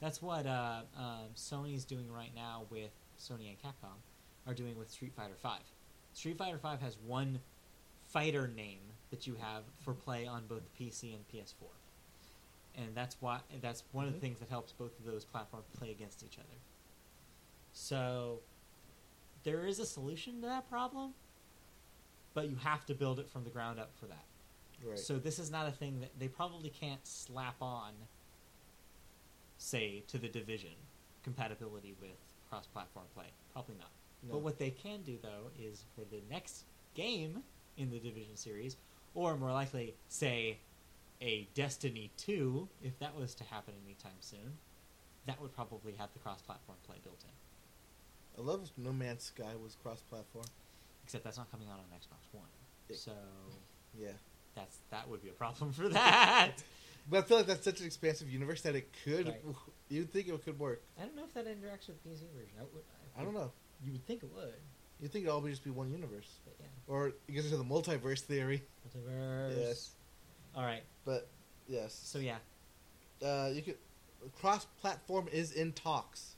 Speaker 1: That's what uh, um, Sony's doing right now with Sony and Capcom are doing with Street Fighter V. Street Fighter V has one fighter name that you have for play on both PC and PS4, and that's why that's one of the things that helps both of those platforms play against each other. So there is a solution to that problem, but you have to build it from the ground up for that.
Speaker 2: Right.
Speaker 1: So this is not a thing that they probably can't slap on, say, to the division compatibility with cross-platform play. Probably not.
Speaker 2: No.
Speaker 1: But what they can do though is for the next game in the division series, or more likely, say, a Destiny two, if that was to happen anytime soon, that would probably have the cross-platform play built in.
Speaker 2: I love No Man's Sky was cross platform.
Speaker 1: Except that's not coming out on Xbox One.
Speaker 2: Yeah.
Speaker 1: So
Speaker 2: Yeah.
Speaker 1: that's that would be a problem for that.
Speaker 2: But I feel like that's such an expansive universe that it could
Speaker 6: Right.
Speaker 2: you'd think it could work.
Speaker 6: I don't know if that interacts with PC version. I, would,
Speaker 2: I don't know.
Speaker 6: You would think it would,
Speaker 2: You'd think it'd all be just be one universe.
Speaker 6: but yeah.
Speaker 2: Or it gets into the multiverse theory.
Speaker 6: Multiverse.
Speaker 2: Yes.
Speaker 1: All right.
Speaker 2: But yes.
Speaker 1: So yeah,
Speaker 2: uh, you could cross platform is in talks.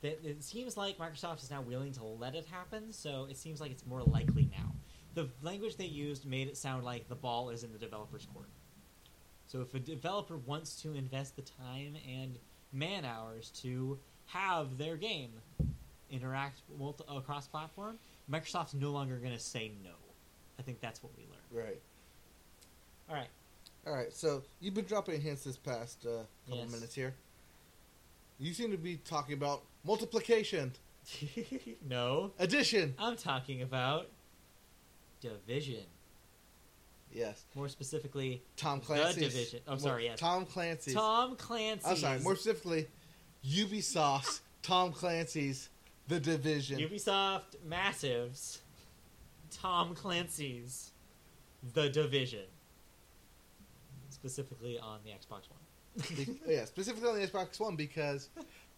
Speaker 1: that it seems like Microsoft is now willing to let it happen. So it seems like it's more likely now. The language they used made it sound like the ball is in the developer's court. So if a developer wants to invest the time and man hours to have their game interact multi- across platform, Microsoft's no longer going to say no. I think that's what we learned.
Speaker 2: Right.
Speaker 1: All right.
Speaker 2: All right. So you've been dropping hints this past uh, couple
Speaker 1: Yes.
Speaker 2: minutes here. You seem to be talking about multiplication,
Speaker 1: no,
Speaker 2: addition.
Speaker 1: I'm talking about division.
Speaker 2: Yes.
Speaker 1: More specifically,
Speaker 2: Tom
Speaker 1: The
Speaker 2: Clancy's.
Speaker 1: Division. Oh,
Speaker 2: Mo-
Speaker 1: sorry, yes.
Speaker 2: Tom Clancy's.
Speaker 1: Tom Clancy's.
Speaker 2: I'm sorry. More specifically, Ubisoft's Tom Clancy's The Division.
Speaker 1: Ubisoft Massives. Tom Clancy's The Division. Specifically on the Xbox One.
Speaker 2: Be- yeah, specifically on the Xbox One because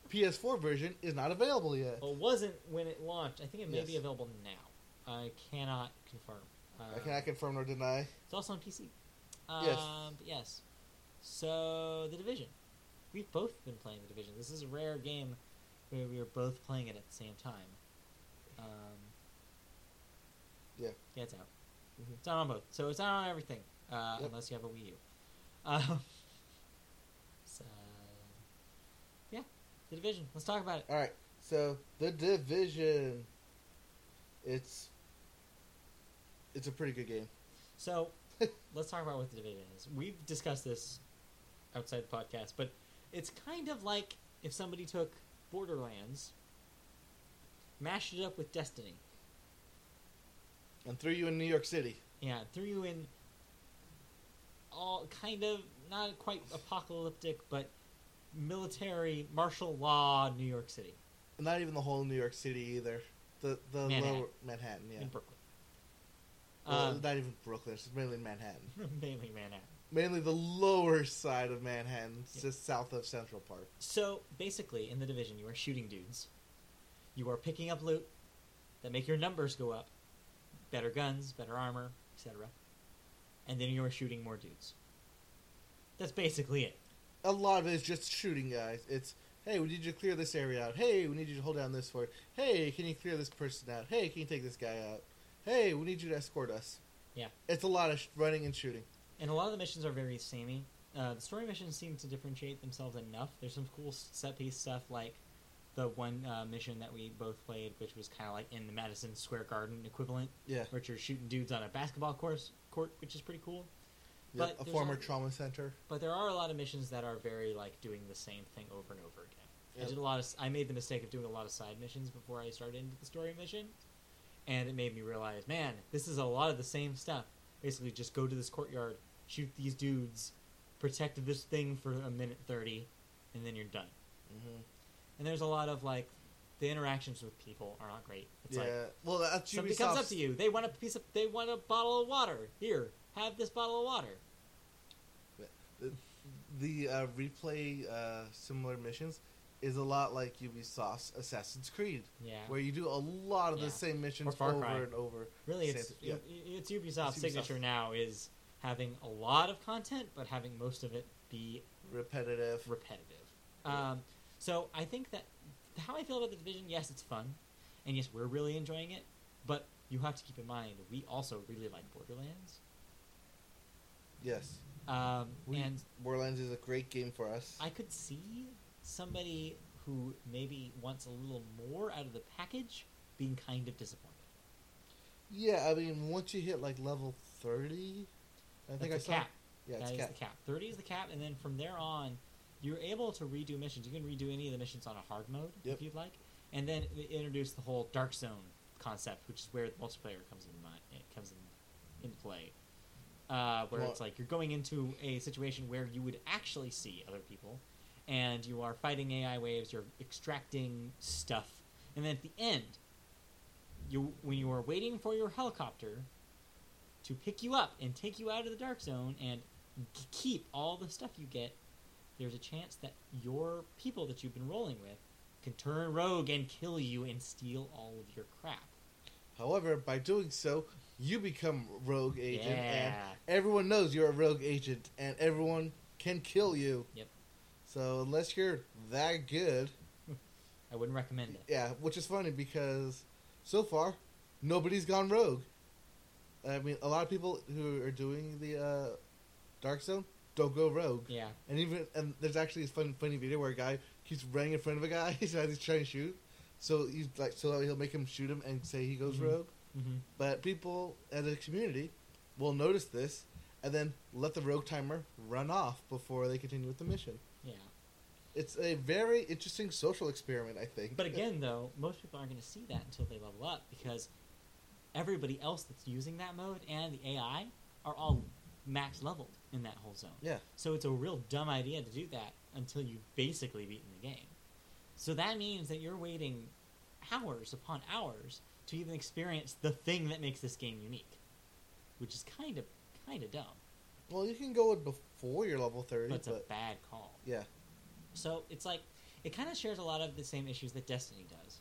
Speaker 2: PS4 version is not available yet.
Speaker 1: well, it wasn't when it launched. I think it may be
Speaker 2: Yes.
Speaker 1: available now. I cannot confirm. Uh,
Speaker 2: I cannot confirm nor deny.
Speaker 1: It's also on PC. Um,
Speaker 2: Yes.
Speaker 1: but yes. So the division. We've both been playing the division. This is a rare game where we were both playing it at the same time. Um,
Speaker 2: Yeah.
Speaker 1: Yeah, it's out.
Speaker 2: Mhm.
Speaker 1: It's out on both. So it's out on everything, uh,
Speaker 2: Yep.
Speaker 1: unless you have a Wii U. Um, so yeah, the division. Let's talk about it.
Speaker 2: All right. So the division. It's. It's a pretty good game.
Speaker 1: So let's talk about what the division is. We've discussed this outside the podcast, but it's kind of like if somebody took Borderlands, mashed it up with Destiny,
Speaker 2: And threw you in New York City.
Speaker 1: yeah, threw you in all kind of not quite apocalyptic, but military martial law New York City
Speaker 2: Not even the whole New York City either. The the
Speaker 1: Manhattan.
Speaker 2: lower Manhattan, yeah.
Speaker 1: in Brooklyn.
Speaker 2: Well,
Speaker 1: Um,
Speaker 2: not even Brooklyn. It's mainly Manhattan.
Speaker 1: mainly Manhattan.
Speaker 2: Mainly the lower side of Manhattan,
Speaker 1: Yeah.
Speaker 2: just south of Central Park.
Speaker 1: So basically, in the division, you are shooting dudes. You are picking up loot that make your numbers go up, better guns, better armor, etc. And then you are shooting more dudes. That's basically it.
Speaker 2: A lot of it is just shooting guys. It's hey, we need you to clear this area out. Hey, we need you to hold down this fort. Hey, can you clear this person out? Hey, can you take this guy out? hey, we need you to escort us.
Speaker 1: Yeah.
Speaker 2: It's a lot of sh- running and shooting.
Speaker 1: And a lot of the missions are very samey. Uh, the story missions seem to differentiate themselves enough. There's some cool s- set piece stuff like the one uh, mission that we both played, which was kind of like in the Madison Square Garden equivalent,
Speaker 2: Yeah.
Speaker 1: which you're shooting dudes on a basketball course court, which is pretty cool.
Speaker 2: Yeah,
Speaker 1: But
Speaker 2: a
Speaker 1: there's
Speaker 2: former
Speaker 1: not-
Speaker 2: trauma center.
Speaker 1: But there are a lot of missions that are very like doing the same thing over and over again.
Speaker 2: Yep.
Speaker 1: I did a lot of. I made the mistake of doing a lot of side missions before I started into the story mission, and it made me realize, man, this is a lot of the same stuff. Basically, just go to this courtyard, shoot these dudes, protect this thing for a minute thirty, and then you're done.
Speaker 2: Mm-hmm.
Speaker 1: And there's a lot of like, the interactions with people are not great. It's
Speaker 2: Yeah.
Speaker 1: like
Speaker 2: well, that's
Speaker 1: somebody comes up
Speaker 2: Ubisoft's-
Speaker 1: to you, they want a piece of, they want a bottle of water. Here, have this bottle of water.
Speaker 2: the uh, replay uh, similar missions is a lot like Ubisoft's Assassin's Creed,
Speaker 1: Yeah,
Speaker 2: where you do a lot of
Speaker 1: Yeah.
Speaker 2: the same
Speaker 1: Or
Speaker 2: missions
Speaker 1: Far
Speaker 2: over
Speaker 1: Cry.
Speaker 2: and over.
Speaker 1: Really,
Speaker 2: Same
Speaker 1: it's
Speaker 2: th- yeah.
Speaker 1: it- it's Ubisoft's
Speaker 2: It's Ubisoft.
Speaker 1: signature now is having a lot of content, but having most of it be
Speaker 2: Repetitive.
Speaker 1: repetitive. Um, so I think that how I feel about the division, yes, it's fun, and yes, we're really enjoying it. But you have to keep in mind we also really like Borderlands,
Speaker 2: yes.
Speaker 1: um,
Speaker 2: We,
Speaker 1: and
Speaker 2: Borderlands is a great game for us.
Speaker 1: I could see somebody who maybe wants a little more out of the package being kind of disappointed.
Speaker 2: yeah, I mean, once you hit like level 30, I think
Speaker 1: That's
Speaker 2: I
Speaker 1: a
Speaker 2: saw.
Speaker 1: cap.
Speaker 2: Yeah,
Speaker 1: That
Speaker 2: it's
Speaker 1: is
Speaker 2: cap.
Speaker 1: the cap. 30 is the cap, and then from there on, you're able to redo missions. You can redo any of the missions on a hard mode
Speaker 2: Yep.
Speaker 1: if you'd like, and then they introduce the whole dark zone concept, which is where the multiplayer comes in mind. It comes in, in play, uh, where
Speaker 2: Well-
Speaker 1: it's like you're going into a situation where you would actually see other people, and you are fighting AI waves. You're extracting stuff, and then at the end, you when you are waiting for your helicopter to pick you up and take you out of the dark zone and k- keep all the stuff you get, there's a chance that your people that you've been rolling with can turn rogue and kill you and steal all of your crap.
Speaker 2: However, by doing so, you become rogue agent, and
Speaker 1: yeah.
Speaker 2: everyone knows you're a rogue agent, and everyone can kill you.
Speaker 1: Yep.
Speaker 2: So unless you're that good,
Speaker 1: I wouldn't recommend it.
Speaker 2: Yeah, which is funny because so far nobody's gone rogue. I mean, a lot of people who are doing the uh, Dark Zone don't go rogue,
Speaker 1: Yeah.
Speaker 2: and even and there's actually this fun funny video where a guy keeps running in front of a guy as he's trying to shoot, so he's like so he'll make him shoot him and say he goes
Speaker 1: Mhm.
Speaker 2: rogue.
Speaker 1: Mm-hmm.
Speaker 2: But people as a community will notice this and then let the rogue timer run off before they continue with the mission.
Speaker 1: Yeah.
Speaker 2: It's a very interesting social experiment, I think.
Speaker 1: But again, though, most people aren't going to see that until they level up because everybody else that's using that mode and the AI are all max leveled in that whole zone.
Speaker 2: Yeah.
Speaker 1: So it's a real dumb idea to do that until you've basically beaten the game. So that means that you're waiting hours upon hours to even experience the thing that makes this game unique, which is kind of kind of dumb,
Speaker 2: Well, you can go it before you're level 30,
Speaker 1: but it's a
Speaker 2: but
Speaker 1: bad call.
Speaker 2: yeah.
Speaker 1: So it's like it kind of shares a lot of the same issues that Destiny does,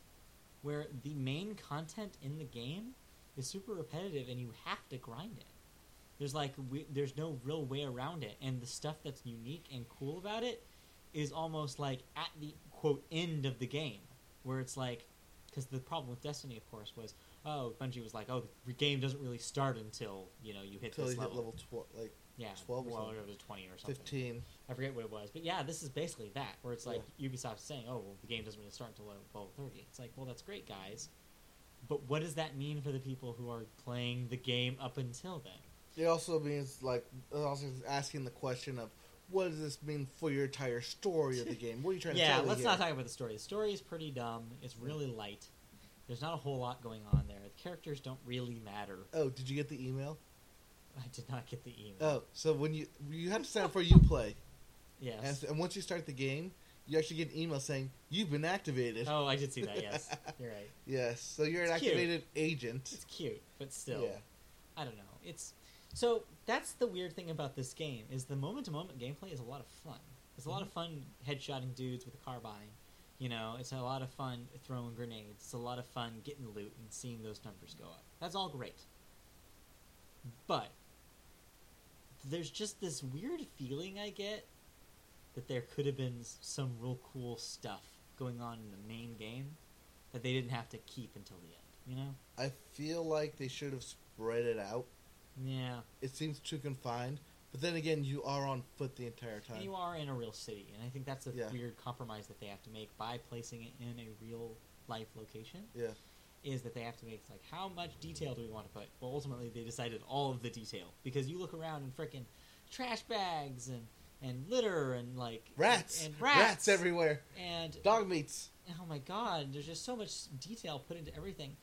Speaker 1: where the main content in the game is super repetitive and you have to grind it. There's like we, there's no real way around it, and the stuff that's unique and cool about it is almost like at the quote end of the game, where it's like because the problem with Destiny, of course, was oh Bungie was like oh the game doesn't really start until you know you hit
Speaker 2: Until
Speaker 1: this
Speaker 2: you hit
Speaker 1: level,
Speaker 2: level 12, like
Speaker 1: yeah
Speaker 2: 12 or
Speaker 1: well,
Speaker 2: something.
Speaker 1: it was twenty or something
Speaker 2: 15.
Speaker 1: I forget what it was, but yeah, this is basically that, where it's like Ubisoft saying, "Oh, well, the game doesn't really start until level- level 30." It's like, well, that's great, guys, but what does that mean for the people who are playing the game up until then?
Speaker 2: It also means, like, it also is asking the question of what does this mean for your entire story of the game? What are you trying to
Speaker 1: yeah,
Speaker 2: tell me
Speaker 1: let's
Speaker 2: here?
Speaker 1: not talk about the story. The story is pretty dumb. It's really light. There's not a whole lot going on there. The characters don't really matter.
Speaker 2: Oh, did you get the email?
Speaker 1: I did not get the email.
Speaker 2: Oh, so when you you have to sign up for UPlay, and,
Speaker 1: yes.
Speaker 2: s- and once you start the game, you actually get an email saying you've been activated.
Speaker 1: Oh, I did see that. Yes, you're right.
Speaker 2: Yes, so you're an
Speaker 1: It's cute.
Speaker 2: activated agent.
Speaker 1: It's cute, but still.
Speaker 2: Yeah.
Speaker 1: I don't know. It's so that's the weird thing about this game is the moment to moment gameplay is a lot of fun. It's a lot of fun headshotting dudes with a carbine. You know, it's a lot of fun throwing grenades. It's a lot of fun getting loot and seeing those numbers go up. That's all great. But there's just this weird feeling I get that there could have been s- some real cool stuff going on in the main game that they didn't have to keep until the end. You know?
Speaker 2: I feel like they should have spread it out.
Speaker 1: Yeah.
Speaker 2: It seems too confined. But then again, you are on foot the entire time.
Speaker 1: And you are in a real city, and I think that's the
Speaker 2: Yeah.
Speaker 1: weird compromise that they have to make by placing it in a real life location.
Speaker 2: Yeah.
Speaker 1: Is that they have to make like how much detail do we want to put? Well, ultimately they decided all of the detail because you look around and frickin' trash bags and and litter and like
Speaker 2: Rats.
Speaker 1: and
Speaker 2: rats.
Speaker 1: rats,
Speaker 2: everywhere.
Speaker 1: and
Speaker 2: Dog meats.
Speaker 1: oh my god, there's just so much detail put into everything.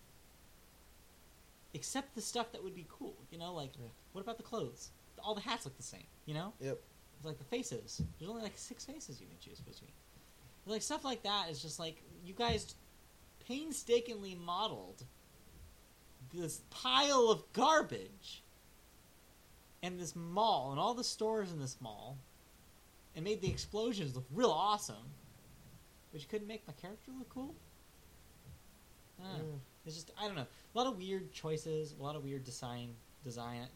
Speaker 1: Except the stuff that would be cool, you know, like
Speaker 2: Yeah.
Speaker 1: what about the clothes? All the hats look the same, you know.
Speaker 2: Yep.
Speaker 1: It's like the faces. There's only like six faces you can choose between. Like stuff like that is just like you guys painstakingly modeled this pile of garbage and this mall and all the stores in this mall and made the explosions look real awesome. But you couldn't make my character look cool? I don't know.
Speaker 2: Yeah.
Speaker 1: It's just I don't know. A lot of weird choices, a lot of weird design design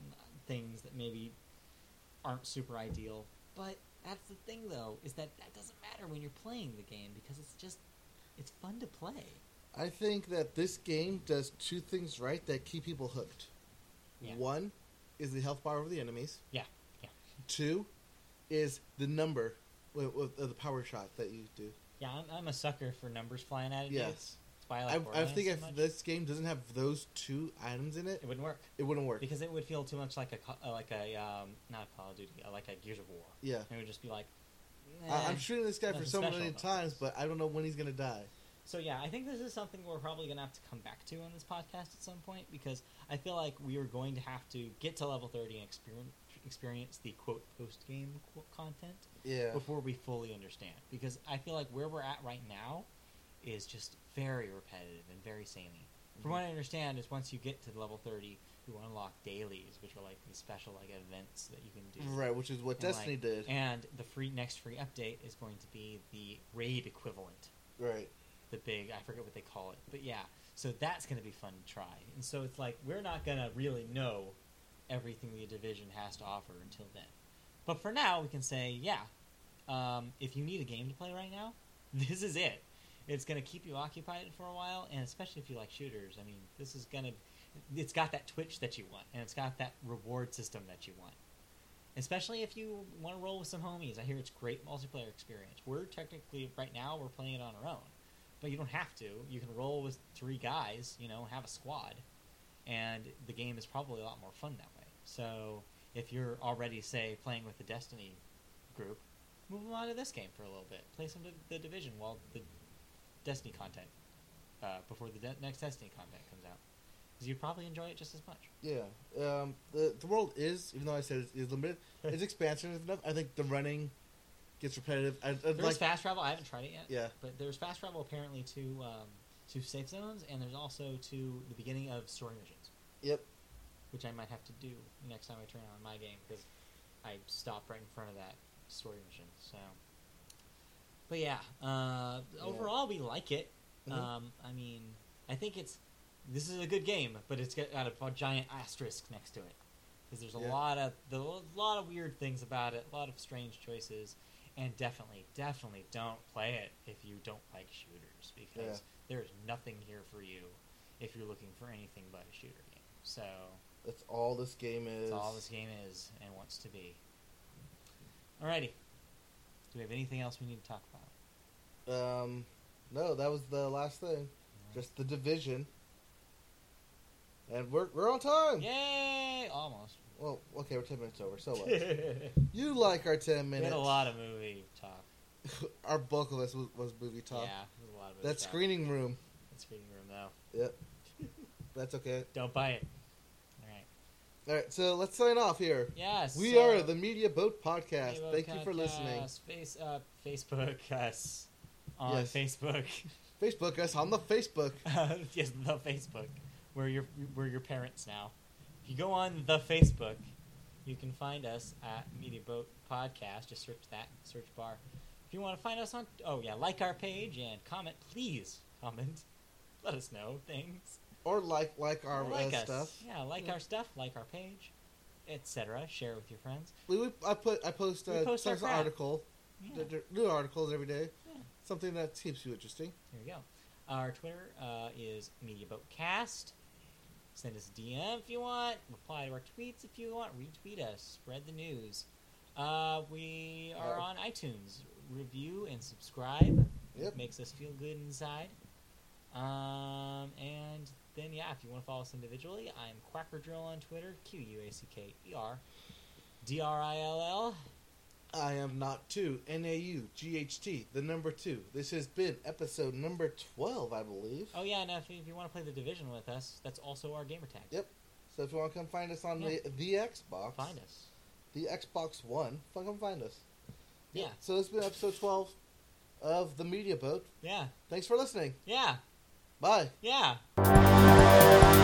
Speaker 1: things that maybe aren't super ideal. But that's the thing though, is that that doesn't matter when you're playing the game because it's just it's fun to play.
Speaker 2: I think that this game does two things right that keep people hooked.
Speaker 1: Yeah.
Speaker 2: One is the health bar of the enemies.
Speaker 1: Yeah, yeah.
Speaker 2: Two is the number wi- wi- of the power shot that you do.
Speaker 1: Yeah, I'm, I'm a sucker for numbers flying at it.
Speaker 2: Yes.
Speaker 1: That's why I
Speaker 2: I,
Speaker 1: like
Speaker 2: I
Speaker 1: Borderlands
Speaker 2: think
Speaker 1: so
Speaker 2: if
Speaker 1: much.
Speaker 2: this game doesn't have those two items in it,
Speaker 1: it wouldn't work
Speaker 2: it wouldn't work.
Speaker 1: because it would feel too much like a co- uh, like a um, not a Call of Duty, uh, like a Gears of War.
Speaker 2: Yeah.
Speaker 1: It would just be like.
Speaker 2: I,
Speaker 1: "Nah."
Speaker 2: I'm shooting this guy for
Speaker 1: nothing
Speaker 2: so
Speaker 1: Eh. special
Speaker 2: many
Speaker 1: about
Speaker 2: times,
Speaker 1: this.
Speaker 2: but I don't know when he's going to die.
Speaker 1: So yeah, I think this is something we're probably gonna have to come back to on this podcast at some point because I feel like we are going to have to get to level thirty and experience experience the quote post game content
Speaker 2: Yeah.
Speaker 1: before we fully understand because I feel like where we're at right now is just very repetitive and very samey.
Speaker 2: Mm-hmm.
Speaker 1: From what I understand, is once you get to level thirty, you unlock dailies, which are like these special like events that you can do.
Speaker 2: Right, which is what
Speaker 1: And, like,
Speaker 2: Destiny did.
Speaker 1: And the free next free update is going to be the raid equivalent
Speaker 2: right.
Speaker 1: the big I forget what they call it, but yeah. So that's going to be fun to try. And so it's like we're not going to really know everything the division has to offer until then. But for now, we can say, yeah, um, if you need a game to play right now, this is it. It's going to keep you occupied for a while, and especially if you like shooters. I mean, this is going to. It's got that twitch that you want, and it's got that reward system that you want. Especially if you want to roll with some homies. I hear it's great multiplayer experience. We're technically, right now, we're playing it on our own but you don't have to. You can roll with three guys, you know, have a squad, and the game is probably a lot more fun that way. So if you're already, say, playing with the Destiny group, move on to this game for a little bit. Play some of the Division while the Destiny content, uh, before the de- next Destiny content comes out, because you probably enjoy it just as much.
Speaker 2: Yeah. Um, the, the world is, even though I said it's, is limited, it's expansive enough. I think the running gets repetitive. I, I'd
Speaker 1: There's
Speaker 2: like,
Speaker 1: fast travel. I haven't tried it yet.
Speaker 2: yeah.
Speaker 1: But there's fast travel apparently to um, to safe zones, and there's also to the beginning of story missions.
Speaker 2: Yep.
Speaker 1: which I might have to do next time I turn on my game because I stopped right in front of that story mission. So, but yeah, uh, overall we like it.
Speaker 2: Mhm.
Speaker 1: Um, I mean, I think it's this is a good game, but it's got got a, giant asterisk next to it because there's a
Speaker 2: Yeah.
Speaker 1: lot of the a lot of weird things about it, a lot of strange choices, and definitely, definitely don't play it if you don't like shooters because there is nothing here for you if you're looking for anything but a shooter game. So
Speaker 2: That's all this game is.
Speaker 1: that's all this game is and wants to be. Alrighty. Do we have anything else we need to talk about?
Speaker 2: Um, no, that was the last thing. Just the division. And we're, we're on time.
Speaker 1: Yay! Almost.
Speaker 2: Well, okay, we're 10 minutes over, so
Speaker 7: we
Speaker 2: what?
Speaker 7: had
Speaker 2: you like our 10
Speaker 1: We had
Speaker 2: Oh, minutes.
Speaker 1: a lot of movie talk.
Speaker 2: our bulk of this was, was movie talk.
Speaker 1: Yeah, there was a lot of movie
Speaker 2: that
Speaker 1: talk.
Speaker 2: screening room.
Speaker 1: That screening room, though.
Speaker 2: Yep. That's okay.
Speaker 1: Don't buy it. Alright.
Speaker 2: All right, so let's sign off here.
Speaker 1: Yes.
Speaker 2: We
Speaker 1: so-
Speaker 2: are the Media Boat Podcast.
Speaker 1: Rainbow
Speaker 2: Thank you for
Speaker 1: Podcast,
Speaker 2: listening.
Speaker 1: Face, uh, Facebook us on
Speaker 2: Yes.
Speaker 1: Facebook.
Speaker 2: Facebook us on the Facebook.
Speaker 1: yes, the Facebook. We're your we're your parents now. If you go on the Facebook, you can find us at Media Boat Podcast. Just search that search bar. If you want to find us on, oh yeah, like our page and comment. Please comment. Let us know things.
Speaker 2: Or like like our
Speaker 1: like
Speaker 2: uh,
Speaker 1: us.
Speaker 2: stuff.
Speaker 1: Yeah, like our stuff. Like our page, etc. Share with your friends.
Speaker 2: We, we, I put I post
Speaker 1: We
Speaker 2: uh,
Speaker 1: post our
Speaker 2: some
Speaker 1: crap.
Speaker 2: article,
Speaker 1: Yeah,
Speaker 2: They're- they're new articles every day.
Speaker 1: Yeah.
Speaker 2: Something that keeps you interesting.
Speaker 1: there you go. Our Twitter uh, is MediaBoatCast. Send us a DM if you want. Reply to our tweets if you want. Retweet us. Spread the news. Uh, we are
Speaker 2: Uh,
Speaker 1: on iTunes. Review and subscribe.
Speaker 2: Yep.
Speaker 1: Makes us feel good inside. Um, and then, yeah, if you want to follow us individually, I'm Quackerdrill on Twitter. Q U A C K E R D R I L L.
Speaker 2: I am not two. N A U G H T. The number two. This has been episode number twelve, I believe.
Speaker 1: Oh yeah, and if, if you want to play the division with us, that's also our gamer tag.
Speaker 2: Yep. So if you want to come find us on
Speaker 1: Yeah.
Speaker 2: the the Xbox,
Speaker 1: Find us.
Speaker 2: the Xbox One, fuck, come find us.
Speaker 1: Yeah.
Speaker 2: So this has been episode twelve of the Media Boat.
Speaker 1: Yeah.
Speaker 2: Thanks for listening.
Speaker 1: Yeah.
Speaker 2: Bye.
Speaker 1: Yeah.